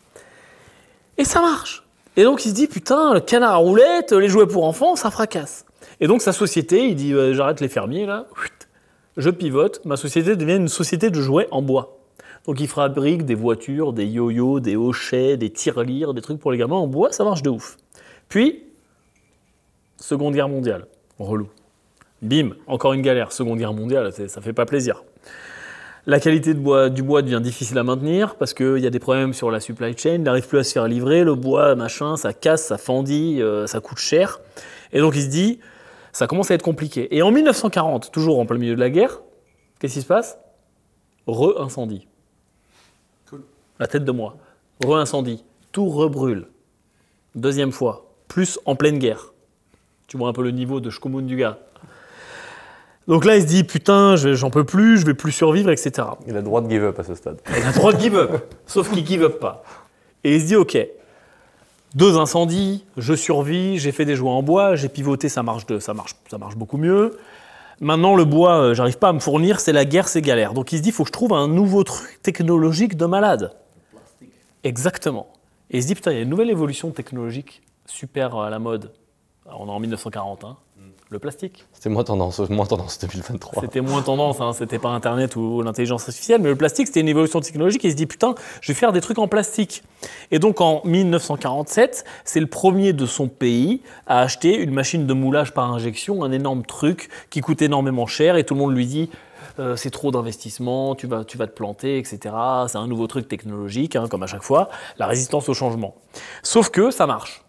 [SPEAKER 1] Et ça marche. Et donc il se dit, putain, le canard à roulette, les jouets pour enfants, ça fracasse. Et donc sa société, il dit, euh, j'arrête les fermiers là, Chut. je pivote, ma société devient une société de jouets en bois. Donc il fabrique des voitures, des yo-yo, des hochets, des tirelires, des trucs pour les gamins en bois, ça marche de ouf. Puis, Seconde Guerre mondiale, relou. Bim, encore une galère, Seconde Guerre mondiale, c'est- ça fait pas plaisir. La qualité de bois, du bois devient difficile à maintenir parce qu'il y a des problèmes sur la supply chain, il n'arrive plus à se faire livrer, le bois, machin, ça casse, ça fendit, euh, ça coûte cher. Et donc il se dit, ça commence à être compliqué. Et en 1940, toujours en plein milieu de la guerre, qu'est-ce qui se passe Re-incendie. La tête de moi. Re-incendie. Tout rebrûle. Deuxième fois. Plus en pleine guerre. Tu vois un peu le niveau de Shkumun du gars. Donc là, il se dit putain, je- j'en peux plus, je vais plus survivre, etc.
[SPEAKER 3] Il a le droit de give up à ce stade.
[SPEAKER 1] Il a le droit de give up, sauf qu'il give up pas. Et il se dit ok, deux incendies, je survis, j'ai fait des jouets en bois, j'ai pivoté, ça marche, de, ça marche, ça marche beaucoup mieux. Maintenant, le bois, euh, j'arrive pas à me fournir, c'est la guerre, c'est galère. Donc il se dit faut que je trouve un nouveau truc technologique de malade. Exactement. Et il se dit putain, il y a une nouvelle évolution technologique super à la mode. Alors, on est en 1940, hein. le plastique.
[SPEAKER 3] C'était moins tendance, moins tendance 2023.
[SPEAKER 1] C'était moins tendance, hein, c'était pas Internet ou l'intelligence artificielle, mais le plastique, c'était une évolution technologique. Et il se dit, putain, je vais faire des trucs en plastique. Et donc en 1947, c'est le premier de son pays à acheter une machine de moulage par injection, un énorme truc qui coûte énormément cher. Et tout le monde lui dit, euh, c'est trop d'investissement, tu vas, tu vas te planter, etc. C'est un nouveau truc technologique, hein, comme à chaque fois, la résistance au changement. Sauf que ça marche.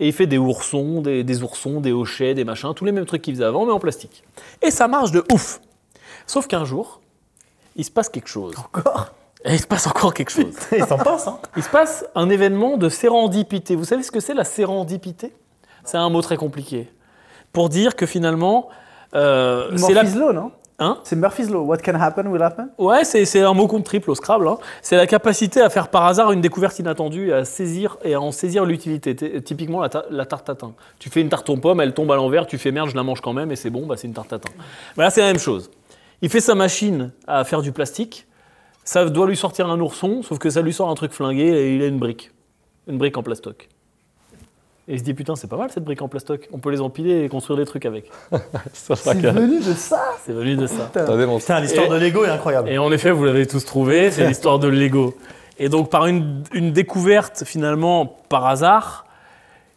[SPEAKER 1] Et il fait des oursons, des, des oursons, des hochets, des machins, tous les mêmes trucs qu'il faisait avant, mais en plastique. Et ça marche de ouf. Sauf qu'un jour, il se passe quelque chose. Encore Et il se passe encore quelque chose.
[SPEAKER 4] Il s'en passe, hein.
[SPEAKER 1] Il se passe un événement de sérendipité. Vous savez ce que c'est la sérendipité C'est un mot très compliqué. Pour dire que finalement, euh, c'est la...
[SPEAKER 5] Murphy's Law, non
[SPEAKER 1] Hein
[SPEAKER 5] C'est Murphy's Law. What can happen will happen.
[SPEAKER 1] Ouais, c'est c'est un mot compte triple au Scrabble. hein. C'est la capacité à faire par hasard une découverte inattendue et à, saisir, et à en saisir l'utilité. T- Typiquement la, ta- la tarte tatin. Tu fais une tarte aux pommes, elle tombe à l'envers, tu fais merde, je la mange quand même et c'est bon, bah, c'est une tarte tatin. Voilà, c'est la même chose. Il fait sa machine à faire du plastique. Ça doit lui sortir un ourson, sauf que ça lui sort un truc flingué et il a une brique. Une brique en plastoc. Et Et il se dit putain, c'est pas mal cette brique en plastoc. On peut les empiler et construire des trucs avec. euh,
[SPEAKER 6] Ça
[SPEAKER 5] C'est venu de ça
[SPEAKER 1] C'est venu de ça.
[SPEAKER 6] Attendez, mon
[SPEAKER 4] Putain, l'histoire
[SPEAKER 1] Et-
[SPEAKER 4] de Lego est incroyable.
[SPEAKER 1] Et en effet, vous l'avez tous trouvé, c'est l'histoire de Lego. Et donc, par une, une découverte, finalement, par hasard,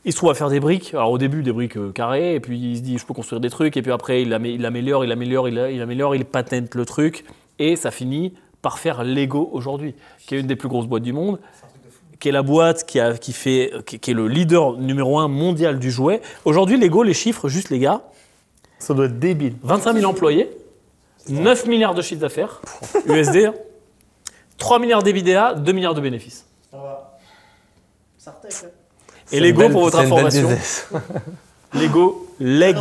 [SPEAKER 1] il se trouve à faire des briques. Alors, au début, des briques euh, carrées, et puis il se dit, je peux construire des trucs, et puis après, il, amé- il améliore, il améliore, il, a- il améliore, il patente le truc, et ça finit par faire Lego aujourd'hui, qui est une des plus grosses boîtes du monde, qui est la boîte qui, a- qui fait, qui, qui est le leader numéro un mondial du jouet. Aujourd'hui, Lego, les chiffres, juste les gars,
[SPEAKER 4] Ça doit être débile.
[SPEAKER 1] 25 000 employés, 9 milliards de chiffre d'affaires, USD, hein, 3 milliards d'EBITDA, 2 milliards de bénéfices. Et Lego, pour votre information, Lego, leg,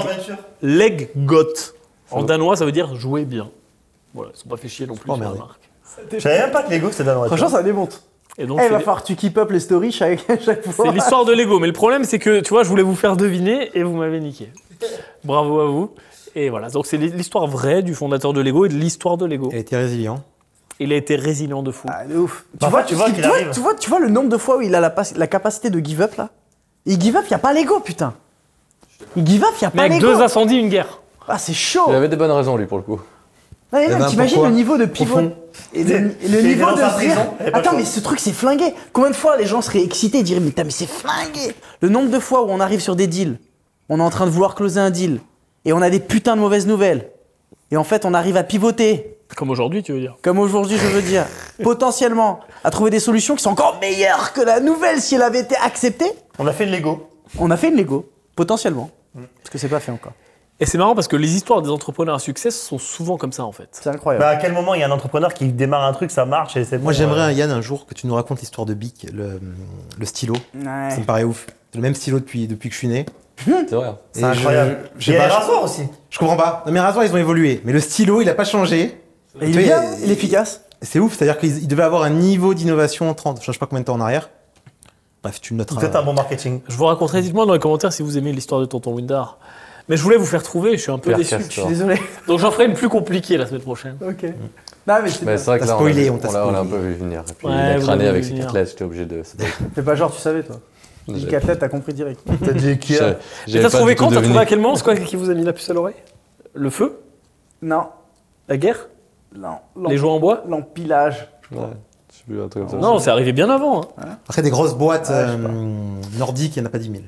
[SPEAKER 1] leggot. En danois, ça veut dire jouer bien. Voilà, ils sont pas fait chier non plus
[SPEAKER 2] Oh,
[SPEAKER 1] sur la
[SPEAKER 2] merde.
[SPEAKER 1] marque.
[SPEAKER 4] Je savais même pas que Lego c'était danois.
[SPEAKER 5] Franchement, ça démonte.
[SPEAKER 1] Et
[SPEAKER 5] Eh,
[SPEAKER 1] donc,
[SPEAKER 5] il va
[SPEAKER 1] c'est-
[SPEAKER 5] falloir que tu keep up les stories chaque, chaque fois.
[SPEAKER 1] c'est l'histoire de Lego. Mais le problème, c'est que, tu vois, je voulais vous faire deviner et vous m'avez niqué. Bravo à vous. Et voilà, donc c'est l'histoire vraie du fondateur de Lego et de l'histoire de Lego.
[SPEAKER 2] Elle était résiliente.
[SPEAKER 1] Il a été résilient de fou.
[SPEAKER 5] Ah, de ouf.
[SPEAKER 4] Bah,
[SPEAKER 5] tu, vois,
[SPEAKER 4] tu
[SPEAKER 5] tu,
[SPEAKER 4] vois
[SPEAKER 5] vois
[SPEAKER 4] qu'il
[SPEAKER 5] tu vois-
[SPEAKER 4] arrive.
[SPEAKER 5] tu vois- tu vois le nombre de fois où il a la, pas- la capacité de give up là Il give up, il n'y a pas l'ego putain. Il give up, il n'y a
[SPEAKER 1] Mais
[SPEAKER 5] pas
[SPEAKER 1] avec
[SPEAKER 5] l'ego.
[SPEAKER 1] deux Euh, incendies, une guerre.
[SPEAKER 5] Ah, c'est chaud.
[SPEAKER 3] Il avait des bonnes raisons, lui, pour le coup.
[SPEAKER 5] Non, mais
[SPEAKER 2] Eh
[SPEAKER 5] non,
[SPEAKER 2] ben,
[SPEAKER 5] T'imagines
[SPEAKER 2] pourquoi
[SPEAKER 5] le niveau de pivot
[SPEAKER 2] Profond.
[SPEAKER 5] et le, et le
[SPEAKER 4] Et
[SPEAKER 5] niveau
[SPEAKER 4] dans
[SPEAKER 5] de
[SPEAKER 4] sa
[SPEAKER 5] se dire-
[SPEAKER 4] prison, elle est pas
[SPEAKER 5] Attends,
[SPEAKER 4] chaude.
[SPEAKER 5] mais ce truc c'est flingué. Combien de fois les gens seraient excités et diraient mais, putain, mais c'est flingué Le nombre de fois où on arrive sur des deals, on est en train de vouloir closer un deal et on a des putains de mauvaises nouvelles. Et en fait, on arrive à pivoter,
[SPEAKER 1] Comme aujourd'hui, tu veux dire.
[SPEAKER 5] comme aujourd'hui, je veux dire, potentiellement, à trouver des solutions qui sont encore meilleures que la nouvelle si elle avait été acceptée.
[SPEAKER 4] On a fait une Lego.
[SPEAKER 5] On a fait une Lego, potentiellement,
[SPEAKER 4] Mm.
[SPEAKER 5] parce que c'est pas fait encore.
[SPEAKER 1] Et c'est marrant parce que les histoires des entrepreneurs à succès sont souvent comme ça en fait.
[SPEAKER 5] C'est incroyable.
[SPEAKER 4] Bah, à quel moment il y a un entrepreneur qui démarre un truc, ça marche et c'est bon.
[SPEAKER 2] Moi, j'aimerais,
[SPEAKER 4] euh,
[SPEAKER 2] Yann, un jour que tu nous racontes l'histoire de Bic, le, le stylo.
[SPEAKER 4] Bah,
[SPEAKER 5] Ouais.
[SPEAKER 2] Ça me paraît ouf. C'est le même stylo depuis, depuis que je suis né.
[SPEAKER 3] C'est vrai. hein.
[SPEAKER 2] Et
[SPEAKER 4] C'est incroyable.
[SPEAKER 2] Je, je, sais
[SPEAKER 4] il y a
[SPEAKER 2] pas, Ah.
[SPEAKER 4] les
[SPEAKER 2] je-
[SPEAKER 4] rasoirs aussi.
[SPEAKER 2] je comprends pas. Non, mais les rasoirs, ils ont évolué. Mais le stylo, il a pas changé.
[SPEAKER 5] Et il
[SPEAKER 2] Tu
[SPEAKER 5] est
[SPEAKER 2] vois,
[SPEAKER 5] bien, il est efficace.
[SPEAKER 2] C'est ouf, c'est-à-dire qu'ils devaient avoir un niveau d'innovation en 30, je ne sais pas combien de temps en arrière. Bref, tu le
[SPEAKER 4] C'est
[SPEAKER 2] noteras.
[SPEAKER 4] peut-être un bon marketing.
[SPEAKER 1] Je vous raconterai, dites-moi dans les commentaires si vous aimez l'histoire de Tonton Windar. Mais je voulais vous faire trouver, je suis un peu
[SPEAKER 3] Faire
[SPEAKER 1] déçu.
[SPEAKER 3] casse.
[SPEAKER 5] Je suis désolé.
[SPEAKER 1] Donc j'en ferai une plus compliquée la semaine prochaine.
[SPEAKER 5] Ok. Non, mais c'est
[SPEAKER 3] Mais
[SPEAKER 5] pas-
[SPEAKER 3] c'est vrai que
[SPEAKER 2] T'as
[SPEAKER 3] là,
[SPEAKER 2] spoilé,
[SPEAKER 3] on
[SPEAKER 2] on t'a
[SPEAKER 3] l'a- on l'a un peu
[SPEAKER 2] spoilé.
[SPEAKER 3] vu venir. Et puis,
[SPEAKER 1] Ouais,
[SPEAKER 3] il a
[SPEAKER 1] vous
[SPEAKER 3] crâné
[SPEAKER 1] avez
[SPEAKER 3] avec
[SPEAKER 1] vu
[SPEAKER 3] ses
[SPEAKER 1] venir.
[SPEAKER 3] cartes-là, j'étais obligé de. c'est pas-
[SPEAKER 5] Fais pas genre, tu savais, toi. J'ai
[SPEAKER 3] J'avais-
[SPEAKER 5] capté, t'as compris direct.
[SPEAKER 4] T'as dit Ikea.
[SPEAKER 3] j'avais-
[SPEAKER 1] Et
[SPEAKER 3] j'avais
[SPEAKER 1] t'as
[SPEAKER 3] pas
[SPEAKER 1] trouvé
[SPEAKER 3] du tout
[SPEAKER 1] quand T'as
[SPEAKER 3] deviné.
[SPEAKER 1] trouvé à quel moment C'est quoi qui vous a mis la puce à l'oreille Le feu
[SPEAKER 5] Non.
[SPEAKER 1] La guerre
[SPEAKER 5] Non.
[SPEAKER 1] Les jouets en bois
[SPEAKER 5] L'empilage.
[SPEAKER 3] Ouais, je sais plus, un truc comme ça.
[SPEAKER 1] Non, c'est arrivé bien avant. hein.
[SPEAKER 2] Après, des grosses boîtes
[SPEAKER 5] Ah, je sais
[SPEAKER 2] euh, nordiques, il n'y en a pas 10 000.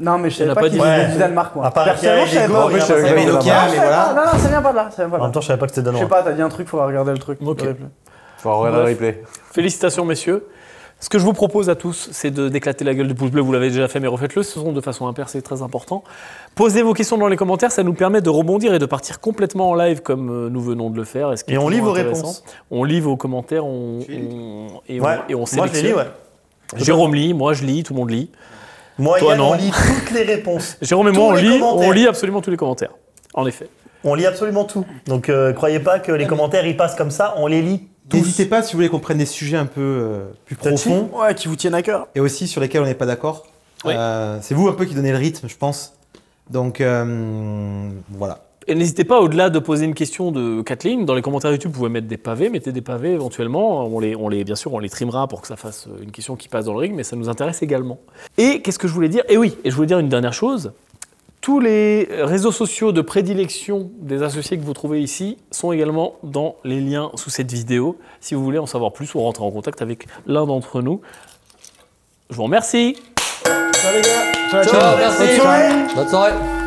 [SPEAKER 5] Non, mais je
[SPEAKER 1] Il y en
[SPEAKER 5] savais
[SPEAKER 1] a
[SPEAKER 5] pas,
[SPEAKER 1] pas
[SPEAKER 5] qu'ils
[SPEAKER 1] dit.
[SPEAKER 5] venaient
[SPEAKER 4] Ouais.
[SPEAKER 5] du Danemark, moi.
[SPEAKER 4] À part
[SPEAKER 5] Personnellement,
[SPEAKER 4] Ikea,
[SPEAKER 5] je savais
[SPEAKER 4] les
[SPEAKER 5] pas.
[SPEAKER 4] gros, il y en a pas
[SPEAKER 5] savais pas.
[SPEAKER 2] cinq. Il y avait Nokia,
[SPEAKER 5] Ah, je savais
[SPEAKER 2] mais voilà.
[SPEAKER 5] pas. Non, non, ça vient pas de là. Ça vient pas de
[SPEAKER 4] En
[SPEAKER 5] là.
[SPEAKER 4] même temps, je savais pas que c'était
[SPEAKER 5] Je sais
[SPEAKER 4] danois.
[SPEAKER 5] pas, t'as dit un truc, faudra regarder le truc.
[SPEAKER 1] Ok.
[SPEAKER 5] Faudrait plus.
[SPEAKER 3] Faut regarder le replay.
[SPEAKER 1] Félicitations messieurs. Ce que je vous propose à tous, c'est de d'éclater la gueule du pouce bleu. Vous l'avez déjà fait, mais refaites-le. Ce sont de façon impair, c'est très important. Posez vos questions dans les commentaires, ça nous permet de rebondir et de partir complètement en live comme euh, nous venons de le faire. ce qui
[SPEAKER 4] Et
[SPEAKER 1] est
[SPEAKER 4] on lit
[SPEAKER 1] toujours
[SPEAKER 4] vos
[SPEAKER 1] intéressant.
[SPEAKER 4] réponses.
[SPEAKER 1] On lit vos commentaires, on,
[SPEAKER 2] Tu lis
[SPEAKER 1] on- et,
[SPEAKER 4] Ouais.
[SPEAKER 1] on, et on
[SPEAKER 4] Moi, je les lis,
[SPEAKER 1] sélectionne.
[SPEAKER 4] ouais.
[SPEAKER 1] Jérôme lit, moi je lis, tout le monde lit.
[SPEAKER 4] Moi,
[SPEAKER 1] Toi,
[SPEAKER 4] Yann,
[SPEAKER 1] non.
[SPEAKER 4] on lit toutes les réponses.
[SPEAKER 1] Jérôme et
[SPEAKER 4] Tous
[SPEAKER 1] moi on
[SPEAKER 4] les
[SPEAKER 1] lit, on
[SPEAKER 4] commentaires.
[SPEAKER 1] lit absolument tous les commentaires. En effet.
[SPEAKER 4] On lit absolument tout. Donc, euh, croyez pas que les commentaires, ils passent comme ça. On les lit tous.
[SPEAKER 2] N'hésitez pas si vous voulez qu'on prenne des sujets un peu euh, plus
[SPEAKER 4] Touchy.
[SPEAKER 2] profonds
[SPEAKER 5] Ouais, qui vous tiennent à cœur.
[SPEAKER 2] et aussi sur lesquels on n'est pas d'accord.
[SPEAKER 1] Oui.
[SPEAKER 2] Euh, c'est vous un peu qui donnez le rythme, je pense. Donc, euh, voilà.
[SPEAKER 1] Et n'hésitez pas, au-delà de poser une question de Kathleen, dans les commentaires YouTube, vous pouvez mettre des pavés, mettez des pavés éventuellement. On les, on les, bien sûr, on les trimera pour que ça fasse une question qui passe dans le ring, mais ça nous intéresse également. Et qu'est-ce que je voulais dire Et oui, et je voulais dire une dernière chose. Tous les réseaux sociaux de prédilection des associés que vous trouvez ici sont également dans les liens sous cette vidéo. Si vous voulez en savoir plus ou rentrer en contact avec l'un d'entre nous, je vous remercie.
[SPEAKER 3] Ciao, merci. Bonne soirée.